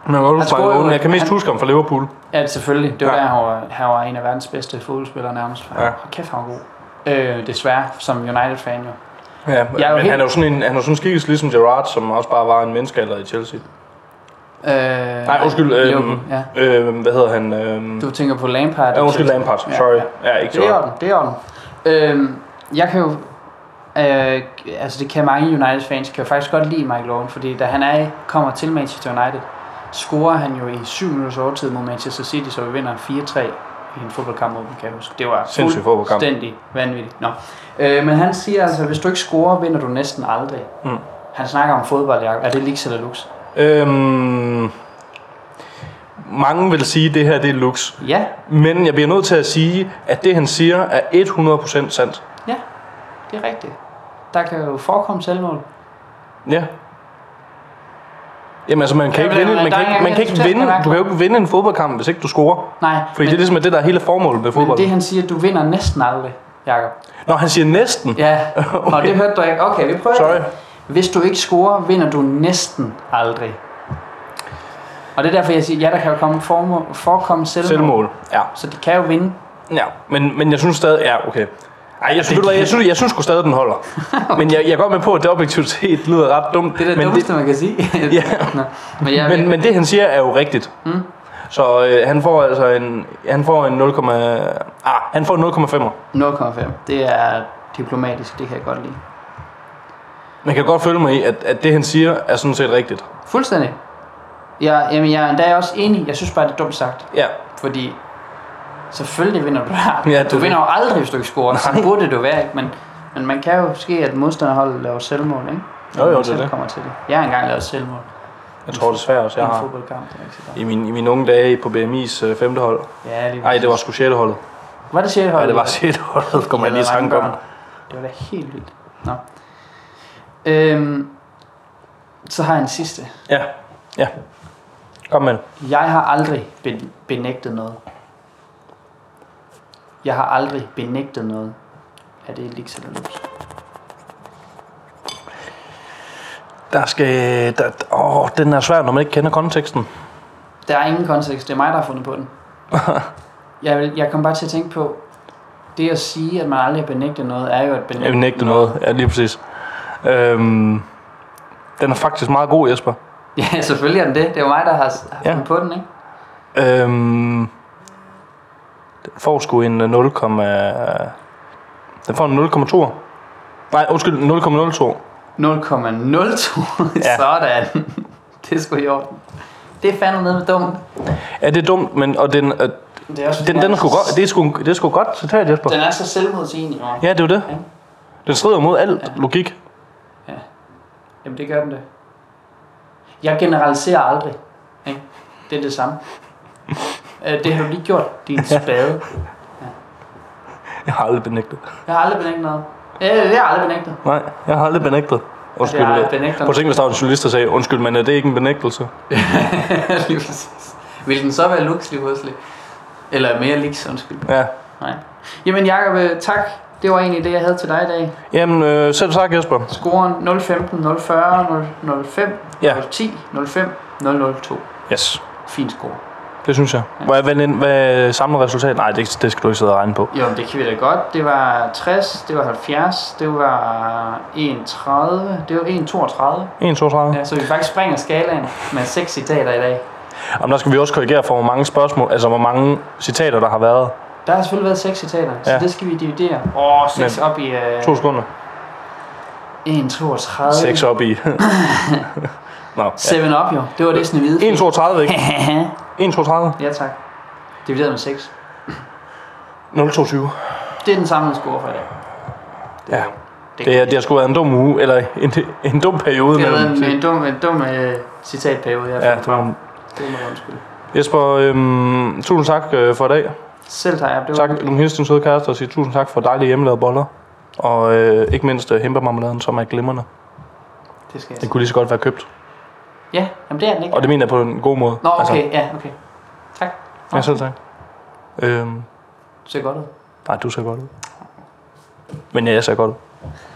Speaker 1: Men jeg, kan godt
Speaker 2: Han
Speaker 1: huske,
Speaker 2: scorede
Speaker 1: han
Speaker 2: jo-
Speaker 1: jeg kan mest
Speaker 2: han-
Speaker 1: huske ham fra Liverpool.
Speaker 2: Ja, selvfølgelig. Det var
Speaker 1: Ja.
Speaker 2: ja. der, han var, han var en af verdens bedste fodboldspillere nærmest.
Speaker 1: Ja.
Speaker 2: Ja. Kæft, han var god. Øh, desværre, som United-fan jo.
Speaker 1: Ja, men
Speaker 2: Jeg er jo helt-
Speaker 1: han er jo sådan en, han er jo sådan en skikkelse ligesom Gerrard, som også bare var en menneskealder i Chelsea.
Speaker 2: Øh,
Speaker 1: Nej, undskyld, øhm,
Speaker 2: Liverpool, ja.
Speaker 1: Øh, hvad hedder han? Øh,
Speaker 2: Du tænker på Lampard.
Speaker 1: ja,
Speaker 2: og
Speaker 1: undskyld
Speaker 2: Chelsea.
Speaker 1: Lampard,
Speaker 2: Ja,
Speaker 1: sorry. Ja, ikke
Speaker 2: Det er
Speaker 1: Gerrard.
Speaker 2: orden, det er orden. Øhm, jeg kan jo... Øh, altså det kan mange United fans kan jo faktisk godt lide Michael Owen, fordi da han er, kommer til Manchester United, scorer han jo i 7 minutters overtid mod Manchester City, så vi vinder 4-3 i en fodboldkamp mod dem, kan jeg huske. Det var
Speaker 1: Sindssyg fodboldkamp.
Speaker 2: fuldstændig vanvittigt. Nå. Øh, men han siger altså, at hvis du ikke scorer, vinder du næsten aldrig.
Speaker 1: Mm.
Speaker 2: Han snakker om fodbold, Jacob. Er det Lix eller Lux?
Speaker 1: Øhm, mange vil sige, at det her det er lux.
Speaker 2: Ja,
Speaker 1: Men jeg bliver nødt til at sige, at det han siger er 100% sandt.
Speaker 2: det er rigtigt. Der kan jo forekomme selvmål.
Speaker 1: Ja. Jamen altså, man kan
Speaker 2: Ja,
Speaker 1: ikke
Speaker 2: men
Speaker 1: vinde,
Speaker 2: der er
Speaker 1: man kan ikke,
Speaker 2: ingen
Speaker 1: man kan ikke
Speaker 2: resultat,
Speaker 1: vinde,
Speaker 2: kan der
Speaker 1: du kan jo ikke vinde en fodboldkamp, hvis ikke du scorer.
Speaker 2: Nej,
Speaker 1: Fordi det er ligesom det, der er hele formålet med
Speaker 2: men
Speaker 1: fodbold.
Speaker 2: det han siger, du vinder næsten aldrig, Jacob.
Speaker 1: Når han siger næsten,
Speaker 2: Ja, okay. og det hørte du ikke. Okay, vi prøver
Speaker 1: sorry.
Speaker 2: igen. Hvis du ikke scorer, vinder du næsten aldrig. Og det er derfor, jeg siger, ja, der kan jo komme formål, forekomme selvmål.
Speaker 1: Selvmål. Ja.
Speaker 2: Så de kan jo vinde.
Speaker 1: Ja, men, men jeg synes stadig, ja, okay. Ej, jeg synes, ved du hvad, jeg synes, jeg synes sgu stadig, den holder. Men jeg, jeg går med på, at det objektivt set lyder ret dumt.
Speaker 2: Det er det
Speaker 1: men,
Speaker 2: dummeste, man kan sige.
Speaker 1: Ja.
Speaker 2: Nå, men jeg,
Speaker 1: men, men det, han siger, er jo rigtigt.
Speaker 2: Mm.
Speaker 1: Så øh, han får altså en, han får en 0, ah, han får en 0,5'er.
Speaker 2: 0,5. Det er diplomatisk, det kan jeg godt lide.
Speaker 1: Man kan godt følge mig i, at, at det, han siger, er sådan set rigtigt.
Speaker 2: Fuldstændig. Jeg, jamen, jeg er endda også enig. Jeg synes bare, det er dumt sagt.
Speaker 1: Ja,
Speaker 2: Fordi selvfølgelig vinder du der.
Speaker 1: Ja,
Speaker 2: Ja,
Speaker 1: det
Speaker 2: du
Speaker 1: er
Speaker 2: vinder jo aldrig, hvis du ikke scorer. Så burde det jo være, ikke? Men, men man kan jo ske, at modstanderholdet laver selvmål, ikke? Når
Speaker 1: Jo, jo,
Speaker 2: man
Speaker 1: det er
Speaker 2: selv
Speaker 1: det.
Speaker 2: kommer til det. Jeg har engang lavet selvmål
Speaker 1: jeg tror desværre også,
Speaker 2: i
Speaker 1: jeg
Speaker 2: en
Speaker 1: har.
Speaker 2: fodboldkamp. Det er ikke så godt.
Speaker 1: I mine, I mine unge dage på BMI's øh, femte hold.
Speaker 2: Ja, lige
Speaker 1: Nej, det var sgu sjette holdet.
Speaker 2: Var det sjældent
Speaker 1: Nej, det var sjette holdet, kom jeg lige i tanke om.
Speaker 2: Det var da helt vildt. Nå. Øhm, så har jeg en sidste.
Speaker 1: Ja, ja. Kom med. den.
Speaker 2: Jeg har aldrig be- benægtet noget. Jeg har aldrig benægtet noget. Er det ikke sådan noget?
Speaker 1: Der skal... Der, åh, den er svær, når man ikke kender konteksten.
Speaker 2: Der er ingen kontekst, det er mig, der har fundet på den. jeg, vil, jeg kom bare til at tænke på, det at sige, at man aldrig har benægtet noget, er jo at benægte,
Speaker 1: Jeg vil nægte noget. Ja, lige præcis. Øhm, den er faktisk meget god, Jesper.
Speaker 2: Ja, selvfølgelig er den det. Det er jo mig, der har, har
Speaker 1: Ja.
Speaker 2: ja. fundet på den, ikke?
Speaker 1: Øhm, den får sgu en øh, 0, øh, den får en 0,2. Nej, undskyld, 0,02.
Speaker 2: 0,02.
Speaker 1: Ja.
Speaker 2: Ja. Sådan. det er sgu i orden. Det er fandme nede med dumt.
Speaker 1: Ja, det er dumt, men, og den, øh,
Speaker 2: Men Det er også,
Speaker 1: Den, den er sgu godt, det, er sgu, det er sgu godt citat, Jesper.
Speaker 2: den er så selvmodsigende. Ja.
Speaker 1: Ja, det er jo det.
Speaker 2: Ja.
Speaker 1: Den strider mod alt
Speaker 2: Ja.
Speaker 1: logik.
Speaker 2: Jamen, det gør den det. Jeg generaliserer aldrig. Ikke? Det er det samme. Øh, det har du lige gjort, din spade.
Speaker 1: Jeg har aldrig benægtet.
Speaker 2: Jeg har aldrig benægtet noget. Øh, jeg har aldrig benægtet.
Speaker 1: Nej, jeg har aldrig benægtet. Undskyld.
Speaker 2: Jeg har
Speaker 1: øh,
Speaker 2: benægtet
Speaker 1: Prøv at tænke, hvis der var en journalist, der sagde, undskyld, men er det ikke en benægtelse?
Speaker 2: Lige præcis. Vil den så være Lux lige pludselig? Eller mere Lix, undskyld.
Speaker 1: Ja.
Speaker 2: Nej. Jamen Jacob, øh, tak. Det var egentlig det, jeg havde til dig i dag.
Speaker 1: Jamen, øh, selv tak, Jesper.
Speaker 2: Scoren 015, 040, 005,
Speaker 1: Ja.
Speaker 2: 010, 05, 002.
Speaker 1: Yes,
Speaker 2: Fin score.
Speaker 1: det synes jeg. Hvad, hvad, hvad samlet resultat? Nej, det, det skal du ikke sidde og regne på.
Speaker 2: Jo, men det kan vi da godt. Det var 60, det var 70, det var 1,30, det var 1,32.
Speaker 1: 1, 2, 3.
Speaker 2: Ja, så vi faktisk springer skalaen med seks citater i dag.
Speaker 1: Jamen, der skal vi også korrigere for, hvor mange spørgsmål, altså hvor mange citater, der har været.
Speaker 2: Der har selvfølgelig været seks citater, så
Speaker 1: Ja.
Speaker 2: det skal vi dividere. Åh, 6 op i øh,
Speaker 1: To sekunder.
Speaker 2: 1,32.
Speaker 1: 6 op i. Nå, ja.
Speaker 2: 7 up jo. Det var det snevide.
Speaker 1: 1, 32, ikke? 1, 32.
Speaker 2: ja tak. Divideret med 6.
Speaker 1: 0, 22.
Speaker 2: Det er den samlede score for i dag.
Speaker 1: Ja.
Speaker 2: Det,
Speaker 1: Det, er, det har sgu været en dum uge, eller en, en dum periode.
Speaker 2: det har været
Speaker 1: mellem-
Speaker 2: en, en dum, en dum øh, citatperiode her.
Speaker 1: Ja, det var en...
Speaker 2: Det må jeg undskylde.
Speaker 1: Jesper, øhm, tusind tak øh, for i dag.
Speaker 2: Selv tak, jeg blev
Speaker 1: Tak, du hilse din søde kæreste og sige tusind tak for dejlige hjemmelavede boller. Og øh, ikke mindst øh, himbemarmeladen, som er glimrende.
Speaker 2: Det skal jeg
Speaker 1: Den
Speaker 2: sige.
Speaker 1: kunne lige så godt være købt.
Speaker 2: Ja, jamen det er den ikke.
Speaker 1: Og Altså- det mener jeg på en god måde.
Speaker 2: Nå, okay, ja, okay. Tak.
Speaker 1: Altså, ja, selv tak. Øhm,
Speaker 2: Du ser godt ud.
Speaker 1: nej, du ser godt ud. Men ja, jeg ser godt ud.